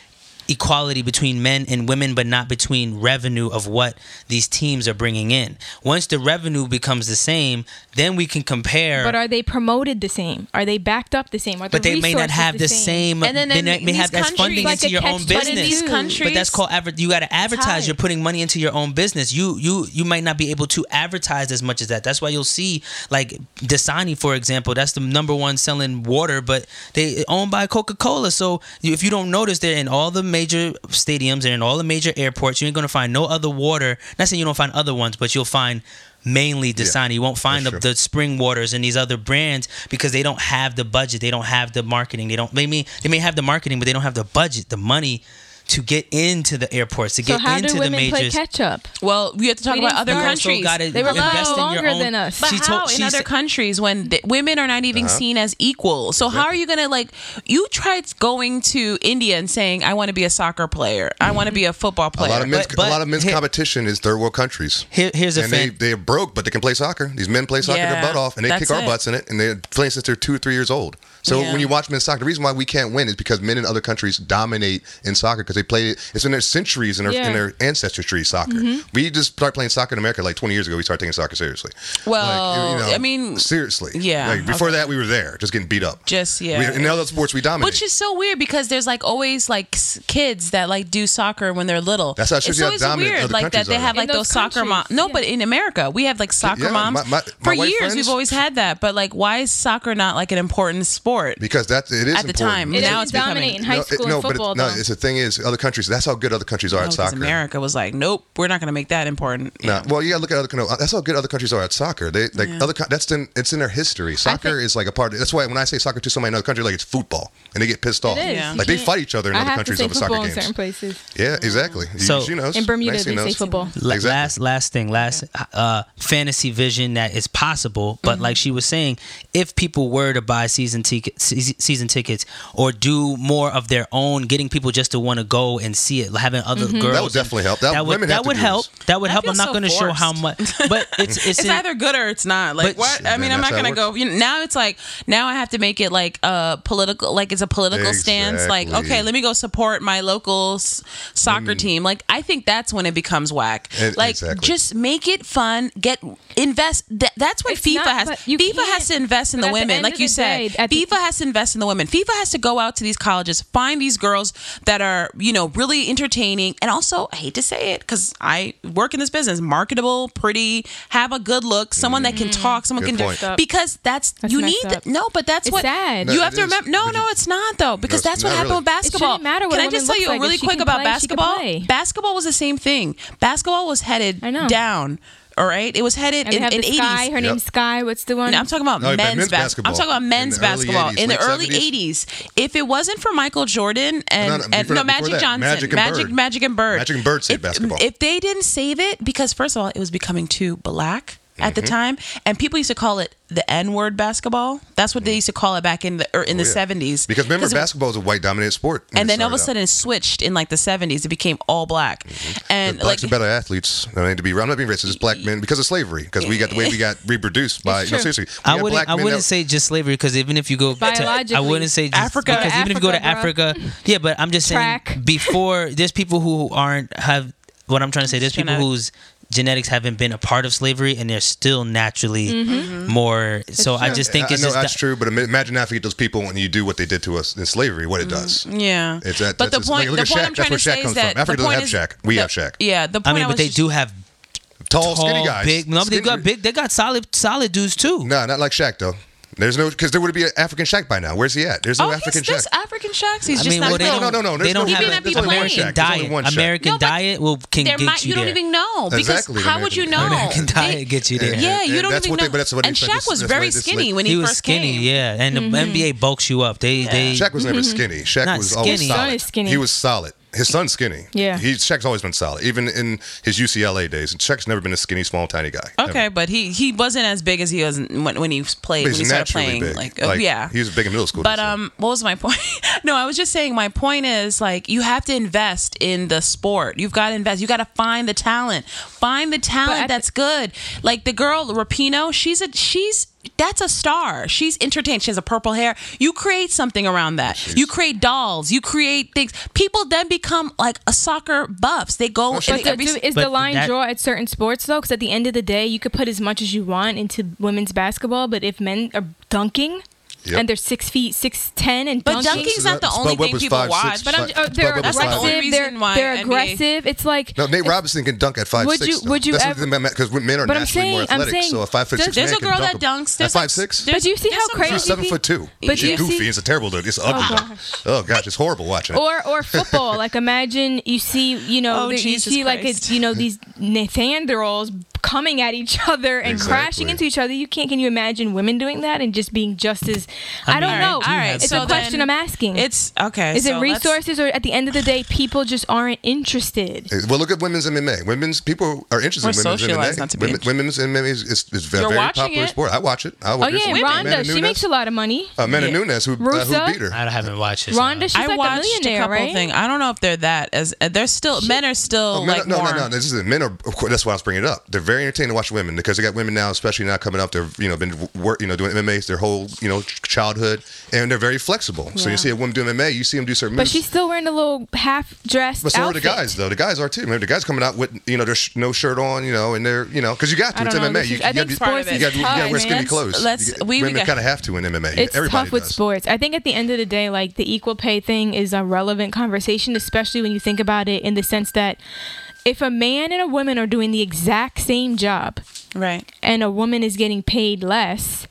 [SPEAKER 5] equality between men and women but not between revenue of what these teams are bringing in once the revenue becomes the same then we can compare
[SPEAKER 3] But are they promoted the same? Are they backed up the same? Are
[SPEAKER 5] but
[SPEAKER 3] the
[SPEAKER 5] they may not
[SPEAKER 3] resources
[SPEAKER 5] have the same,
[SPEAKER 2] And then
[SPEAKER 5] they
[SPEAKER 2] in
[SPEAKER 5] may may
[SPEAKER 2] these
[SPEAKER 5] have that's funding
[SPEAKER 2] countries-
[SPEAKER 5] into
[SPEAKER 3] Like a
[SPEAKER 5] your own
[SPEAKER 3] catch-22.
[SPEAKER 5] business
[SPEAKER 2] But in these countries,
[SPEAKER 5] but that's called adver- you got to advertise.
[SPEAKER 2] high.
[SPEAKER 5] You're putting money into your own business. You you you might not be able to advertise as much as that. That's why you'll see like Dasani, for example. That's the number one selling water, but they owned by Coca Cola. So you- if you don't notice, they're in all the major stadiums and in all the major airports. You ain't gonna find no other water. Not saying you don't find other ones, but you'll find. Mainly Dasani. you won't find the,
[SPEAKER 4] true.
[SPEAKER 5] the spring waters and these other brands because they don't have the budget. They don't have the marketing. They don't. They may they may have the marketing, but they don't have the budget, the money to get into the airports to
[SPEAKER 3] So
[SPEAKER 5] get
[SPEAKER 3] how
[SPEAKER 5] into
[SPEAKER 3] do
[SPEAKER 5] the
[SPEAKER 3] women play
[SPEAKER 5] majors.
[SPEAKER 3] catch up?
[SPEAKER 2] Well, we have to talk
[SPEAKER 3] We
[SPEAKER 2] about
[SPEAKER 3] didn't
[SPEAKER 2] other
[SPEAKER 3] start-
[SPEAKER 2] countries.
[SPEAKER 5] gotta
[SPEAKER 3] They were
[SPEAKER 5] invest in your
[SPEAKER 3] longer
[SPEAKER 5] own-
[SPEAKER 3] than us.
[SPEAKER 2] But
[SPEAKER 5] She
[SPEAKER 2] how
[SPEAKER 5] told-
[SPEAKER 2] in
[SPEAKER 5] she
[SPEAKER 2] other
[SPEAKER 5] said-
[SPEAKER 2] countries when th- women are not even
[SPEAKER 4] Uh-huh.
[SPEAKER 2] seen as equal? So how are you gonna like? You tried going to India and saying, "I want to be a soccer player. I want to be a football
[SPEAKER 4] A
[SPEAKER 2] player."
[SPEAKER 4] lot of men's,
[SPEAKER 5] But-
[SPEAKER 4] a
[SPEAKER 5] but
[SPEAKER 4] lot of men's
[SPEAKER 5] here-
[SPEAKER 4] competition is third world countries.
[SPEAKER 5] Here- here's a
[SPEAKER 4] and they,
[SPEAKER 5] fan.
[SPEAKER 4] they're broke, but they can play soccer. These men play soccer
[SPEAKER 2] Yeah,
[SPEAKER 4] their butt off, and they
[SPEAKER 2] that's
[SPEAKER 4] kick our
[SPEAKER 2] it.
[SPEAKER 4] butts in it, and they're playing since they're two or three years old. So
[SPEAKER 2] Yeah.
[SPEAKER 4] when you watch men's soccer, the reason why we can't win is because men in other countries dominate in soccer because they play it. It's in their centuries and their,
[SPEAKER 3] Yeah.
[SPEAKER 4] in their ancestry soccer.
[SPEAKER 5] Mm-hmm.
[SPEAKER 4] We just started playing soccer in America like 20 years ago. We started taking soccer seriously.
[SPEAKER 2] Well,
[SPEAKER 4] Like,
[SPEAKER 2] Oh, I mean,
[SPEAKER 4] seriously.
[SPEAKER 2] yeah,
[SPEAKER 4] Like, before
[SPEAKER 2] okay.
[SPEAKER 4] that, we were there, just getting beat up.
[SPEAKER 2] Just, yeah.
[SPEAKER 4] We- in other sports, we dominate.
[SPEAKER 2] Which is so weird because there's like always like s- kids that like do soccer when they're little.
[SPEAKER 4] That's how it shows
[SPEAKER 2] it's
[SPEAKER 4] you how
[SPEAKER 2] always
[SPEAKER 4] dominant
[SPEAKER 2] weird
[SPEAKER 4] other
[SPEAKER 2] like that
[SPEAKER 4] countries
[SPEAKER 2] they
[SPEAKER 4] are.
[SPEAKER 2] have like
[SPEAKER 3] In
[SPEAKER 2] those,
[SPEAKER 3] those
[SPEAKER 2] soccer moms.
[SPEAKER 3] countries,
[SPEAKER 2] No,
[SPEAKER 3] yeah.
[SPEAKER 2] but in America we have like soccer
[SPEAKER 4] Yeah, my-
[SPEAKER 2] moms
[SPEAKER 4] my- my
[SPEAKER 2] for
[SPEAKER 4] white
[SPEAKER 2] years.
[SPEAKER 4] friends-
[SPEAKER 2] We've always had that, but like why is soccer not like an important sport?
[SPEAKER 4] because that's it is
[SPEAKER 2] At the
[SPEAKER 4] important.
[SPEAKER 2] time,
[SPEAKER 3] It
[SPEAKER 2] now
[SPEAKER 3] doesn't
[SPEAKER 2] it's becoming-
[SPEAKER 3] dominate in high
[SPEAKER 4] no, it-
[SPEAKER 3] school
[SPEAKER 4] no,
[SPEAKER 3] and
[SPEAKER 4] but it-
[SPEAKER 3] football.
[SPEAKER 4] no,
[SPEAKER 3] though.
[SPEAKER 4] it's the thing is, other countries. That's how good other countries are
[SPEAKER 2] Oh,
[SPEAKER 4] at
[SPEAKER 2] 'cause
[SPEAKER 4] soccer.
[SPEAKER 2] America was like, nope, we're not going to make that important.
[SPEAKER 4] No, well, you gotta look at other. No, that's how good other countries are at soccer. They like
[SPEAKER 2] Yeah.
[SPEAKER 4] other. co- That's in it's in their history. Soccer is like a part. Of, that's why when I say soccer to somebody in another country, like it's football, and they get pissed off.
[SPEAKER 3] is.
[SPEAKER 2] Yeah.
[SPEAKER 4] Like they fight each other in
[SPEAKER 3] I
[SPEAKER 4] other
[SPEAKER 3] have
[SPEAKER 4] countries
[SPEAKER 3] to say
[SPEAKER 4] over
[SPEAKER 3] football
[SPEAKER 4] soccer
[SPEAKER 3] in certain
[SPEAKER 4] games.
[SPEAKER 3] places.
[SPEAKER 4] Yeah, exactly. You-
[SPEAKER 5] So-
[SPEAKER 4] she knows.
[SPEAKER 3] In Bermuda,
[SPEAKER 4] Maxie
[SPEAKER 3] they say
[SPEAKER 4] knows.
[SPEAKER 3] football.
[SPEAKER 5] La-
[SPEAKER 4] Exactly.
[SPEAKER 5] Last last thing, last uh, fantasy vision that is possible,
[SPEAKER 2] Mm-hmm.
[SPEAKER 5] but like she was saying, if people were to buy season ticket se- season tickets or do more of their own, getting people just to want to go and see it, having other girls
[SPEAKER 4] That would definitely help. That,
[SPEAKER 5] that would
[SPEAKER 4] women have
[SPEAKER 5] that
[SPEAKER 4] to
[SPEAKER 5] would
[SPEAKER 4] do
[SPEAKER 5] help.
[SPEAKER 4] this.
[SPEAKER 5] That would
[SPEAKER 2] That
[SPEAKER 5] help. I'm
[SPEAKER 2] feels
[SPEAKER 5] not
[SPEAKER 2] Mm-hmm. so
[SPEAKER 5] going to show
[SPEAKER 2] forced.
[SPEAKER 5] how much, but it's it's,
[SPEAKER 2] It's
[SPEAKER 5] in-
[SPEAKER 2] either good or it's not. Like
[SPEAKER 5] But-
[SPEAKER 2] what? I
[SPEAKER 4] Then
[SPEAKER 2] mean, I'm
[SPEAKER 4] that's
[SPEAKER 2] not
[SPEAKER 4] how
[SPEAKER 2] gonna
[SPEAKER 4] it
[SPEAKER 2] go.
[SPEAKER 4] works.
[SPEAKER 2] You know, now it's like now I have to make it like a political, like it's a political stance. Like
[SPEAKER 4] Exactly. Mm.
[SPEAKER 2] okay, let me go support my local s- soccer team. Like I think that's when it becomes whack.
[SPEAKER 4] It-
[SPEAKER 2] like
[SPEAKER 4] exactly.
[SPEAKER 2] just make it fun. Get invest. That, that's what
[SPEAKER 3] It's
[SPEAKER 2] FIFA
[SPEAKER 3] not-
[SPEAKER 2] has.
[SPEAKER 3] but you
[SPEAKER 2] FIFA
[SPEAKER 3] can't-
[SPEAKER 2] has to invest in
[SPEAKER 3] but
[SPEAKER 2] the
[SPEAKER 3] at the
[SPEAKER 2] women,
[SPEAKER 3] end
[SPEAKER 2] like
[SPEAKER 3] of
[SPEAKER 2] you
[SPEAKER 3] the
[SPEAKER 2] said.
[SPEAKER 3] day, at the-
[SPEAKER 2] FIFA has to invest in the women. FIFA has to go out to these colleges, find these girls that are you know really entertaining, and also I hate to say it because I work in this business, marketable, pretty, have a good look, someone that can talk, someone
[SPEAKER 4] Good
[SPEAKER 2] can
[SPEAKER 4] point. Messed
[SPEAKER 2] do
[SPEAKER 4] up.
[SPEAKER 2] because that's,
[SPEAKER 3] Mm. That's
[SPEAKER 2] you
[SPEAKER 3] messed
[SPEAKER 2] need
[SPEAKER 3] up.
[SPEAKER 2] no, but that's
[SPEAKER 3] It's
[SPEAKER 2] what
[SPEAKER 3] sad.
[SPEAKER 4] No,
[SPEAKER 2] you
[SPEAKER 4] it
[SPEAKER 2] have to
[SPEAKER 4] is,
[SPEAKER 2] remember. No,
[SPEAKER 4] but you-
[SPEAKER 2] no, it's not though because
[SPEAKER 4] No, it's
[SPEAKER 2] that's what
[SPEAKER 4] not
[SPEAKER 2] happened
[SPEAKER 4] really.
[SPEAKER 2] with basketball.
[SPEAKER 3] shouldn't matter what
[SPEAKER 2] can
[SPEAKER 3] a
[SPEAKER 2] I just
[SPEAKER 3] woman
[SPEAKER 2] tell
[SPEAKER 3] looks
[SPEAKER 2] you
[SPEAKER 3] like. If
[SPEAKER 2] really
[SPEAKER 3] she
[SPEAKER 2] quick
[SPEAKER 3] can
[SPEAKER 2] about
[SPEAKER 3] play, she can
[SPEAKER 2] basketball?
[SPEAKER 3] play.
[SPEAKER 2] Basketball was the same thing. Basketball was headed
[SPEAKER 3] I know.
[SPEAKER 2] down. All right, it was headed
[SPEAKER 3] And they
[SPEAKER 2] in,
[SPEAKER 3] have
[SPEAKER 2] in
[SPEAKER 3] the Sky.
[SPEAKER 2] 80s.
[SPEAKER 3] Her name's Sky. What's the one?
[SPEAKER 2] No, I'm talking about
[SPEAKER 4] No, but
[SPEAKER 2] men's,
[SPEAKER 4] men's
[SPEAKER 2] basketball.
[SPEAKER 4] basketball.
[SPEAKER 2] I'm talking about
[SPEAKER 4] In
[SPEAKER 2] men's
[SPEAKER 4] the early
[SPEAKER 2] basketball
[SPEAKER 4] 80s,
[SPEAKER 2] in the
[SPEAKER 4] late
[SPEAKER 2] early
[SPEAKER 4] 70s.
[SPEAKER 2] 80s. If it wasn't for Michael Jordan and,
[SPEAKER 4] No, no, no,
[SPEAKER 2] and no
[SPEAKER 4] before that- before
[SPEAKER 2] Magic
[SPEAKER 4] that,
[SPEAKER 2] Johnson,
[SPEAKER 4] Magic and
[SPEAKER 2] Magic,
[SPEAKER 4] Bird.
[SPEAKER 2] Magic and Bird,
[SPEAKER 4] Magic and Bird saved
[SPEAKER 2] if,
[SPEAKER 4] basketball.
[SPEAKER 2] If they didn't save it, because first of all, it was becoming too black. At
[SPEAKER 4] Mm-hmm.
[SPEAKER 2] the time, and people used to call it the N-word basketball. That's what they used to call it back in the or in the
[SPEAKER 4] Mm. Oh, Yeah.
[SPEAKER 2] seventies.
[SPEAKER 4] Because remember,
[SPEAKER 2] it,
[SPEAKER 4] basketball is a white dominated sport. when
[SPEAKER 2] and
[SPEAKER 4] it
[SPEAKER 2] then all of a
[SPEAKER 4] started out. Mm-hmm.
[SPEAKER 2] sudden, it switched in like the seventies. It became all black, and like
[SPEAKER 4] blacks are better athletes. I mean, to be, I'm not being racist. It's black men because of slavery. Because we got the way we got reproduced by. No,
[SPEAKER 3] true.
[SPEAKER 4] seriously, we
[SPEAKER 5] I
[SPEAKER 4] had
[SPEAKER 5] wouldn't.
[SPEAKER 4] black
[SPEAKER 5] I
[SPEAKER 4] men
[SPEAKER 5] wouldn't
[SPEAKER 4] that-
[SPEAKER 5] say just slavery because even if you go, to, I
[SPEAKER 3] Biologically.
[SPEAKER 5] wouldn't say just
[SPEAKER 2] Africa.
[SPEAKER 5] because even if you go to
[SPEAKER 3] Africa,
[SPEAKER 5] Africa, yeah. But I'm just saying
[SPEAKER 3] Track.
[SPEAKER 5] before there's people who aren't have what I'm trying to say. There's people
[SPEAKER 2] Genetic.
[SPEAKER 5] whose genetics haven't been a part of slavery and they're still naturally
[SPEAKER 2] Mm-hmm.
[SPEAKER 5] more. So I just think
[SPEAKER 4] Mm-hmm. Uh, I,
[SPEAKER 5] it's
[SPEAKER 4] I know
[SPEAKER 5] just
[SPEAKER 4] that's
[SPEAKER 5] that-
[SPEAKER 4] true, but ima- imagine now if you get those people and you do what they did to us in slavery, what it does.
[SPEAKER 2] yeah.
[SPEAKER 4] It's that-
[SPEAKER 2] Mm. but
[SPEAKER 4] that's
[SPEAKER 2] the point,
[SPEAKER 4] just- like, look
[SPEAKER 2] the
[SPEAKER 4] at
[SPEAKER 2] point
[SPEAKER 4] Shaq.
[SPEAKER 2] I'm
[SPEAKER 4] That's
[SPEAKER 2] trying
[SPEAKER 4] where
[SPEAKER 2] to
[SPEAKER 4] Shaq
[SPEAKER 2] say
[SPEAKER 4] comes
[SPEAKER 2] is that
[SPEAKER 4] from.
[SPEAKER 2] the
[SPEAKER 4] Africa doesn't
[SPEAKER 2] point
[SPEAKER 4] have
[SPEAKER 2] is,
[SPEAKER 4] Shaq. We
[SPEAKER 2] the-
[SPEAKER 4] have Shaq.
[SPEAKER 2] Yeah, the point
[SPEAKER 5] I mean,
[SPEAKER 2] was
[SPEAKER 5] but they
[SPEAKER 2] just-
[SPEAKER 5] do have
[SPEAKER 4] Tall,
[SPEAKER 5] tall,
[SPEAKER 4] skinny guys.
[SPEAKER 5] big. No, but they
[SPEAKER 4] Skinny-
[SPEAKER 5] got big. They got solid, solid dudes too.
[SPEAKER 4] No, not like Shaq though. There's no because there would be an African Shaq by now. Where's he at? There's no
[SPEAKER 2] oh,
[SPEAKER 4] African
[SPEAKER 2] yes, there's
[SPEAKER 4] Shaq.
[SPEAKER 2] African shacks. He's
[SPEAKER 5] I
[SPEAKER 2] just
[SPEAKER 5] mean,
[SPEAKER 2] not
[SPEAKER 5] well, they
[SPEAKER 2] playing.
[SPEAKER 4] No,
[SPEAKER 5] don't,
[SPEAKER 4] no, no, no,
[SPEAKER 5] They
[SPEAKER 4] there's
[SPEAKER 5] don't
[SPEAKER 4] only
[SPEAKER 5] have
[SPEAKER 2] one-
[SPEAKER 5] an
[SPEAKER 2] there's only one
[SPEAKER 5] American
[SPEAKER 2] Shaq.
[SPEAKER 4] There's only
[SPEAKER 5] diet.
[SPEAKER 4] one Shaq.
[SPEAKER 5] American
[SPEAKER 2] No, but
[SPEAKER 5] diet will can
[SPEAKER 2] There
[SPEAKER 5] get
[SPEAKER 2] might, you,
[SPEAKER 5] you
[SPEAKER 2] don't
[SPEAKER 5] there.
[SPEAKER 2] even know because
[SPEAKER 4] Exactly,
[SPEAKER 2] how
[SPEAKER 4] the
[SPEAKER 2] would you know?
[SPEAKER 4] American-
[SPEAKER 5] American
[SPEAKER 2] They-
[SPEAKER 5] diet gets you there.
[SPEAKER 2] yeah,
[SPEAKER 4] And-
[SPEAKER 2] you
[SPEAKER 4] and
[SPEAKER 2] don't
[SPEAKER 4] that's
[SPEAKER 2] even
[SPEAKER 4] what they-
[SPEAKER 2] know.
[SPEAKER 4] but that's what they
[SPEAKER 2] and
[SPEAKER 4] said,
[SPEAKER 2] Shaq
[SPEAKER 4] this-
[SPEAKER 2] was
[SPEAKER 4] that's
[SPEAKER 2] very
[SPEAKER 4] why this
[SPEAKER 2] skinny
[SPEAKER 4] late-
[SPEAKER 2] when he,
[SPEAKER 5] he was
[SPEAKER 2] first Mm-hmm.
[SPEAKER 5] skinny,
[SPEAKER 2] came.
[SPEAKER 5] yeah, and the NBA bulks you up. They they
[SPEAKER 4] Shaq was
[SPEAKER 2] Mm-hmm.
[SPEAKER 4] never skinny. Shaq
[SPEAKER 5] Not
[SPEAKER 4] was
[SPEAKER 5] skinny.
[SPEAKER 4] always
[SPEAKER 5] His son
[SPEAKER 4] solid.
[SPEAKER 3] is skinny.
[SPEAKER 4] He was solid. His son's skinny.
[SPEAKER 3] Yeah.
[SPEAKER 4] He Shaq's always been solid, even in his UCLA days. And Shaq's never been a skinny, small, tiny guy. ever.
[SPEAKER 2] Okay, but he he wasn't as big as he was when, when he played
[SPEAKER 4] But
[SPEAKER 2] when he
[SPEAKER 4] he's
[SPEAKER 2] started
[SPEAKER 4] naturally
[SPEAKER 2] playing.
[SPEAKER 4] big.
[SPEAKER 2] Like, oh, yeah,
[SPEAKER 4] He was big in middle school.
[SPEAKER 2] But
[SPEAKER 4] so.
[SPEAKER 2] um, what was my point? no, I was just saying my point is like you have to invest in the sport. You've got to invest. You got to find the talent. Find the
[SPEAKER 3] But
[SPEAKER 2] talent
[SPEAKER 3] at
[SPEAKER 2] that's good. Like the girl Rapino, she's a she's that's a star. She's entertained. She has a purple hair. You create something around that. you create dolls. You create things. People then become like a soccer buffs. They go
[SPEAKER 4] she-
[SPEAKER 2] in
[SPEAKER 3] But
[SPEAKER 2] every.
[SPEAKER 3] do- is
[SPEAKER 5] But
[SPEAKER 3] the line
[SPEAKER 5] that-
[SPEAKER 3] draw at certain sports though? Because at the end of the day, you could put as much as you want into women's basketball, but if men are dunking
[SPEAKER 4] Yep.
[SPEAKER 3] and they're six feet six ten and
[SPEAKER 2] But
[SPEAKER 3] dunking,
[SPEAKER 2] dunking's not the
[SPEAKER 4] Spud
[SPEAKER 2] only
[SPEAKER 4] Webb
[SPEAKER 2] thing
[SPEAKER 4] was
[SPEAKER 2] people
[SPEAKER 4] five,
[SPEAKER 2] watch.
[SPEAKER 4] six,
[SPEAKER 2] But I'm
[SPEAKER 4] five-
[SPEAKER 3] uh, they're
[SPEAKER 4] Bud Webb was
[SPEAKER 2] That's the
[SPEAKER 4] five.
[SPEAKER 2] only
[SPEAKER 3] aggressive. They're,
[SPEAKER 2] reason why
[SPEAKER 3] they're
[SPEAKER 2] NBA
[SPEAKER 3] aggressive. It's like
[SPEAKER 4] No, Nate Robinson can dunk at five
[SPEAKER 3] Would
[SPEAKER 4] six.
[SPEAKER 3] you- would you
[SPEAKER 4] That's
[SPEAKER 3] ever-
[SPEAKER 4] Because men are
[SPEAKER 3] But I'm
[SPEAKER 4] naturally more
[SPEAKER 3] saying- I'm
[SPEAKER 4] athletic,
[SPEAKER 3] saying-
[SPEAKER 4] so a five foot six
[SPEAKER 2] there's
[SPEAKER 4] man
[SPEAKER 2] a girl
[SPEAKER 4] can
[SPEAKER 2] that
[SPEAKER 4] dunk him.
[SPEAKER 2] dunks. There's
[SPEAKER 4] at five
[SPEAKER 2] like-
[SPEAKER 4] six.
[SPEAKER 2] there's-
[SPEAKER 3] But do you see
[SPEAKER 2] there's
[SPEAKER 3] how
[SPEAKER 2] some
[SPEAKER 3] crazy
[SPEAKER 4] She's
[SPEAKER 3] If
[SPEAKER 4] seven
[SPEAKER 3] you-
[SPEAKER 4] foot two.
[SPEAKER 3] but
[SPEAKER 4] She's
[SPEAKER 3] you
[SPEAKER 4] goofy.
[SPEAKER 3] see-
[SPEAKER 4] He's a terrible dude. It's ugly. though. Oh gosh, it's horrible watching. it.
[SPEAKER 3] or or football. like imagine you see you know
[SPEAKER 2] Oh,
[SPEAKER 3] the- you
[SPEAKER 2] Jesus
[SPEAKER 3] see like
[SPEAKER 2] Christ.
[SPEAKER 3] it's you know these Nathanderals coming at each other and crashing
[SPEAKER 4] Exactly.
[SPEAKER 3] into each other. You can't. Can you imagine women doing that and just being just as? I,
[SPEAKER 5] mean,
[SPEAKER 3] don't
[SPEAKER 5] All right,
[SPEAKER 3] know.
[SPEAKER 5] do you have
[SPEAKER 3] it's
[SPEAKER 5] some-
[SPEAKER 3] a question
[SPEAKER 2] then
[SPEAKER 3] I'm asking.
[SPEAKER 2] It's okay.
[SPEAKER 3] Is
[SPEAKER 2] so
[SPEAKER 3] it
[SPEAKER 2] let's-
[SPEAKER 3] resources or at the end of the day, people just aren't interested?
[SPEAKER 4] Well, look at women's MMA. Women's people are interested
[SPEAKER 2] We're
[SPEAKER 4] in women's
[SPEAKER 2] socialized
[SPEAKER 4] MMA.
[SPEAKER 2] not to be
[SPEAKER 4] Women, women's MMA is, is, is a
[SPEAKER 2] You're
[SPEAKER 4] very
[SPEAKER 2] watching
[SPEAKER 4] popular
[SPEAKER 2] it.
[SPEAKER 4] sport. I watch it. I
[SPEAKER 3] Oh
[SPEAKER 4] watch
[SPEAKER 3] yeah,
[SPEAKER 4] it.
[SPEAKER 3] Rhonda,
[SPEAKER 4] Amanda
[SPEAKER 3] she
[SPEAKER 4] Nunes.
[SPEAKER 3] makes a lot of money.
[SPEAKER 4] Amanda
[SPEAKER 2] Yeah.
[SPEAKER 4] Nunes, who, uh,
[SPEAKER 3] Rusa?
[SPEAKER 4] who beat her.
[SPEAKER 5] I haven't watched this.
[SPEAKER 3] Rhonda,
[SPEAKER 5] uh,
[SPEAKER 3] she's
[SPEAKER 2] I
[SPEAKER 3] like a
[SPEAKER 2] watched
[SPEAKER 3] millionaire,
[SPEAKER 2] couple
[SPEAKER 3] right?
[SPEAKER 2] thing. I don't know if they're that as uh, they're still men are still
[SPEAKER 4] Oh, men-
[SPEAKER 2] like
[SPEAKER 4] no,
[SPEAKER 2] more.
[SPEAKER 4] no, no, no. This is men are. Of course, that's why I was bringing it up. They're very entertaining to watch women because they got women now, especially now coming up. They've you know been w- work, you know doing MMA's their whole you know ch- childhood, and they're very flexible. So
[SPEAKER 2] Yeah.
[SPEAKER 4] you see a woman do MMA, you see them do certain
[SPEAKER 3] But
[SPEAKER 4] moves.
[SPEAKER 3] she's still wearing a little half dressed.
[SPEAKER 4] But so are the guys though. The guys are too. Remember, the guys coming out with you know their sh- no shirt on, you know, and they're you know because you got
[SPEAKER 3] I
[SPEAKER 4] to. It's
[SPEAKER 3] don't know,
[SPEAKER 4] MMA.
[SPEAKER 3] this
[SPEAKER 4] you,
[SPEAKER 3] is-
[SPEAKER 4] you,
[SPEAKER 3] I think
[SPEAKER 4] gotta,
[SPEAKER 2] sports
[SPEAKER 4] be- you
[SPEAKER 2] is
[SPEAKER 4] gotta, you
[SPEAKER 2] tough,
[SPEAKER 4] gotta wear
[SPEAKER 2] man.
[SPEAKER 4] skinny
[SPEAKER 2] Let's-
[SPEAKER 4] clothes.
[SPEAKER 2] let's-
[SPEAKER 4] You get-
[SPEAKER 2] we- we
[SPEAKER 4] women
[SPEAKER 2] got-
[SPEAKER 4] kind of have to in MMA.
[SPEAKER 3] It's
[SPEAKER 4] Everybody
[SPEAKER 3] tough with
[SPEAKER 4] does.
[SPEAKER 3] sports. I think at the end of the day, like the equal pay thing is a relevant conversation, especially when you think about it in the sense that if a man and a woman are doing the exact same job
[SPEAKER 2] Right.
[SPEAKER 3] and a woman is getting paid less,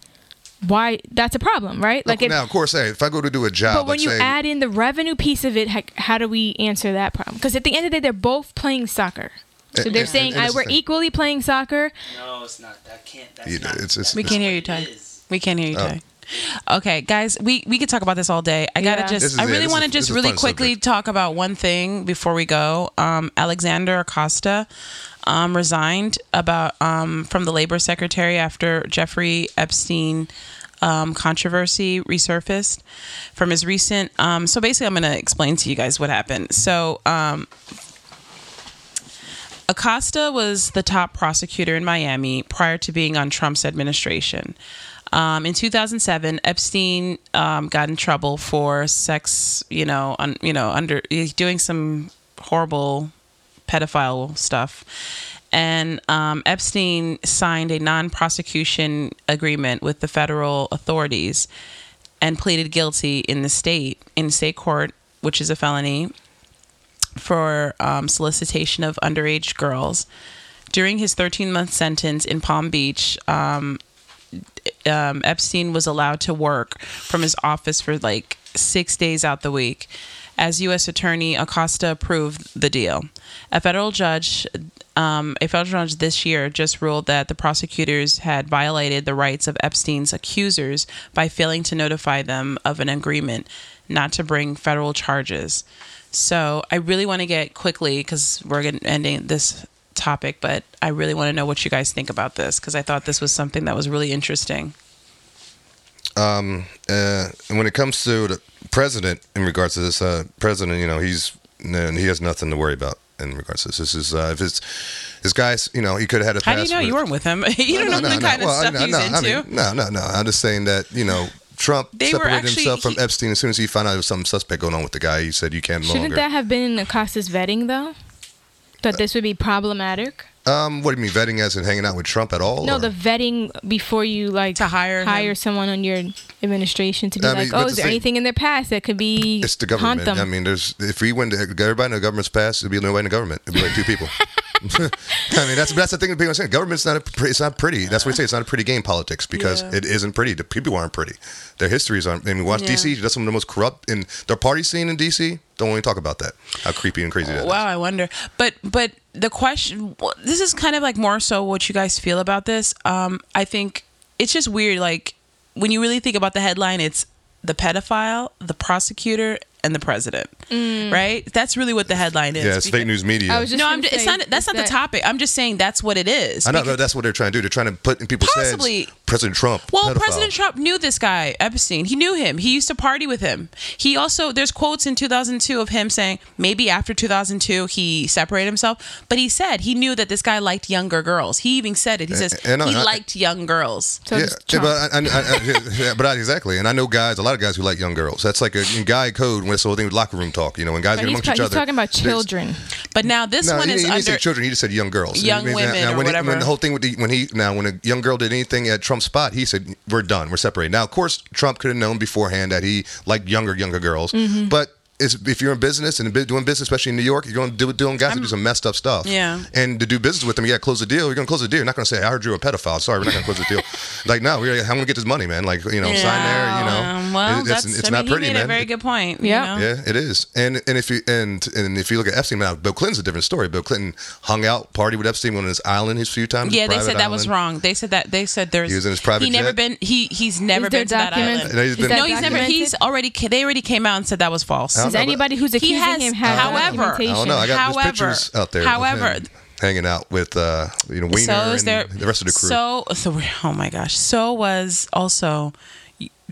[SPEAKER 3] why that's a problem, right? Like if
[SPEAKER 4] now, of course, hey, if I go to do a job,
[SPEAKER 3] but when
[SPEAKER 4] let's
[SPEAKER 3] you
[SPEAKER 4] say,
[SPEAKER 3] add in the revenue piece of it, heck, how do we answer that problem? Because at the end of the day, they're both playing soccer. So
[SPEAKER 4] And-
[SPEAKER 3] they're
[SPEAKER 4] and-
[SPEAKER 3] saying
[SPEAKER 4] and
[SPEAKER 3] I,
[SPEAKER 4] it's the
[SPEAKER 3] we're
[SPEAKER 4] thing.
[SPEAKER 3] equally playing soccer.
[SPEAKER 5] No, it's not. That can't. That's
[SPEAKER 4] you know, it's, it's,
[SPEAKER 2] We can't hear you, Ty. We can't hear you,
[SPEAKER 4] Oh.
[SPEAKER 2] Ty. Okay, guys, we, we could talk about this all day. I gotta
[SPEAKER 3] Yeah.
[SPEAKER 4] This is
[SPEAKER 2] just, I
[SPEAKER 4] it.
[SPEAKER 2] really
[SPEAKER 4] This
[SPEAKER 2] want to
[SPEAKER 4] is- this
[SPEAKER 2] just
[SPEAKER 4] is
[SPEAKER 2] really
[SPEAKER 4] fun
[SPEAKER 2] quickly
[SPEAKER 4] subject.
[SPEAKER 2] talk about one thing before we go. Um, Alexander Acosta um, resigned about um, from the labor secretary after Jeffrey Epstein um, controversy resurfaced from his recent. Um, so basically, I'm going to explain to you guys what happened. So um, Acosta was the top prosecutor in Miami prior to being on Trump's administration. Um, in 2007, Epstein um, got in trouble for sex, you know, un, you know, under doing some horrible pedophile stuff. And um, Epstein signed a non prosecution agreement with the federal authorities and pleaded guilty in the state, in state court, which is a felony, for um, solicitation of underage girls. During his 13 month sentence in Palm Beach, um, um, Epstein was allowed to work from his office for like six days out the week. As U.S. Attorney Acosta approved the deal, a federal judge, um, a federal judge this year just ruled that the prosecutors had violated the rights of Epstein's accusers by failing to notify them of an agreement not to bring federal charges. So I really want to get quickly because we're gonna- ending this topic, but I really want to know what you guys think about this because I thought this was something that was really interesting.
[SPEAKER 4] uh, and when it comes to the president in regards to this uh, president, you know, he's and he has nothing to worry about in regards to this. This is uh, if it's this guy's, you know, he could have had a.
[SPEAKER 2] How do you
[SPEAKER 4] past
[SPEAKER 2] know you
[SPEAKER 4] with-
[SPEAKER 2] weren't with him? you don't know the kind
[SPEAKER 4] Well,
[SPEAKER 2] of stuff
[SPEAKER 4] no,
[SPEAKER 2] he's
[SPEAKER 4] no, I
[SPEAKER 2] into.
[SPEAKER 4] mean, no, no, no. I'm just saying that you know Trump
[SPEAKER 2] They were
[SPEAKER 4] separated
[SPEAKER 2] actually-
[SPEAKER 4] himself from
[SPEAKER 2] he-
[SPEAKER 4] Epstein as soon as he found out there was something suspect going on with the guy. He said you can't no
[SPEAKER 3] Shouldn't
[SPEAKER 4] longer.
[SPEAKER 3] that have been in Acosta's vetting though? That this would be problematic.
[SPEAKER 4] um, what do you mean vetting as in hanging out with Trump at all?
[SPEAKER 3] No,
[SPEAKER 4] or-
[SPEAKER 3] the vetting before you like
[SPEAKER 2] To hire him.
[SPEAKER 3] someone on your administration to be
[SPEAKER 4] I mean,
[SPEAKER 3] like,
[SPEAKER 4] but
[SPEAKER 3] oh, is
[SPEAKER 4] the
[SPEAKER 3] there
[SPEAKER 4] thing-
[SPEAKER 3] anything in their past that could be
[SPEAKER 4] It's the
[SPEAKER 3] haunt
[SPEAKER 4] government.
[SPEAKER 3] them?
[SPEAKER 4] I mean, there's if we went to everybody in the government's past, it'd be nobody in the government. It'd be like two people. I mean, that's that's the thing that people are saying. Government's not a, pre- it's not pretty. That's what we say. It's not a pretty game politics because
[SPEAKER 2] Yeah.
[SPEAKER 4] it isn't pretty. The people aren't pretty. Their histories aren't. I mean, watch
[SPEAKER 2] Yeah.
[SPEAKER 4] DC. That's some of the most corrupt in their party scene in DC. Don't even talk about that. How creepy and crazy that is.
[SPEAKER 2] Wow, I wonder. But but the question well, this is kind of like more so what you guys feel about this. Um I think it's just weird like when you really think about the headline it's the pedophile, the prosecutor and the president. Right? That's really what the headline is.
[SPEAKER 4] Yeah, it's
[SPEAKER 2] because-
[SPEAKER 4] fake news media.
[SPEAKER 3] I was Mm. just
[SPEAKER 2] No,
[SPEAKER 3] gonna
[SPEAKER 2] I'm just, it's
[SPEAKER 3] say,
[SPEAKER 2] not that's
[SPEAKER 3] is
[SPEAKER 2] not the
[SPEAKER 3] that-
[SPEAKER 2] topic. I'm just saying that's what it is.
[SPEAKER 4] I know
[SPEAKER 2] because-
[SPEAKER 4] but that's what they're trying to do. They're trying to put in people's
[SPEAKER 2] Possibly.
[SPEAKER 4] heads. President Trump.
[SPEAKER 2] Well,
[SPEAKER 4] pedophile.
[SPEAKER 2] President Trump knew this guy Epstein. He knew him. He used to party with him. He also there's quotes in 2002 of him saying maybe after 2002 he separated himself, but he said he knew that this guy liked younger girls. He even said it. He says
[SPEAKER 4] and I-
[SPEAKER 2] he
[SPEAKER 4] I-
[SPEAKER 2] liked young girls.
[SPEAKER 3] So
[SPEAKER 4] yeah,
[SPEAKER 3] it's
[SPEAKER 4] yeah,
[SPEAKER 3] Trump.
[SPEAKER 4] but I, I, I, yeah, yeah, but I, exactly, and I know guys, a lot of guys who like young girls. That's like a guy code when it's the whole thing with locker room talk. You know, when guys
[SPEAKER 3] But
[SPEAKER 4] are
[SPEAKER 3] he's,
[SPEAKER 4] amongst
[SPEAKER 3] pro-
[SPEAKER 4] each
[SPEAKER 3] he's
[SPEAKER 4] other.
[SPEAKER 3] talking about
[SPEAKER 4] there's-
[SPEAKER 3] children.
[SPEAKER 2] But now this
[SPEAKER 4] No,
[SPEAKER 2] one
[SPEAKER 4] he,
[SPEAKER 2] is
[SPEAKER 4] he didn't
[SPEAKER 2] under
[SPEAKER 4] say children. He just said young girls.
[SPEAKER 2] Young
[SPEAKER 4] I mean,
[SPEAKER 2] women or
[SPEAKER 4] when, he-
[SPEAKER 2] whatever.
[SPEAKER 4] when the whole thing with the, when he now when a young girl did anything at Trump's spot, he said we're done, we're separated. Now, of course, Trump could have known beforehand that he liked younger younger girls,
[SPEAKER 2] Mm-hmm.
[SPEAKER 4] but. It's, if you're in business and bu- doing business, especially in New York, you're going to do doing guys that do some messed up stuff.
[SPEAKER 2] Yeah.
[SPEAKER 4] And to do business with them, you got to close the deal. You're going to close the deal. You're not going to say, "I heard you're a pedophile." Sorry, we're not going to close the deal. like, no, we're, I'm going to get this money, man. Like, you know, sign there. You know,
[SPEAKER 2] Um, well,
[SPEAKER 4] It-
[SPEAKER 2] that's
[SPEAKER 4] it's,
[SPEAKER 2] I
[SPEAKER 4] it's
[SPEAKER 2] mean,
[SPEAKER 4] not pretty,
[SPEAKER 2] he made
[SPEAKER 4] man.
[SPEAKER 2] a very good point. you
[SPEAKER 3] Yeah.
[SPEAKER 2] know?
[SPEAKER 4] Yeah, it is. And and if you and and if you look at Epstein now, Bill Clinton's a different story. Bill Clinton hung out, partied with Epstein on his island his few times. his
[SPEAKER 2] Yeah, they
[SPEAKER 4] private
[SPEAKER 2] said that was
[SPEAKER 4] island.
[SPEAKER 2] wrong. They said that they said there's
[SPEAKER 4] He was in his private
[SPEAKER 2] He never
[SPEAKER 4] jet?
[SPEAKER 2] been. He he's never
[SPEAKER 3] Is there
[SPEAKER 2] been to that
[SPEAKER 3] documents?
[SPEAKER 2] island.
[SPEAKER 4] And he's
[SPEAKER 3] Is
[SPEAKER 4] been-
[SPEAKER 3] that
[SPEAKER 2] No, he's never.
[SPEAKER 3] documented?
[SPEAKER 2] He's already. ca- They already came out and said that was false.
[SPEAKER 4] I
[SPEAKER 3] Does
[SPEAKER 4] don't know, but-
[SPEAKER 3] anybody who's accusing
[SPEAKER 2] has-
[SPEAKER 3] him have
[SPEAKER 2] however-
[SPEAKER 3] documentation?
[SPEAKER 4] I don't know. I got
[SPEAKER 2] However-
[SPEAKER 4] there's pictures out there. of
[SPEAKER 2] however-
[SPEAKER 4] him hanging out with uh, you know Wiener
[SPEAKER 2] so is
[SPEAKER 4] and
[SPEAKER 2] there
[SPEAKER 4] the rest of the crew.
[SPEAKER 2] So, so we- oh my gosh. So was also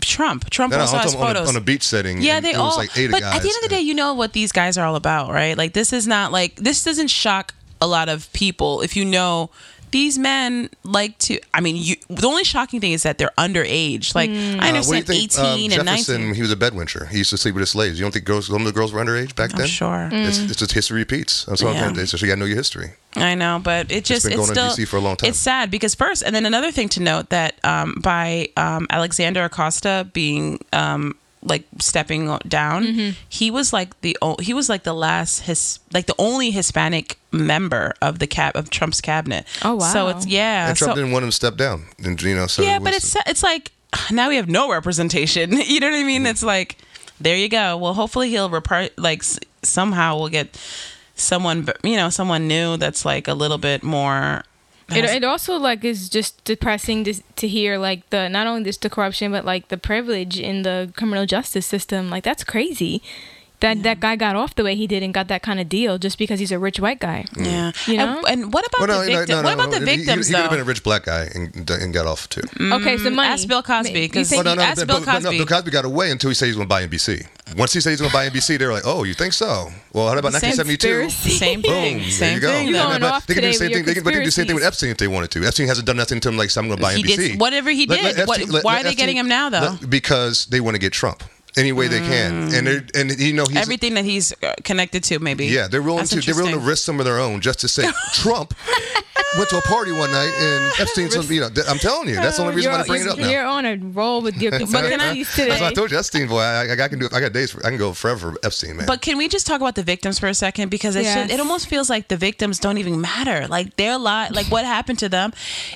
[SPEAKER 2] Trump. Trump
[SPEAKER 4] No, no, I'm
[SPEAKER 2] also has
[SPEAKER 4] talking on, a,
[SPEAKER 2] photos.
[SPEAKER 4] on a beach setting.
[SPEAKER 2] yeah,
[SPEAKER 4] and
[SPEAKER 2] they
[SPEAKER 4] it
[SPEAKER 2] all.
[SPEAKER 4] was like eight
[SPEAKER 2] but
[SPEAKER 4] guys. Uh,
[SPEAKER 2] at the end of the day, you know what these guys are all about, right? Like this is not like this doesn't shock a lot of people if you know. These men like to. I mean, you, the only shocking thing is that they're underage. Like I
[SPEAKER 4] Uh, what
[SPEAKER 2] understand,
[SPEAKER 4] do you think, um,
[SPEAKER 2] eighteen and
[SPEAKER 4] Jefferson,
[SPEAKER 2] nineteen.
[SPEAKER 4] he was a bedwincher. He used to sleep with his slaves. You don't think girls, some of the girls were underage back
[SPEAKER 2] I'm
[SPEAKER 4] then?
[SPEAKER 2] Oh, sure. Mm.
[SPEAKER 4] It's, it's just history repeats. That's what
[SPEAKER 2] Yeah.
[SPEAKER 4] I'm trying to say. So you got to know your history.
[SPEAKER 2] I know, but it just
[SPEAKER 4] been
[SPEAKER 2] it's
[SPEAKER 4] going on
[SPEAKER 2] still
[SPEAKER 4] DC for a long time.
[SPEAKER 2] It's sad because first, and then another thing to note that um, by um, Alexander Acosta being um, like stepping down,
[SPEAKER 3] Mm-hmm.
[SPEAKER 2] he was like the o- he was like the last his like the only Hispanic member of the cab of Trump's cabinet.
[SPEAKER 3] Oh, wow.
[SPEAKER 2] So it's yeah.
[SPEAKER 4] And Trump
[SPEAKER 2] so,
[SPEAKER 4] didn't want him to step down. And, you know, so
[SPEAKER 2] yeah,
[SPEAKER 4] it
[SPEAKER 2] but
[SPEAKER 4] was-
[SPEAKER 2] it's it's like now we have no representation. You know what I
[SPEAKER 4] Mm.
[SPEAKER 2] mean? It's like, there you go. Well, hopefully he'll repart like s- somehow we'll get someone, b- you know, someone new that's like a little bit more.
[SPEAKER 3] It, it also like is just depressing to, to hear like the not only just the corruption but like the privilege in the criminal justice system like that's crazy that that guy got off the way he did and got that kind of deal just because he's a rich white guy
[SPEAKER 2] yeah. And-
[SPEAKER 3] You know?
[SPEAKER 2] And, what about the victim? what about the
[SPEAKER 4] He-
[SPEAKER 2] victims
[SPEAKER 4] He, could
[SPEAKER 2] though?
[SPEAKER 4] have been a rich black guy and, and got off too.
[SPEAKER 3] okay so money
[SPEAKER 2] Mm-hmm. ask Bill Cosby,
[SPEAKER 3] Ma- you
[SPEAKER 2] 'cause-
[SPEAKER 3] think-
[SPEAKER 2] Well, no, asked
[SPEAKER 4] but,
[SPEAKER 2] Bill
[SPEAKER 4] but- but
[SPEAKER 2] Cosby.
[SPEAKER 4] no, Bill Cosby got away until he said he was going to buy NBC. Once he said he's going to buy NBC, they were like, "Oh, you think so? Well, how about
[SPEAKER 2] Same
[SPEAKER 4] 1972?"
[SPEAKER 3] conspiracy.
[SPEAKER 2] Same thing.
[SPEAKER 4] Boom! there
[SPEAKER 2] Same
[SPEAKER 4] you go.
[SPEAKER 2] thing.
[SPEAKER 3] You
[SPEAKER 4] Yeah,
[SPEAKER 3] going
[SPEAKER 4] but
[SPEAKER 3] off
[SPEAKER 4] they can do the
[SPEAKER 3] today with
[SPEAKER 4] same
[SPEAKER 3] your
[SPEAKER 4] thing. They can, but they do the same thing with
[SPEAKER 3] conspiracies.
[SPEAKER 4] Epstein if they wanted to. Epstein hasn't done nothing to him like, so I'm going to buy
[SPEAKER 2] He
[SPEAKER 4] NBC.
[SPEAKER 2] did- whatever he did, what- why are they getting him now, though?
[SPEAKER 4] because they want to get Trump any way they can, and they're-
[SPEAKER 2] Mm.
[SPEAKER 4] and you know he's
[SPEAKER 2] Everything that he's uh, connected to, maybe.
[SPEAKER 4] yeah, they're willing
[SPEAKER 2] That's
[SPEAKER 4] to they're willing to
[SPEAKER 2] interesting.
[SPEAKER 4] risk some of their own just to say Trump went to a party one night and Epstein. Some, you know, th- I'm telling you, that's the
[SPEAKER 2] Oh,
[SPEAKER 4] only reason why
[SPEAKER 3] you're,
[SPEAKER 4] I bring it up now.
[SPEAKER 3] you're on a roll with your conspiracies today
[SPEAKER 4] That's why I told you Epstein boy. I, I, I can do. I got days. For, I can go forever for Epstein man.
[SPEAKER 2] But can we just talk about the victims for a second? Because it, should,
[SPEAKER 3] Yes.
[SPEAKER 2] it almost feels like the victims don't even matter. Like their lot, like what happened to them,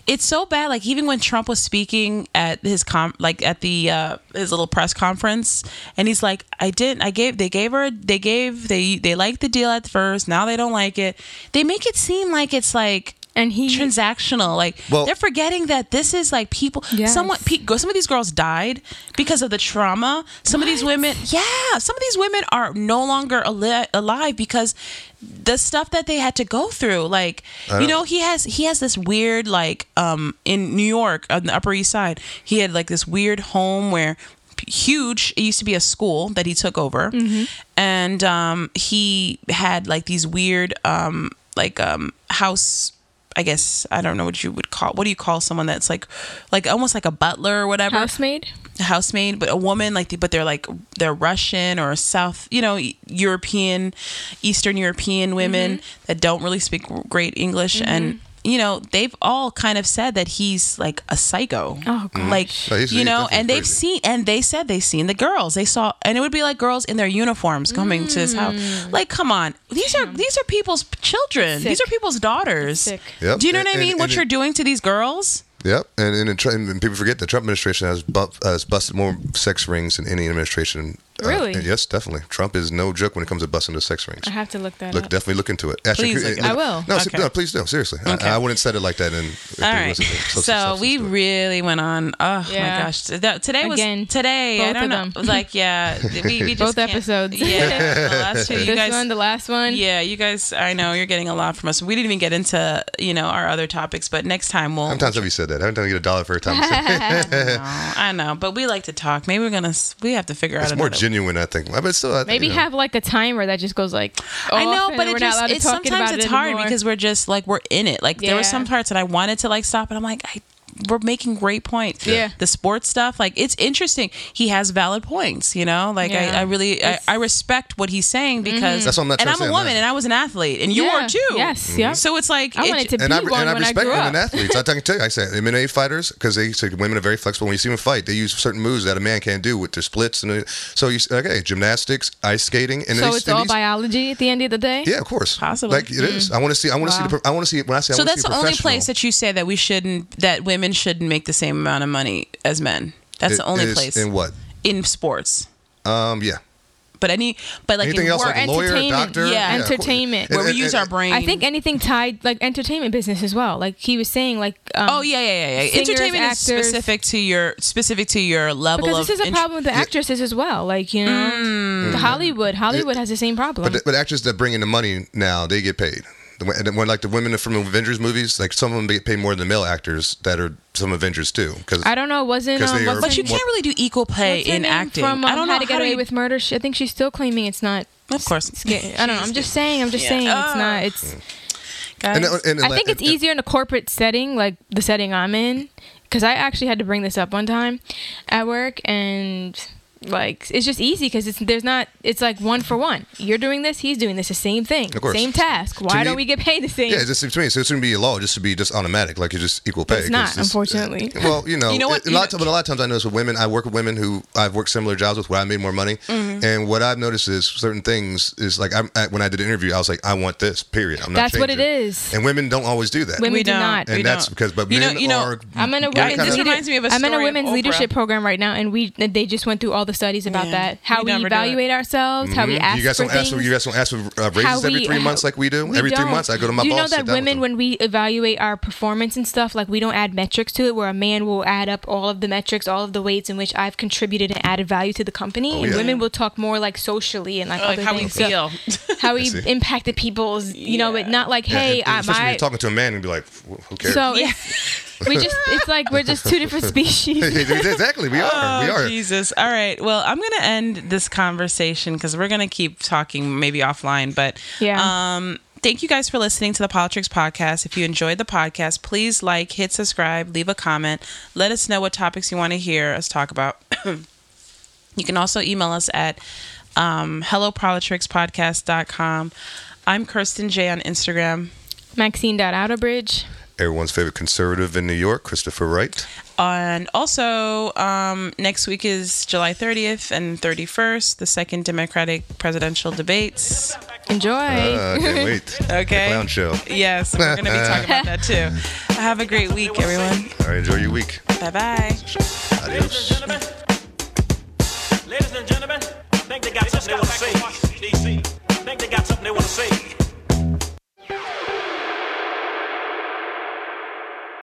[SPEAKER 2] it's so bad. Like even when Trump was speaking at his com, like at the uh, his little press conference, and he's like, "I didn't. I gave. They gave her. They gave. They they liked the deal at first. Now they don't like it. They make it seem like it's like."
[SPEAKER 3] and he
[SPEAKER 2] transactional. Like
[SPEAKER 4] Well-
[SPEAKER 2] they're forgetting that this is like people.
[SPEAKER 3] Yes.
[SPEAKER 2] Someone, pe- go. Some of these girls died because of the trauma. Some of these women, yeah, some of these women are no longer ali- alive because the stuff that they had to go through. Like you know, he has he has this weird like um in New York on the Upper East Side, he had like this weird home where p- huge it used to be a school that he took over
[SPEAKER 3] Mm-hmm.
[SPEAKER 2] and um he had like these weird um like um house I guess I don't know what you would call. What do you call someone that's like, like almost like a butler or whatever,
[SPEAKER 3] housemaid
[SPEAKER 2] housemaid, but a woman like, but they're like they're Russian or South, you know, European, Eastern European women
[SPEAKER 3] Mm-hmm.
[SPEAKER 2] that don't really speak great English, and you know they've all kind of said that he's like a psycho,
[SPEAKER 3] Oh, gosh.
[SPEAKER 2] like
[SPEAKER 4] No, Mm-hmm. he's-
[SPEAKER 2] you know,
[SPEAKER 4] he's definitely
[SPEAKER 2] and they've
[SPEAKER 4] crazy.
[SPEAKER 2] seen and they said they seen the girls they saw, and it would be like girls in their uniforms coming to his house, like come on, these are these are people's children, these
[SPEAKER 3] Mm. Sick.
[SPEAKER 2] are people's daughters.
[SPEAKER 3] Sick.
[SPEAKER 4] Yep.
[SPEAKER 2] Do you know
[SPEAKER 4] And-
[SPEAKER 2] what I
[SPEAKER 4] and-
[SPEAKER 2] mean? what
[SPEAKER 4] and
[SPEAKER 2] you're
[SPEAKER 4] it-
[SPEAKER 2] doing to these girls?
[SPEAKER 4] Yep, and and, and, and people forget the Trump administration has, bu- has busted more sex rings than any administration. Uh,
[SPEAKER 3] Really?
[SPEAKER 4] and yes, definitely. Trump is no joke when it comes to busting the sex rings.
[SPEAKER 3] I have to look that
[SPEAKER 4] Look,
[SPEAKER 3] up
[SPEAKER 4] definitely look into it. Actually,
[SPEAKER 2] Please
[SPEAKER 4] if you-
[SPEAKER 2] look
[SPEAKER 3] it up.
[SPEAKER 4] No,
[SPEAKER 2] I will.
[SPEAKER 4] se-
[SPEAKER 2] Okay.
[SPEAKER 4] no, please do. Seriously,
[SPEAKER 2] Okay.
[SPEAKER 4] I, I wouldn't said it like that. And if
[SPEAKER 2] All
[SPEAKER 4] there
[SPEAKER 2] right.
[SPEAKER 4] wasn't substance-
[SPEAKER 2] So
[SPEAKER 4] substance
[SPEAKER 2] we
[SPEAKER 4] to it.
[SPEAKER 2] really went on. Oh my
[SPEAKER 3] Yeah.
[SPEAKER 2] gosh. That- today was
[SPEAKER 3] Again,
[SPEAKER 2] today. I
[SPEAKER 3] both
[SPEAKER 2] don't
[SPEAKER 3] of
[SPEAKER 2] know.
[SPEAKER 3] them.
[SPEAKER 2] It was like yeah, we, we just
[SPEAKER 3] Both
[SPEAKER 2] can't-
[SPEAKER 3] episodes.
[SPEAKER 2] Yeah, the last two. You
[SPEAKER 3] this
[SPEAKER 2] guys.
[SPEAKER 3] one the last one
[SPEAKER 2] yeah, you guys. I know you're getting a lot from us. We didn't even get into you know our other topics, but next time we'll.
[SPEAKER 4] How many times have you said that? How many times you get a dollar for a time?
[SPEAKER 2] I know, but we like to talk. Maybe we're gonna. s- We have to figure
[SPEAKER 4] it's
[SPEAKER 2] out.
[SPEAKER 4] more
[SPEAKER 2] another-
[SPEAKER 4] genuine, I think. But still, I,
[SPEAKER 3] Maybe
[SPEAKER 4] you know,
[SPEAKER 3] have like a timer that just goes like.
[SPEAKER 2] I
[SPEAKER 3] off
[SPEAKER 2] know,
[SPEAKER 3] and
[SPEAKER 2] but
[SPEAKER 3] we're
[SPEAKER 2] it
[SPEAKER 3] not
[SPEAKER 2] just
[SPEAKER 3] allowed to
[SPEAKER 2] it's
[SPEAKER 3] talk about
[SPEAKER 2] sometimes
[SPEAKER 3] it
[SPEAKER 2] it's hard
[SPEAKER 3] anymore.
[SPEAKER 2] because we're just like we're in it. Like there were some
[SPEAKER 3] Yeah.
[SPEAKER 2] parts that I wanted to like stop, and I'm like, I we're making great points.
[SPEAKER 3] Yeah.
[SPEAKER 2] the sports stuff, like it's interesting. He has valid points, you know. Like
[SPEAKER 3] Yeah. Mm-hmm.
[SPEAKER 2] I, I really I, I respect what he's saying because
[SPEAKER 4] That's what I'm not
[SPEAKER 2] and
[SPEAKER 4] trying
[SPEAKER 2] I'm
[SPEAKER 4] to
[SPEAKER 2] a
[SPEAKER 4] say,
[SPEAKER 2] woman,
[SPEAKER 4] man.
[SPEAKER 2] and I was an athlete, and you
[SPEAKER 3] Yeah.
[SPEAKER 2] are too.
[SPEAKER 3] Yes,
[SPEAKER 4] Mm-hmm.
[SPEAKER 3] yeah.
[SPEAKER 2] So it's like
[SPEAKER 3] I
[SPEAKER 2] it-
[SPEAKER 3] wanted to be
[SPEAKER 4] and I,
[SPEAKER 3] one
[SPEAKER 4] and I
[SPEAKER 3] when I
[SPEAKER 4] respect
[SPEAKER 3] grew
[SPEAKER 4] women
[SPEAKER 3] up.
[SPEAKER 4] athletes. I can tell you, I say MMA fighters because they say women are very flexible. When you see them fight, they use certain moves that a man can't do with their splits and uh, so you s- okay, gymnastics, ice skating, and
[SPEAKER 3] So
[SPEAKER 4] these-
[SPEAKER 3] it's
[SPEAKER 4] and
[SPEAKER 3] all
[SPEAKER 4] these-
[SPEAKER 3] biology at the end of the day.
[SPEAKER 4] Yeah, of course,
[SPEAKER 2] Possibly.
[SPEAKER 4] Like it is. I want to see. I want to see. The,
[SPEAKER 3] Wow.
[SPEAKER 4] pro- I want to see when I say.
[SPEAKER 2] Mm.
[SPEAKER 4] I
[SPEAKER 2] So
[SPEAKER 4] wanna
[SPEAKER 2] that's
[SPEAKER 4] see a
[SPEAKER 2] the only
[SPEAKER 4] professional,
[SPEAKER 2] place that you say that we shouldn't that women shouldn't make the same amount of money as men. That's
[SPEAKER 4] it
[SPEAKER 2] the only
[SPEAKER 4] is
[SPEAKER 2] place
[SPEAKER 4] In what?
[SPEAKER 2] in sports.
[SPEAKER 4] Um, yeah.
[SPEAKER 2] But any but like
[SPEAKER 4] Anything
[SPEAKER 2] in
[SPEAKER 4] else
[SPEAKER 2] work,
[SPEAKER 4] like a lawyer,
[SPEAKER 3] entertainment.
[SPEAKER 4] doctor?
[SPEAKER 2] Yeah.
[SPEAKER 4] of course.
[SPEAKER 3] Entertainment.
[SPEAKER 4] And-
[SPEAKER 2] where we
[SPEAKER 4] and-
[SPEAKER 2] use
[SPEAKER 4] and-
[SPEAKER 2] our brain.
[SPEAKER 3] I think anything tied like entertainment business as well. Like he was saying, like um,
[SPEAKER 2] Oh yeah, yeah, yeah. yeah.
[SPEAKER 3] singers,
[SPEAKER 2] Entertainment
[SPEAKER 3] actors.
[SPEAKER 2] is specific to your specific to your level
[SPEAKER 3] because
[SPEAKER 2] of.
[SPEAKER 3] this is a
[SPEAKER 2] int-
[SPEAKER 3] problem with the actresses as well. Like
[SPEAKER 2] Mm.
[SPEAKER 3] you know, the Hollywood, Hollywood has the same problem.
[SPEAKER 4] Mm-hmm. But, the- but actors that bring in the money now, they get paid. The wo- and When like the women from Avengers movies, like some of them get paid more than male actors that are some Avengers too. Because
[SPEAKER 3] I don't know. Wasn't
[SPEAKER 4] 'Cause
[SPEAKER 3] um,
[SPEAKER 4] they are-
[SPEAKER 3] what's
[SPEAKER 2] But
[SPEAKER 3] her
[SPEAKER 2] you
[SPEAKER 3] name-
[SPEAKER 2] can't really do equal pay
[SPEAKER 3] what's her
[SPEAKER 2] in
[SPEAKER 3] name
[SPEAKER 2] acting.
[SPEAKER 3] From,
[SPEAKER 2] I
[SPEAKER 3] um,
[SPEAKER 2] don't know
[SPEAKER 3] how to get
[SPEAKER 2] do
[SPEAKER 3] away
[SPEAKER 2] you-
[SPEAKER 3] with murder. She- I think she's still claiming it's not.
[SPEAKER 2] Of course,
[SPEAKER 3] it's get- I don't know. I'm just saying. I'm just saying it's
[SPEAKER 2] Oh.
[SPEAKER 3] not. It's.
[SPEAKER 2] Guys,
[SPEAKER 4] and, uh, and, and-
[SPEAKER 3] I think it's
[SPEAKER 4] and-
[SPEAKER 3] easier in a corporate setting, like the setting I'm in, because I actually had to bring this up one time at work, and like it's just easy because it's there's not it's like one for one. You're doing this, he's doing this, the same thing,
[SPEAKER 4] Of course.
[SPEAKER 3] same task. Why
[SPEAKER 4] me-
[SPEAKER 3] don't we get paid the same?
[SPEAKER 4] Yeah, it's just between. So it shouldn't be a law. It just should be just automatic, like it's just equal pay.
[SPEAKER 3] it's
[SPEAKER 4] 'cause
[SPEAKER 3] not, unfortunately.
[SPEAKER 4] Well, you know,
[SPEAKER 2] You know what?
[SPEAKER 4] A,
[SPEAKER 2] You
[SPEAKER 4] lot
[SPEAKER 2] know-
[SPEAKER 4] of, but a lot of times I notice with women, I work with women who I've worked similar jobs with where I made more money,
[SPEAKER 3] Mm-hmm.
[SPEAKER 4] and what I've noticed is certain things is like I'm, I, when I did an interview, I was like, I want this. Period. I'm not.
[SPEAKER 3] That's what it
[SPEAKER 4] changing.
[SPEAKER 3] is.
[SPEAKER 4] And women don't always do that.
[SPEAKER 3] Women
[SPEAKER 2] We
[SPEAKER 3] do
[SPEAKER 2] don't.
[SPEAKER 3] not.
[SPEAKER 4] and
[SPEAKER 2] we
[SPEAKER 4] that's
[SPEAKER 2] don't.
[SPEAKER 4] because, but
[SPEAKER 2] You know-
[SPEAKER 4] men
[SPEAKER 2] you know,
[SPEAKER 4] are.
[SPEAKER 3] I'm in a
[SPEAKER 4] Yeah, I
[SPEAKER 3] women's
[SPEAKER 4] kinda-
[SPEAKER 2] This
[SPEAKER 3] leader-
[SPEAKER 2] reminds me of a
[SPEAKER 3] I'm in a
[SPEAKER 2] story of
[SPEAKER 3] women's
[SPEAKER 2] Oprah.
[SPEAKER 3] leadership program right now, and we they just went through all the studies about
[SPEAKER 2] Yeah.
[SPEAKER 3] that. How
[SPEAKER 2] We
[SPEAKER 3] we,
[SPEAKER 2] never do it.
[SPEAKER 3] evaluate ourselves, how we
[SPEAKER 4] Mhm.
[SPEAKER 3] ask
[SPEAKER 4] you guys
[SPEAKER 3] for
[SPEAKER 4] don't
[SPEAKER 3] things.
[SPEAKER 4] ask. You guys don't ask for uh,
[SPEAKER 3] how
[SPEAKER 4] raises every
[SPEAKER 3] we-
[SPEAKER 4] three
[SPEAKER 3] how-
[SPEAKER 4] months like we do.
[SPEAKER 3] we
[SPEAKER 4] every
[SPEAKER 3] don't.
[SPEAKER 4] three months, I go to my
[SPEAKER 3] you
[SPEAKER 4] boss.
[SPEAKER 3] know
[SPEAKER 4] sit
[SPEAKER 3] that
[SPEAKER 4] down with
[SPEAKER 3] women,
[SPEAKER 4] them.
[SPEAKER 3] when we evaluate our performance and stuff, like we don't add metrics to it, where a man will add up all of the metrics, all of the ways in which I've contributed and added value to the company, and
[SPEAKER 4] Oh, yeah.
[SPEAKER 3] women will talk more like socially and like,
[SPEAKER 2] Like
[SPEAKER 3] other
[SPEAKER 2] how we
[SPEAKER 3] things. So
[SPEAKER 2] feel.
[SPEAKER 3] how we
[SPEAKER 4] see.
[SPEAKER 3] impacted people's, you know, but not like,
[SPEAKER 4] Yeah,
[SPEAKER 3] hey,
[SPEAKER 4] and- and
[SPEAKER 3] I,
[SPEAKER 4] especially when
[SPEAKER 3] my,
[SPEAKER 4] you're talking to a man and be like, who cares?
[SPEAKER 3] so it's, we just, it's like we're just two different species.
[SPEAKER 4] exactly, we are. we
[SPEAKER 2] Oh,
[SPEAKER 4] are.
[SPEAKER 2] Jesus. All right. Well, I'm going to end this conversation because we're going to keep talking maybe offline. But
[SPEAKER 3] Yeah.
[SPEAKER 2] um, thank you guys for listening to the Politics Podcast. If you enjoyed the podcast, please like, hit subscribe, leave a comment. Let us know what topics you want to hear us talk about. you can also email us at um, hellopolitricspodcast.com. I'm Kirsten J on Instagram.
[SPEAKER 3] Maxine.outerbridge.
[SPEAKER 4] Everyone's favorite conservative in New York, Christopher Wright.
[SPEAKER 2] And also, um, next week is July 30th and 31st, the second Democratic presidential debates.
[SPEAKER 3] Enjoy.
[SPEAKER 4] Uh, can't wait.
[SPEAKER 2] Okay.
[SPEAKER 4] The clown show.
[SPEAKER 2] Yes, we're going to be talking about that too. Have a great week, everyone.
[SPEAKER 4] All right, enjoy your week.
[SPEAKER 2] Bye bye.
[SPEAKER 4] Adios.
[SPEAKER 1] Ladies and gentlemen, ladies and gentlemen, I think they got something they want to say. DC, I think they got something they want to say.